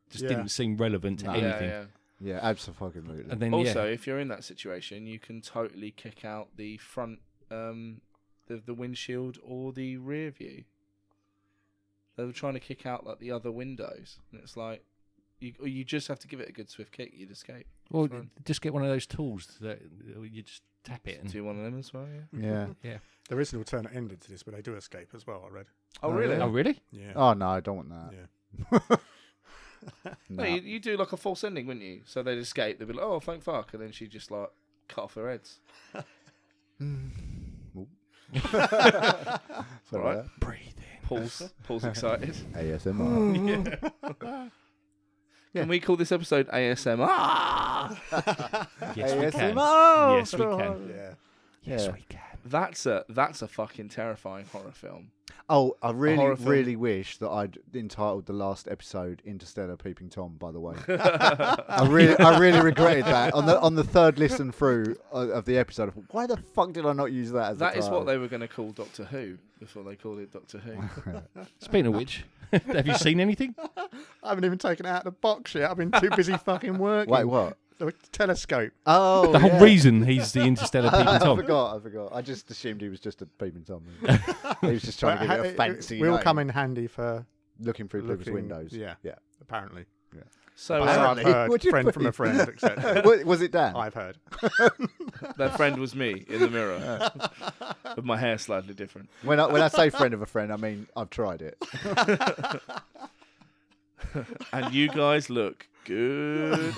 Speaker 4: just
Speaker 5: Yeah.
Speaker 4: didn't seem relevant to
Speaker 1: No.
Speaker 2: Yeah,
Speaker 4: anything.
Speaker 2: yeah.
Speaker 1: Yeah, absolutely.
Speaker 4: And then
Speaker 2: Also,
Speaker 4: yeah,
Speaker 2: if you're in that situation, you can totally kick out the front, um, the the windshield or the rear view. They were trying to kick out like the other windows, and it's like, you you just have to give it a good swift kick. You'd escape.
Speaker 4: well,
Speaker 2: fine.
Speaker 4: just get one of those tools that uh, you just tap it and
Speaker 2: Do one of them as well. Yeah.
Speaker 1: Yeah.
Speaker 4: yeah.
Speaker 5: There is an alternate ending to this, but they do escape as well. I read.
Speaker 1: Oh, really?
Speaker 4: Oh really?
Speaker 5: Yeah.
Speaker 1: Oh no, I don't want that.
Speaker 5: Yeah. *laughs*
Speaker 2: No, you, you do like a false ending, wouldn't you? So they'd escape. They'd be like, "Oh, thank fuck," and then she just like cut off her heads.
Speaker 4: Mm. *laughs*
Speaker 1: *laughs* Sorry
Speaker 2: All
Speaker 1: about
Speaker 2: right. Paul's Paul's *laughs* excited.
Speaker 1: that. ASMR. Yeah.
Speaker 2: Can we call this episode ASMR?
Speaker 4: *laughs* Yes, we can.
Speaker 1: ASMR.
Speaker 4: Yes, we can.
Speaker 5: Yeah.
Speaker 1: Yes,
Speaker 4: we can.
Speaker 2: That's a that's a fucking terrifying horror film. *laughs*
Speaker 1: Oh, I really,
Speaker 2: horror film.
Speaker 1: really wish that I'd entitled the last episode "Interstellar Peeping Tom." By the way, *laughs* I really, I really regretted that on the on the third listen through of of the episode. I thought, Why the fuck did I not use that as
Speaker 2: That
Speaker 1: a
Speaker 2: is what
Speaker 1: title?"
Speaker 2: they were going to call Doctor Who before they called it
Speaker 1: *laughs*
Speaker 2: Doctor Who.
Speaker 4: Speaking of which, *laughs* have you seen anything?
Speaker 5: I haven't even taken it out of the box yet. I've been too busy
Speaker 1: *laughs*
Speaker 5: fucking working.
Speaker 1: Wait, what?
Speaker 5: The telescope.
Speaker 1: Oh,
Speaker 4: The whole
Speaker 1: yeah. *laughs*
Speaker 4: reason he's the interstellar peeping
Speaker 1: I
Speaker 4: tom.
Speaker 1: forgot. I forgot. I just assumed he was just a peeping tom. *laughs* he was just trying to give
Speaker 5: But ha-
Speaker 1: it a fancy.
Speaker 5: will
Speaker 1: name.
Speaker 5: come in handy for
Speaker 1: looking through people's
Speaker 5: looking-
Speaker 1: windows.
Speaker 5: yeah.
Speaker 1: yeah.
Speaker 2: *laughs*
Speaker 5: apparently.
Speaker 2: So
Speaker 5: That's
Speaker 2: uh,
Speaker 5: right. I've heard
Speaker 1: Would you
Speaker 5: friend from a
Speaker 1: please?
Speaker 5: friend, etc.
Speaker 1: *laughs* Wa- was it Dan?
Speaker 5: I've heard.
Speaker 2: their friend was me in
Speaker 1: *laughs*
Speaker 2: the mirror, with my hair
Speaker 5: *laughs*
Speaker 2: slightly different. *laughs*
Speaker 1: When I when I say friend of a friend, I mean I've tried it.
Speaker 2: and you guys look
Speaker 1: *laughs*
Speaker 2: good.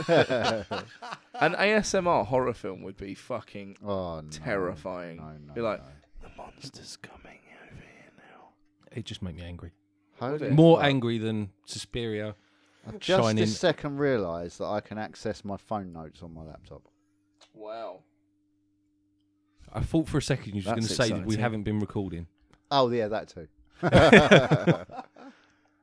Speaker 2: An ASMR horror film would be fucking
Speaker 1: Oh, no.
Speaker 2: terrifying.
Speaker 1: no, no,
Speaker 2: be like,
Speaker 3: Monsters coming over here now.
Speaker 4: It just made me angry.
Speaker 1: Holy
Speaker 4: More
Speaker 1: fuck.
Speaker 4: angry than Suspiria.
Speaker 1: I've just
Speaker 4: shining-
Speaker 1: this second realised that I can access my phone notes on my laptop.
Speaker 2: wow.
Speaker 4: I thought for a second you were
Speaker 2: That's
Speaker 4: going to say that we
Speaker 2: exciting.
Speaker 4: haven't been recording.
Speaker 1: Oh yeah, that too. *laughs*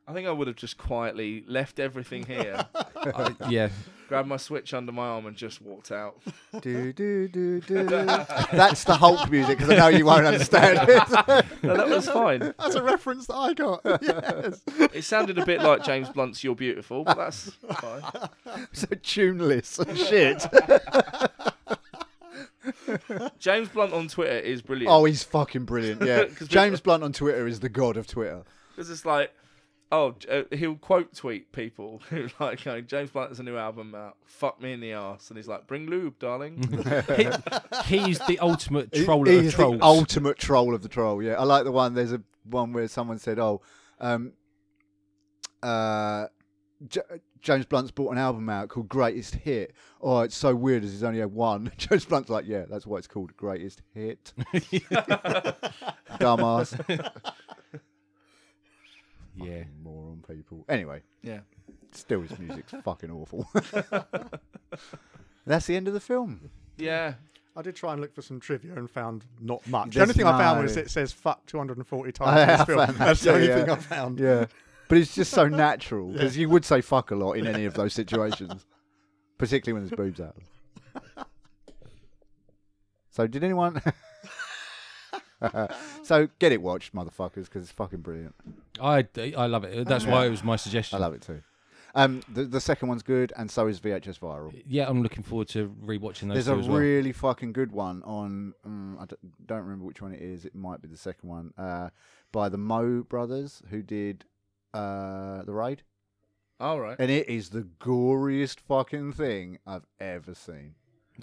Speaker 2: I think I would have just quietly left everything here,
Speaker 4: I- yeah,
Speaker 2: grabbed my switch under my arm, and just walked out.
Speaker 1: do do do do. That's the Hulk music because I know you won't understand it.
Speaker 2: *laughs* *laughs*
Speaker 1: *laughs*
Speaker 2: No, that was fine.
Speaker 5: That's a reference that I got. yes.
Speaker 2: It sounded a bit like James Blunt's "You're Beautiful," but that's fine.
Speaker 1: *laughs* so tuneless and shit.
Speaker 2: James Blunt on Twitter is brilliant.
Speaker 1: Oh, he's fucking brilliant. Yeah,
Speaker 2: *laughs* 'Cause
Speaker 1: James Blunt on Twitter is the god of Twitter.
Speaker 2: Because it's like, oh, uh, he'll quote tweet people *laughs* who like, you know, James Blunt has a new album out, fuck me in the ass. And he's like, bring lube, darling.
Speaker 4: he, he's the ultimate
Speaker 1: He-
Speaker 4: troller
Speaker 1: he's
Speaker 4: of trolls.
Speaker 1: the ultimate troll of the troll. Yeah, I like the one. There's a one where someone said, "Oh, um, uh, J- James Blunt's bought an album out called Greatest Hit. Oh, it's so weird as he's only had one." *laughs* James Blunt's like, "Yeah, that's why it's called Greatest
Speaker 4: *laughs*
Speaker 1: Hit." Dumbass.
Speaker 4: yeah,
Speaker 1: Moron people. Anyway,
Speaker 2: yeah.
Speaker 1: still his music's fucking awful. *laughs* that's the end of the film.
Speaker 2: Yeah.
Speaker 5: I did try and look for some trivia and found not much. the
Speaker 1: There's
Speaker 5: only thing I found
Speaker 1: no-
Speaker 5: was it says fuck 240 times
Speaker 1: *laughs*
Speaker 5: in
Speaker 1: I
Speaker 5: this film.
Speaker 1: found that
Speaker 5: That's the
Speaker 1: too,
Speaker 5: only
Speaker 1: yeah.
Speaker 5: thing I found.
Speaker 1: Yeah. But it's just so
Speaker 4: *laughs*
Speaker 1: natural because you would say fuck a lot in any of those situations, particularly when there's boobs out. So, did anyone. *laughs* so, get it watched, motherfuckers, because it's fucking brilliant.
Speaker 4: I, I love it. That's why it was my suggestion.
Speaker 1: I love it too. Um, the, the second one's good, and so is VHS Viral.
Speaker 4: Yeah, I'm looking forward to rewatching those
Speaker 1: There's
Speaker 4: two
Speaker 1: a
Speaker 4: as well.
Speaker 1: really fucking good one on. Um, I d- don't remember which one it is. It might be the second one uh, by the Moe brothers who did uh, The Raid.
Speaker 2: All right.
Speaker 1: And it is the goriest fucking thing I've ever seen.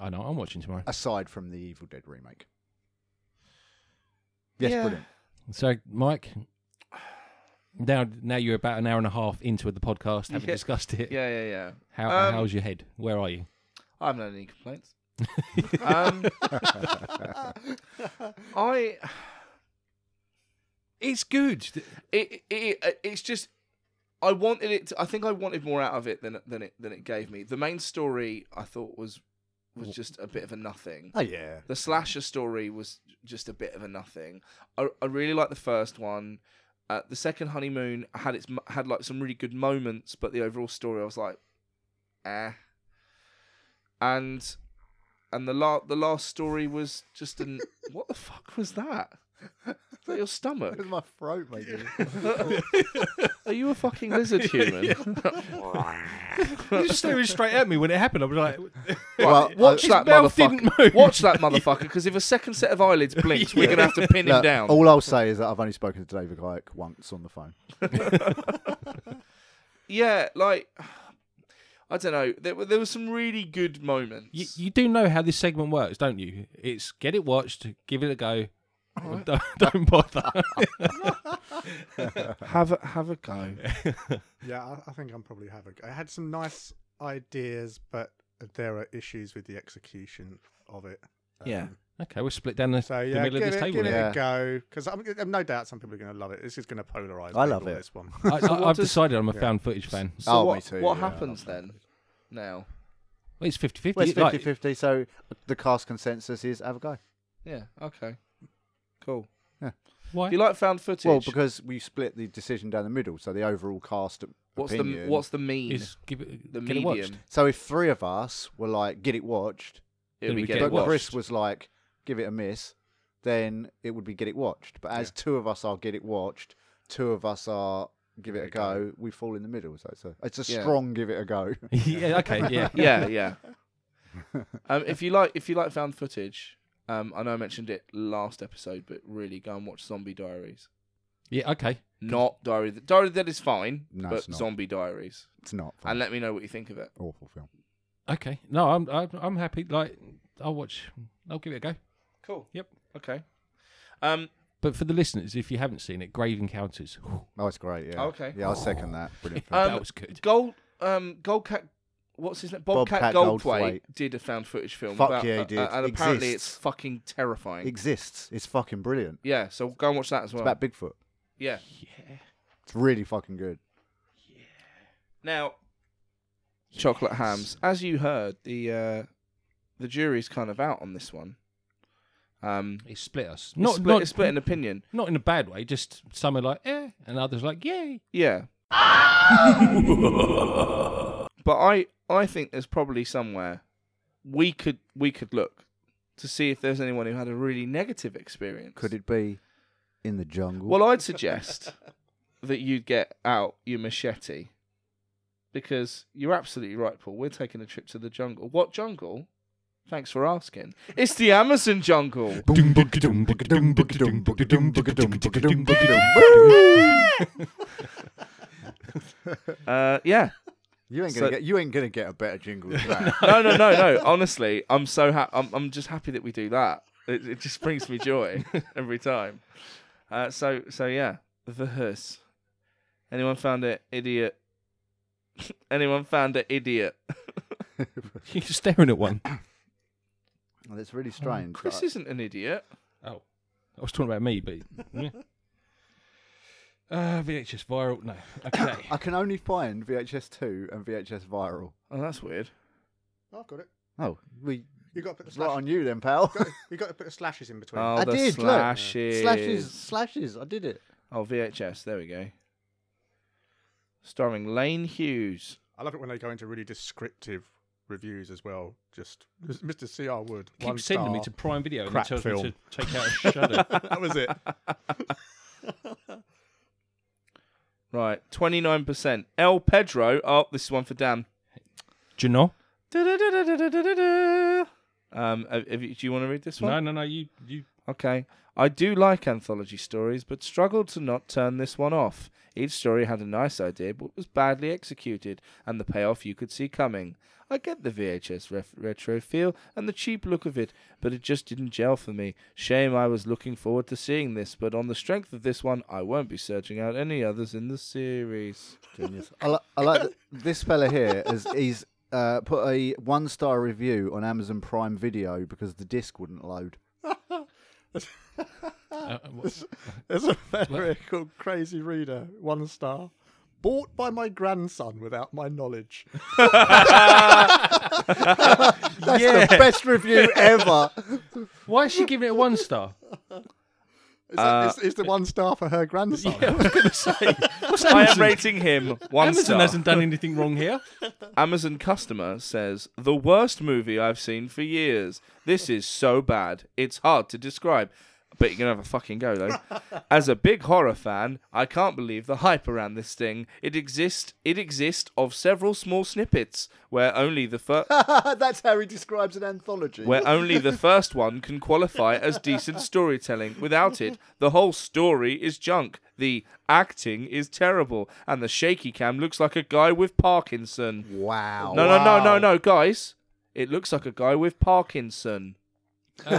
Speaker 4: I know. I'm watching tomorrow.
Speaker 1: Aside from the Evil Dead remake. Yes,
Speaker 2: Yeah.
Speaker 1: brilliant.
Speaker 4: So, Mike, now now you're about an hour and a half into the podcast. Haven't
Speaker 2: Yeah.
Speaker 4: discussed it.
Speaker 2: Yeah, yeah, yeah.
Speaker 4: How
Speaker 2: Um,
Speaker 4: how's your head? Where are you?
Speaker 2: I haven't had any complaints.
Speaker 4: *laughs*
Speaker 2: um, I.
Speaker 4: It's good.
Speaker 2: It, it uh, it's just. I wanted it. To, I think I wanted more out of it than than it than it gave me. The main story I thought was was just a bit of a nothing.
Speaker 1: Oh, yeah.
Speaker 2: The slasher story was just a bit of a nothing. I, I really liked the first one. Uh, the second honeymoon had its mo- had like some really good moments, but the overall story I was like, eh. And and the la- the last story was just an what the fuck was that? Is that your stomach?
Speaker 1: my throat, *laughs* maybe.
Speaker 2: Are you a fucking lizard human?
Speaker 4: *laughs* You're staring straight at me when it happened. I was
Speaker 1: Uh,
Speaker 4: like,
Speaker 1: well,
Speaker 2: Watch
Speaker 1: I-
Speaker 2: that
Speaker 4: mouth
Speaker 2: motherfucker.
Speaker 4: didn't move.
Speaker 2: Watch that motherfucker. Because if a second set of eyelids blinks, we're gonna have to pin him
Speaker 1: look,
Speaker 2: down.
Speaker 1: All I'll say is that I've only spoken to David Ike once on the phone.
Speaker 2: yeah, like *sighs* I don't know. There were there were some really good moments.
Speaker 4: *laughs* you, you do know how this segment works, don't you? It's get it watched, give it
Speaker 1: *laughs*
Speaker 4: a go. Don't, don't *laughs* bother.
Speaker 2: have a have a go.
Speaker 5: Yeah, I, I think I'm probably having. I had some nice ideas, but there are issues with the execution of it. Um,
Speaker 2: Yeah.
Speaker 4: okay, we're split down
Speaker 2: *laughs*
Speaker 4: the,
Speaker 5: So
Speaker 4: the
Speaker 5: yeah,
Speaker 4: middle
Speaker 5: give,
Speaker 4: of this
Speaker 5: it,
Speaker 4: table.
Speaker 5: give it
Speaker 4: now.
Speaker 1: now.
Speaker 5: a go because I'm, I'm no doubt some people are going to love it. This is going to polarize.
Speaker 1: I love it.
Speaker 5: This one.
Speaker 4: I, I, I've
Speaker 2: does-
Speaker 4: decided I'm a found footage fan.
Speaker 2: So
Speaker 1: Oh, me
Speaker 2: what,
Speaker 1: too,
Speaker 2: what
Speaker 1: yeah, I
Speaker 2: happens then? Now,
Speaker 4: Well, it's 50
Speaker 1: Well, it's
Speaker 4: 50.
Speaker 1: 50 50, so the cast consensus is have a go.
Speaker 2: yeah, okay. Cool.
Speaker 4: Why?
Speaker 2: Do you like found footage?
Speaker 1: Well, because we split the decision down the middle, so the overall cast
Speaker 2: what's
Speaker 1: opinion.
Speaker 2: the what's the mean?
Speaker 4: Is give it,
Speaker 2: the
Speaker 4: get
Speaker 2: medium?
Speaker 4: it watched.
Speaker 1: So if three of us were like, get it watched,
Speaker 2: It would
Speaker 4: we
Speaker 2: be
Speaker 4: get
Speaker 2: get
Speaker 4: it
Speaker 1: but
Speaker 2: watched.
Speaker 1: Chris was like, give it a miss, then it would be get it watched. But as two of us are get it watched, two of us are give it a go, we fall in the middle. So it's a, it's a
Speaker 2: Yeah.
Speaker 1: strong give it a go.
Speaker 4: *laughs*
Speaker 1: *laughs*
Speaker 4: yeah, okay,
Speaker 2: *laughs*
Speaker 4: yeah.
Speaker 2: yeah, yeah. Um, if you like, if you like found footage, um, I know I mentioned it last episode, but really go and watch Zombie Diaries.
Speaker 4: Yeah, okay.
Speaker 2: Not Diary. of the- Diary of the Dead is fine,
Speaker 1: No,
Speaker 2: but
Speaker 1: it's not.
Speaker 2: Zombie Diaries.
Speaker 1: It's not fun.
Speaker 2: And let me know what you think of it.
Speaker 1: awful film.
Speaker 4: Okay. No, I'm I'm, I'm happy like I'll watch I'll give it a go.
Speaker 2: Cool.
Speaker 4: Yep.
Speaker 2: Okay. Um.
Speaker 4: But for the listeners, if you haven't seen it, Grave Encounters. *sighs*
Speaker 1: Oh, it's great. Yeah.
Speaker 2: Okay.
Speaker 1: Yeah, I second that. Brilliant
Speaker 2: *laughs*
Speaker 1: film.
Speaker 2: Um,
Speaker 4: that was good.
Speaker 2: Gold. Um. Goldcat. What's his name?
Speaker 1: Bobcat
Speaker 2: Bobcat, Goldthway,
Speaker 1: Goldthway.
Speaker 2: did a found footage film.
Speaker 1: Fuck
Speaker 2: about-
Speaker 1: yeah, he
Speaker 2: uh,
Speaker 1: did.
Speaker 2: uh, and apparently it's
Speaker 1: Exists.
Speaker 2: fucking terrifying.
Speaker 1: exists. It's fucking brilliant.
Speaker 2: yeah. So go and watch that as well.
Speaker 1: It's about Bigfoot.
Speaker 2: yeah.
Speaker 1: It's really fucking good.
Speaker 2: Now, chocolate hams. As you heard, the uh, the jury's kind of out on this one. Um,
Speaker 4: It split us.
Speaker 2: not
Speaker 4: Not
Speaker 2: split,
Speaker 4: not,
Speaker 2: it's split in opinion.
Speaker 4: not in a bad way, just some are like, eh, and others like, yay.
Speaker 2: Yeah, but I I think there's probably somewhere we could we could look to see if there's anyone who had a really negative experience.
Speaker 1: Could it be in the jungle? *laughs*
Speaker 2: Well, I'd suggest that you get out your machete because you're absolutely right, Paul. We're taking a trip to the jungle. What jungle? Thanks for asking. It's the Amazon jungle. *laughs* Uh, yeah.
Speaker 1: you ain't gonna
Speaker 2: so-
Speaker 1: get you ain't gonna get a better jingle
Speaker 2: *laughs*
Speaker 1: than that.
Speaker 2: *laughs* No, no, no, no. Honestly, I'm so happy. I'm, I'm just happy that we do that. It, it just brings me joy
Speaker 4: *laughs*
Speaker 2: every time. Uh, so, so yeah, the hearse. Anyone found it idiot? *laughs* Anyone found it idiot?
Speaker 4: You're staring at one.
Speaker 1: Well, it's really strange. but
Speaker 2: Oh, Chris isn't an idiot.
Speaker 4: Oh, I was talking about me, but yeah. *laughs* uh, VHS viral. No, okay.
Speaker 1: I can only find VHS two and VHS viral.
Speaker 2: Oh, that's weird.
Speaker 5: I've got it.
Speaker 1: Oh, we
Speaker 5: You got to put the
Speaker 1: it's right
Speaker 5: slashes.
Speaker 1: on you then, pal.
Speaker 5: You got to put the slashes in between.
Speaker 2: Oh,
Speaker 1: I
Speaker 2: the
Speaker 1: did
Speaker 2: slashes.
Speaker 1: Look. *laughs* slashes, slashes. I did it.
Speaker 2: Oh, VHS. There we go. Starring Lane Hughes.
Speaker 5: I love it when they go into really descriptive reviews as well. Just Mr. C.R. Wood.
Speaker 4: *coughs* *laughs*
Speaker 5: one
Speaker 4: Keep sending me to
Speaker 5: star.
Speaker 4: Prime Video and it
Speaker 5: crap
Speaker 4: tells me
Speaker 5: film.
Speaker 4: to take *laughs* out a shadow.
Speaker 5: that was it.
Speaker 2: Right, 29%. El Pedro. Oh, this is one for Dan. *laughs*
Speaker 4: Do you know?
Speaker 2: Da-da-da-da-da-da-da-da. Um, have- have you- do you want to read this one?
Speaker 4: No, no, no. You, you.
Speaker 2: Okay. I do like anthology stories, but struggled to not turn this one off. Each story had a nice idea, but was badly executed, and the payoff you could see coming. I get the VHS ref- retro feel and the cheap look of it, but it just didn't gel for me. Shame I was looking forward to seeing this, but on the strength of this one, I won't be searching out any others in the series.
Speaker 1: Genius. I, li- I like that this fella here. Is he's uh, put a one star review on Amazon Prime Video because the disc wouldn't load.
Speaker 4: Uh, what-
Speaker 5: There's a fella called Crazy Reader, one star. Bought by my grandson without my knowledge.
Speaker 1: That's the best *laughs* review ever.
Speaker 4: why is she giving it a one *laughs* star?
Speaker 5: Is,
Speaker 2: Uh,
Speaker 5: that, is, is the one star for her
Speaker 2: *laughs*
Speaker 5: grandson?
Speaker 4: I was going to say. *laughs* What's
Speaker 2: I am
Speaker 4: Amazon?
Speaker 2: rating him one
Speaker 4: Amazon
Speaker 2: star.
Speaker 4: hasn't done anything wrong here.
Speaker 2: Amazon customer says, The worst movie I've seen for years. This is so bad. It's hard to describe. But you're going to have a fucking go, though. As a big horror fan, I can't believe the hype around this thing. It exists It exists of several small snippets where only the first.
Speaker 1: That's how he describes an anthology.
Speaker 2: Where only the first one can qualify as decent storytelling. Without it, the whole story is junk. The acting is terrible, and the shaky cam looks like a guy with Parkinson.
Speaker 1: wow.
Speaker 2: Oh, No, no, no, no, no, guys. It looks like a guy with Parkinson.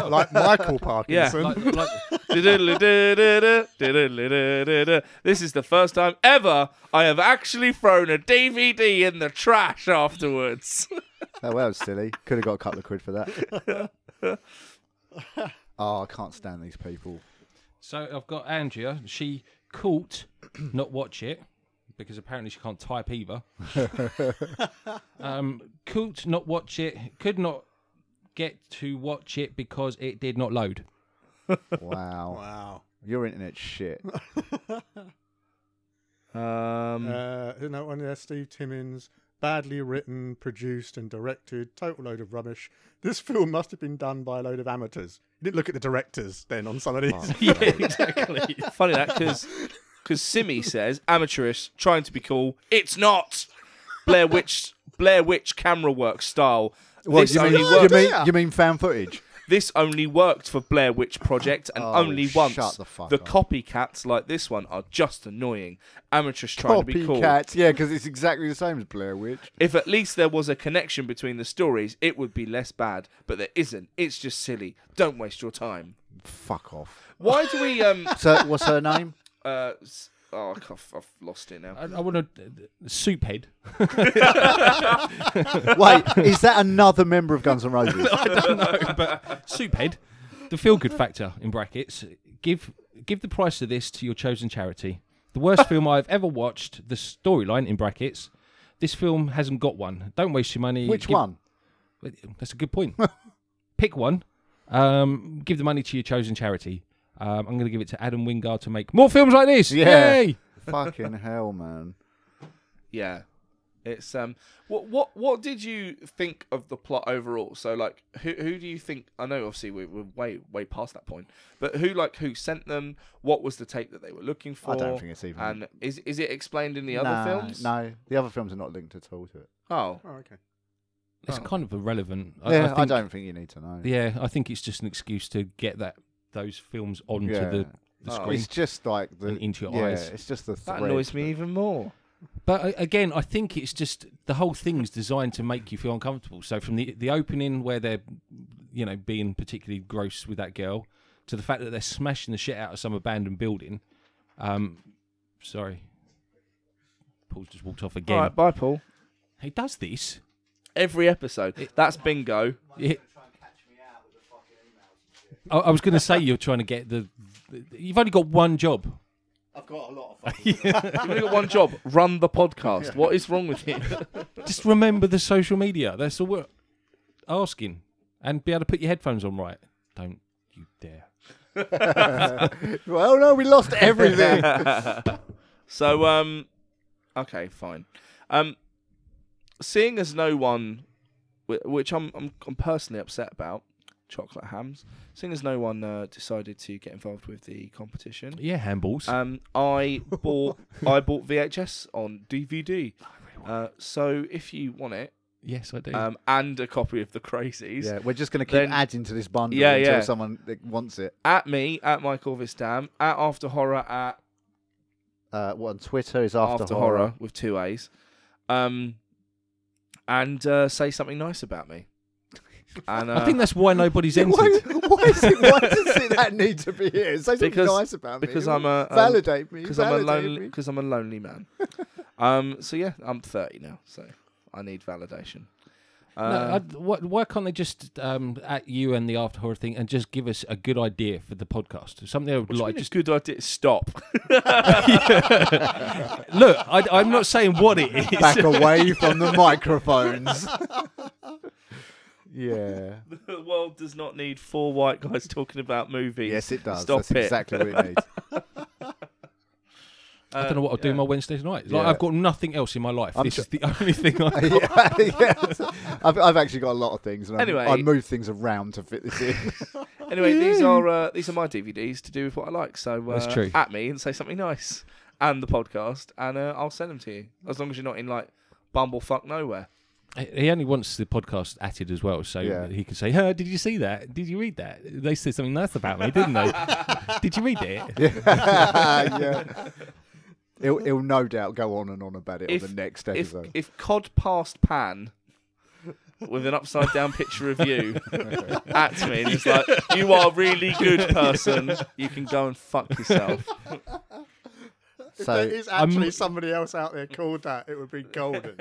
Speaker 5: like Michael Parkinson.
Speaker 4: *laughs* Like, like,
Speaker 2: Diddle-diddle-diddle, diddle-diddle-diddle. this is the first time ever I have actually thrown a DVD in the trash afterwards.
Speaker 1: Oh, well, silly. Could have got a couple of quid for that. *laughs* oh, I can't stand these people.
Speaker 4: so I've got Andrea. She caught, *clears throat* not watch it, because apparently she can't type either. um, caught, not watch it. Could not get to watch it because it did not load.
Speaker 1: Wow.
Speaker 5: Wow.
Speaker 1: Your internet shit.
Speaker 2: Um,
Speaker 5: Uh, isn't that one there? Steve Timmins. Badly written, produced, and directed. Total load of rubbish. This film must have been done by a load of amateurs. You didn't look at the directors then on some of these.
Speaker 4: yeah, exactly.
Speaker 2: *laughs* funny that because because Simi says amateurish, trying to be cool. It's not Blair Witch Blair Witch camera work style.
Speaker 1: What,
Speaker 2: this,
Speaker 1: you mean,
Speaker 2: only
Speaker 1: you,
Speaker 2: worked,
Speaker 1: mean, you mean fan footage?
Speaker 2: this only worked for Blair Witch Project and
Speaker 1: Oh,
Speaker 2: only once.
Speaker 1: shut the fuck up.
Speaker 2: copycats like this one are just annoying. Amateurish *laughs* trying to be cool.
Speaker 1: Copycats. Yeah, because it's exactly the same as Blair Witch.
Speaker 2: If at least there was a connection between the stories, it would be less bad. But there isn't. It's just silly. Don't waste your time.
Speaker 1: Fuck off.
Speaker 2: Why do we um
Speaker 1: So, what's her name?
Speaker 2: *laughs* uh s- oh I can't- I've lost it now.
Speaker 4: I, I want to soup head.
Speaker 1: *laughs* Wait, is that another member of Guns N'
Speaker 2: *laughs*
Speaker 1: Roses?
Speaker 4: no, but Souphead, the feel good factor in brackets. Give give the price of this to your chosen charity. The worst film I've ever watched. The storyline in brackets. This film hasn't got one. Don't waste your money.
Speaker 1: Which
Speaker 4: Give-
Speaker 1: one?
Speaker 4: That's a
Speaker 1: *laughs*
Speaker 4: good point. Pick one. Um, give the money to your chosen charity. Um, I'm going to give it to Adam Wingard to make more films like this.
Speaker 1: Yeah.
Speaker 4: Yay!
Speaker 1: Fucking hell, man.
Speaker 2: Yeah. It's um what what what did you think of the plot overall? So like who who do you think I know obviously we we're way way past that point. But who like who sent them? What was the tape that they were looking for?
Speaker 1: I don't think it's even-
Speaker 2: And is is it explained in the
Speaker 1: Nah,
Speaker 2: other films?
Speaker 1: No, the other films are not linked at all to it.
Speaker 2: Oh.
Speaker 5: *laughs* Oh, okay.
Speaker 4: It's
Speaker 2: Oh.
Speaker 4: kind of irrelevant.
Speaker 1: yeah, I,
Speaker 4: think-
Speaker 1: don't think you need to know.
Speaker 4: Yeah, I think it's just an excuse to get that those films onto
Speaker 1: Yeah.
Speaker 4: the, the
Speaker 2: Oh.
Speaker 4: screen.
Speaker 1: It's just like the
Speaker 4: And into your
Speaker 1: yeah,
Speaker 4: eyes.
Speaker 1: It's just the
Speaker 2: That
Speaker 1: thread
Speaker 2: annoys me even more.
Speaker 4: But a- again, I think it's just the whole thing's designed to make you feel uncomfortable. So from the the opening where they're, you know, being particularly gross with that girl, to the fact that they're smashing the shit out of some abandoned building. Um, sorry, Paul's just walked off again.
Speaker 2: All right, bye Paul.
Speaker 4: He does this.
Speaker 2: Every episode. That's bingo.
Speaker 4: It- I, I was going to say you're trying to get the, the. You've only got one job.
Speaker 5: I've got
Speaker 2: *laughs*
Speaker 5: a lot of
Speaker 2: You've only got one job, run
Speaker 1: *laughs*
Speaker 2: the podcast. What is wrong with you?
Speaker 4: Just remember the social media. That's all we're asking, and be able to put your headphones on right. Don't you dare.
Speaker 1: Well, no, we
Speaker 2: *laughs*
Speaker 1: lost *laughs* everything.
Speaker 2: So um okay, fine. Um seeing as no one whi- which I'm I'm, I'm personally upset about chocolate hams, seeing as no one uh, decided to get involved with the competition.
Speaker 4: Yeah, handballs.
Speaker 2: Um I
Speaker 5: *laughs*
Speaker 2: bought I bought VHS on DVD. Uh, so if you want it
Speaker 4: yes, I do.
Speaker 2: um and a copy of The Crazies
Speaker 1: yeah, we're just going to keep
Speaker 2: Then-
Speaker 1: adding to this bundle
Speaker 2: Yeah,
Speaker 1: until
Speaker 2: yeah.
Speaker 1: someone that wants it.
Speaker 2: at me at Michael Vistam at After Horror at
Speaker 1: Uh, what on Twitter is after,
Speaker 2: after, horror. with two A's, um, and uh, say something nice about me.
Speaker 1: *laughs*
Speaker 2: And uh,
Speaker 4: I think that's why nobody's
Speaker 1: Yeah, why,
Speaker 4: entered.
Speaker 1: why, is it, why does it, that need to be here? Say something
Speaker 2: Because-
Speaker 1: nice about me.
Speaker 2: because I'm a- um,
Speaker 1: validate me.
Speaker 2: because I'm a
Speaker 1: validate
Speaker 2: lonely *laughs*
Speaker 1: me.
Speaker 2: because I'm a lonely man. um, so yeah, I'm 30 now, so I need validation.
Speaker 4: No,
Speaker 2: Uh,
Speaker 4: I'd- why, why can't they just um, at you and the after horror thing and just give us a good idea for the podcast? Something I would
Speaker 2: like
Speaker 4: like.
Speaker 2: just
Speaker 4: Just
Speaker 2: good idea. *laughs* Stop.
Speaker 4: look, I, I'm not saying what it is.
Speaker 1: Back away from the
Speaker 2: *laughs*
Speaker 1: microphones. yeah.
Speaker 2: the world does not need four white guys talking about movies.
Speaker 1: Yes, it does.
Speaker 2: Stop
Speaker 1: That's
Speaker 2: it.
Speaker 1: exactly what it needs.
Speaker 2: *laughs*
Speaker 1: *laughs*
Speaker 4: I don't know what I'll do
Speaker 2: Yeah.
Speaker 4: my Wednesday night. Like
Speaker 1: Yeah.
Speaker 4: I've got nothing else in my life.
Speaker 1: I'm
Speaker 4: this
Speaker 1: ju-
Speaker 4: is the *laughs* only thing
Speaker 1: *laughs*
Speaker 4: I. Got.
Speaker 1: yeah, yeah. I've, I've actually got a lot of things. And
Speaker 2: Anyway.
Speaker 1: I, I move things around to fit this in.
Speaker 2: *laughs*
Speaker 1: *laughs*
Speaker 2: Anyway, these are uh, these are my DVDs to do with what I like. So uh,
Speaker 4: That's true.
Speaker 2: At me and say something nice, and the podcast, and uh, I'll send them to you as long as you're not in like bumblefuck nowhere.
Speaker 4: He only wants the podcast atted as well, so
Speaker 1: Yeah.
Speaker 4: he can say, "Huh, did you see that? Did you read that? They said something nice about me, didn't they? did you read it?
Speaker 1: yeah. It'll, it'll no doubt go on and on about it on the next
Speaker 2: if,
Speaker 1: episode. *laughs*
Speaker 2: if Cod passed Pan with an upside down picture of
Speaker 5: *laughs*
Speaker 2: you at me, and it's like you are a really good person. You can go and fuck
Speaker 1: *laughs*
Speaker 2: yourself.
Speaker 5: there
Speaker 1: so
Speaker 5: is actually
Speaker 4: I'm-
Speaker 5: somebody else out there called that. It would be golden.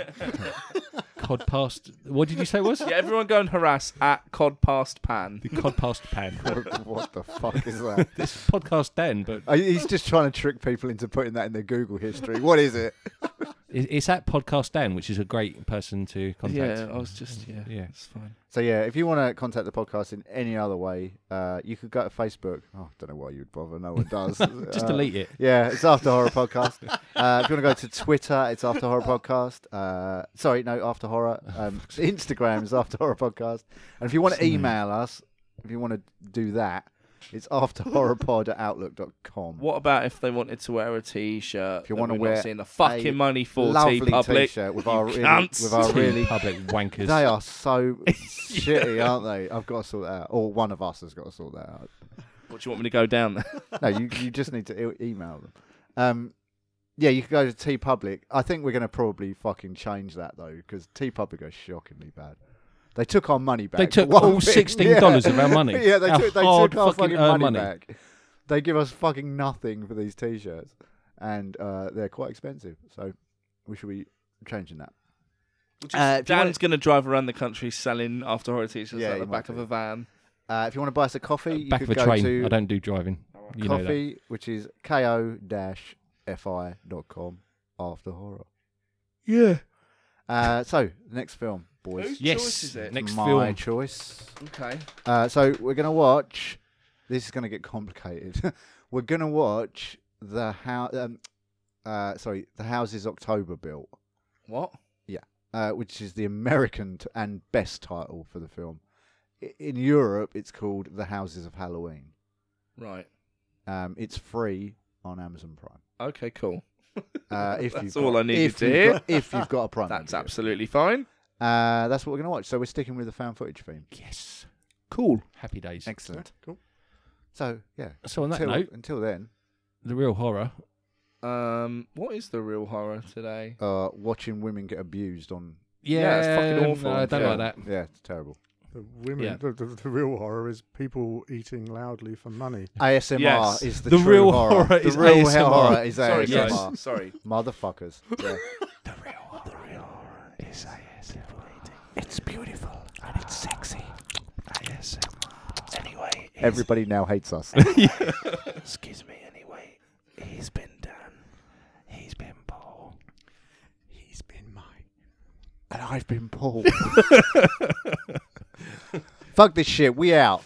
Speaker 4: Cod past. What did you say it was?
Speaker 2: Yeah, everyone go and harass at Cod passed Pan.
Speaker 4: The Cod past
Speaker 1: *laughs*
Speaker 4: pan.
Speaker 1: what the fuck is that?
Speaker 4: this is podcast then, but
Speaker 1: Uh, He's just trying to trick people into putting that in their Google history. What is it?
Speaker 4: It- It's at Podcast Dan, which is a great person to contact.
Speaker 2: Yeah, I was just yeah,
Speaker 4: Yeah.
Speaker 2: it's fine.
Speaker 1: So yeah, if you want to contact the podcast in any other way, uh, you could go to Facebook. Oh, don't know why you'd bother. No one
Speaker 2: *laughs*
Speaker 1: does.
Speaker 4: Just
Speaker 1: Uh,
Speaker 4: delete it.
Speaker 1: Yeah, it's After Horror Podcast. *laughs* Uh, if you want to go to Twitter, it's After Horror Podcast. Uh, sorry, no, After Horror.
Speaker 2: *laughs*
Speaker 1: Um, Instagram is After Horror Podcast. And if you want to email us, if you want to do that, it's afterhorrorpod at outlook.com.
Speaker 2: What about if they wanted to wear a T-shirt?
Speaker 1: If you
Speaker 2: that
Speaker 1: wanna
Speaker 2: we're not
Speaker 1: wear
Speaker 2: seeing the fucking money for
Speaker 1: Lovely
Speaker 2: T public,
Speaker 1: t-shirt with our really,
Speaker 2: cunts.
Speaker 1: with our really *laughs*
Speaker 4: public wankers.
Speaker 1: They are
Speaker 4: *laughs*
Speaker 1: so shitty, aren't they? I've got to sort that out. Or one of us has got to sort that out.
Speaker 2: what do you want me to go down there?
Speaker 1: no, you, you just need to e- email them. Um, yeah, you could go to T Public. I think we're going to probably fucking change that though, because T Public are shockingly bad. They took our money back.
Speaker 4: They took
Speaker 1: for *laughs* one
Speaker 4: all
Speaker 1: thing.
Speaker 4: $16
Speaker 1: Yeah.
Speaker 4: of our money.
Speaker 1: *laughs* yeah, they
Speaker 4: Our
Speaker 1: took, they
Speaker 4: hard
Speaker 1: took our fucking
Speaker 4: fucking earned
Speaker 1: money,
Speaker 4: money.
Speaker 1: back. They give us fucking nothing for these T-shirts, and uh, they're quite expensive. So we should be changing that. Uh, if you
Speaker 2: Dan's going to drive around the country selling after horror T-shirts
Speaker 1: Yeah,
Speaker 2: out
Speaker 1: he
Speaker 2: the
Speaker 1: might
Speaker 2: back of
Speaker 1: do.
Speaker 2: a van.
Speaker 1: Uh, if you want to buy us a coffee, you
Speaker 4: Back
Speaker 1: could
Speaker 4: of a
Speaker 1: go
Speaker 4: train.
Speaker 1: to
Speaker 4: I don't do driving. You know that.
Speaker 1: coffee, which is ko-fi.com after horror.
Speaker 2: Yeah.
Speaker 1: Uh, so next film, boys.
Speaker 2: Whose choice
Speaker 4: Yes.
Speaker 2: is it?
Speaker 4: Next
Speaker 1: my
Speaker 4: film.
Speaker 1: choice.
Speaker 2: Okay.
Speaker 1: Uh, so we're gonna watch. This is gonna get complicated. *laughs* we're gonna watch the how. Um, uh, sorry, the houses October built,
Speaker 2: What?
Speaker 1: uh, which is the American t- and best title for the film. I- in Europe, it's called The Houses of Halloween.
Speaker 2: Right.
Speaker 1: Um, it's free on Amazon Prime.
Speaker 2: Okay. Cool. *laughs*
Speaker 1: Uh, if
Speaker 2: That's
Speaker 1: you've
Speaker 2: all
Speaker 1: got-
Speaker 2: I needed
Speaker 1: if
Speaker 2: to
Speaker 1: you've
Speaker 2: hear.
Speaker 1: got- if you've
Speaker 2: *laughs*
Speaker 1: got a Prime,
Speaker 2: That's
Speaker 1: membership.
Speaker 2: absolutely fine.
Speaker 1: Uh, that's what we're gonna watch. So we're sticking with the found footage theme.
Speaker 4: Yes.
Speaker 2: Cool.
Speaker 4: Happy days.
Speaker 1: Excellent.
Speaker 5: *laughs* Cool.
Speaker 1: So yeah.
Speaker 4: So on that
Speaker 1: until,
Speaker 4: note,
Speaker 1: until then,
Speaker 4: the real horror.
Speaker 2: Um, what is the real horror today?
Speaker 1: uh, watching women get abused on.
Speaker 4: Yeah,
Speaker 2: it's fucking awful.
Speaker 4: no, I don't
Speaker 1: yeah,
Speaker 4: like that.
Speaker 1: Yeah, it's
Speaker 4: *laughs*
Speaker 1: terrible.
Speaker 5: The women,
Speaker 4: Yeah.
Speaker 5: the, the, the real horror is people eating loudly for money.
Speaker 1: ASMR
Speaker 2: Yes.
Speaker 1: is the,
Speaker 4: The
Speaker 1: true
Speaker 4: real
Speaker 1: horror.
Speaker 4: horror
Speaker 1: the
Speaker 4: is
Speaker 1: real
Speaker 4: ASMR.
Speaker 1: horror is ASMR.
Speaker 2: Sorry, guys.
Speaker 4: ASMR.
Speaker 2: Sorry.
Speaker 1: Motherfuckers. Yeah.
Speaker 4: *laughs*
Speaker 3: It's beautiful and it's sexy. Yes. Anyway, he's-
Speaker 1: Everybody now hates us.
Speaker 3: excuse me. Anyway, he's been Dan. He's been Paul.
Speaker 5: He's been mine.
Speaker 1: and I've been
Speaker 4: *laughs*
Speaker 1: Paul. Fuck this shit. We out.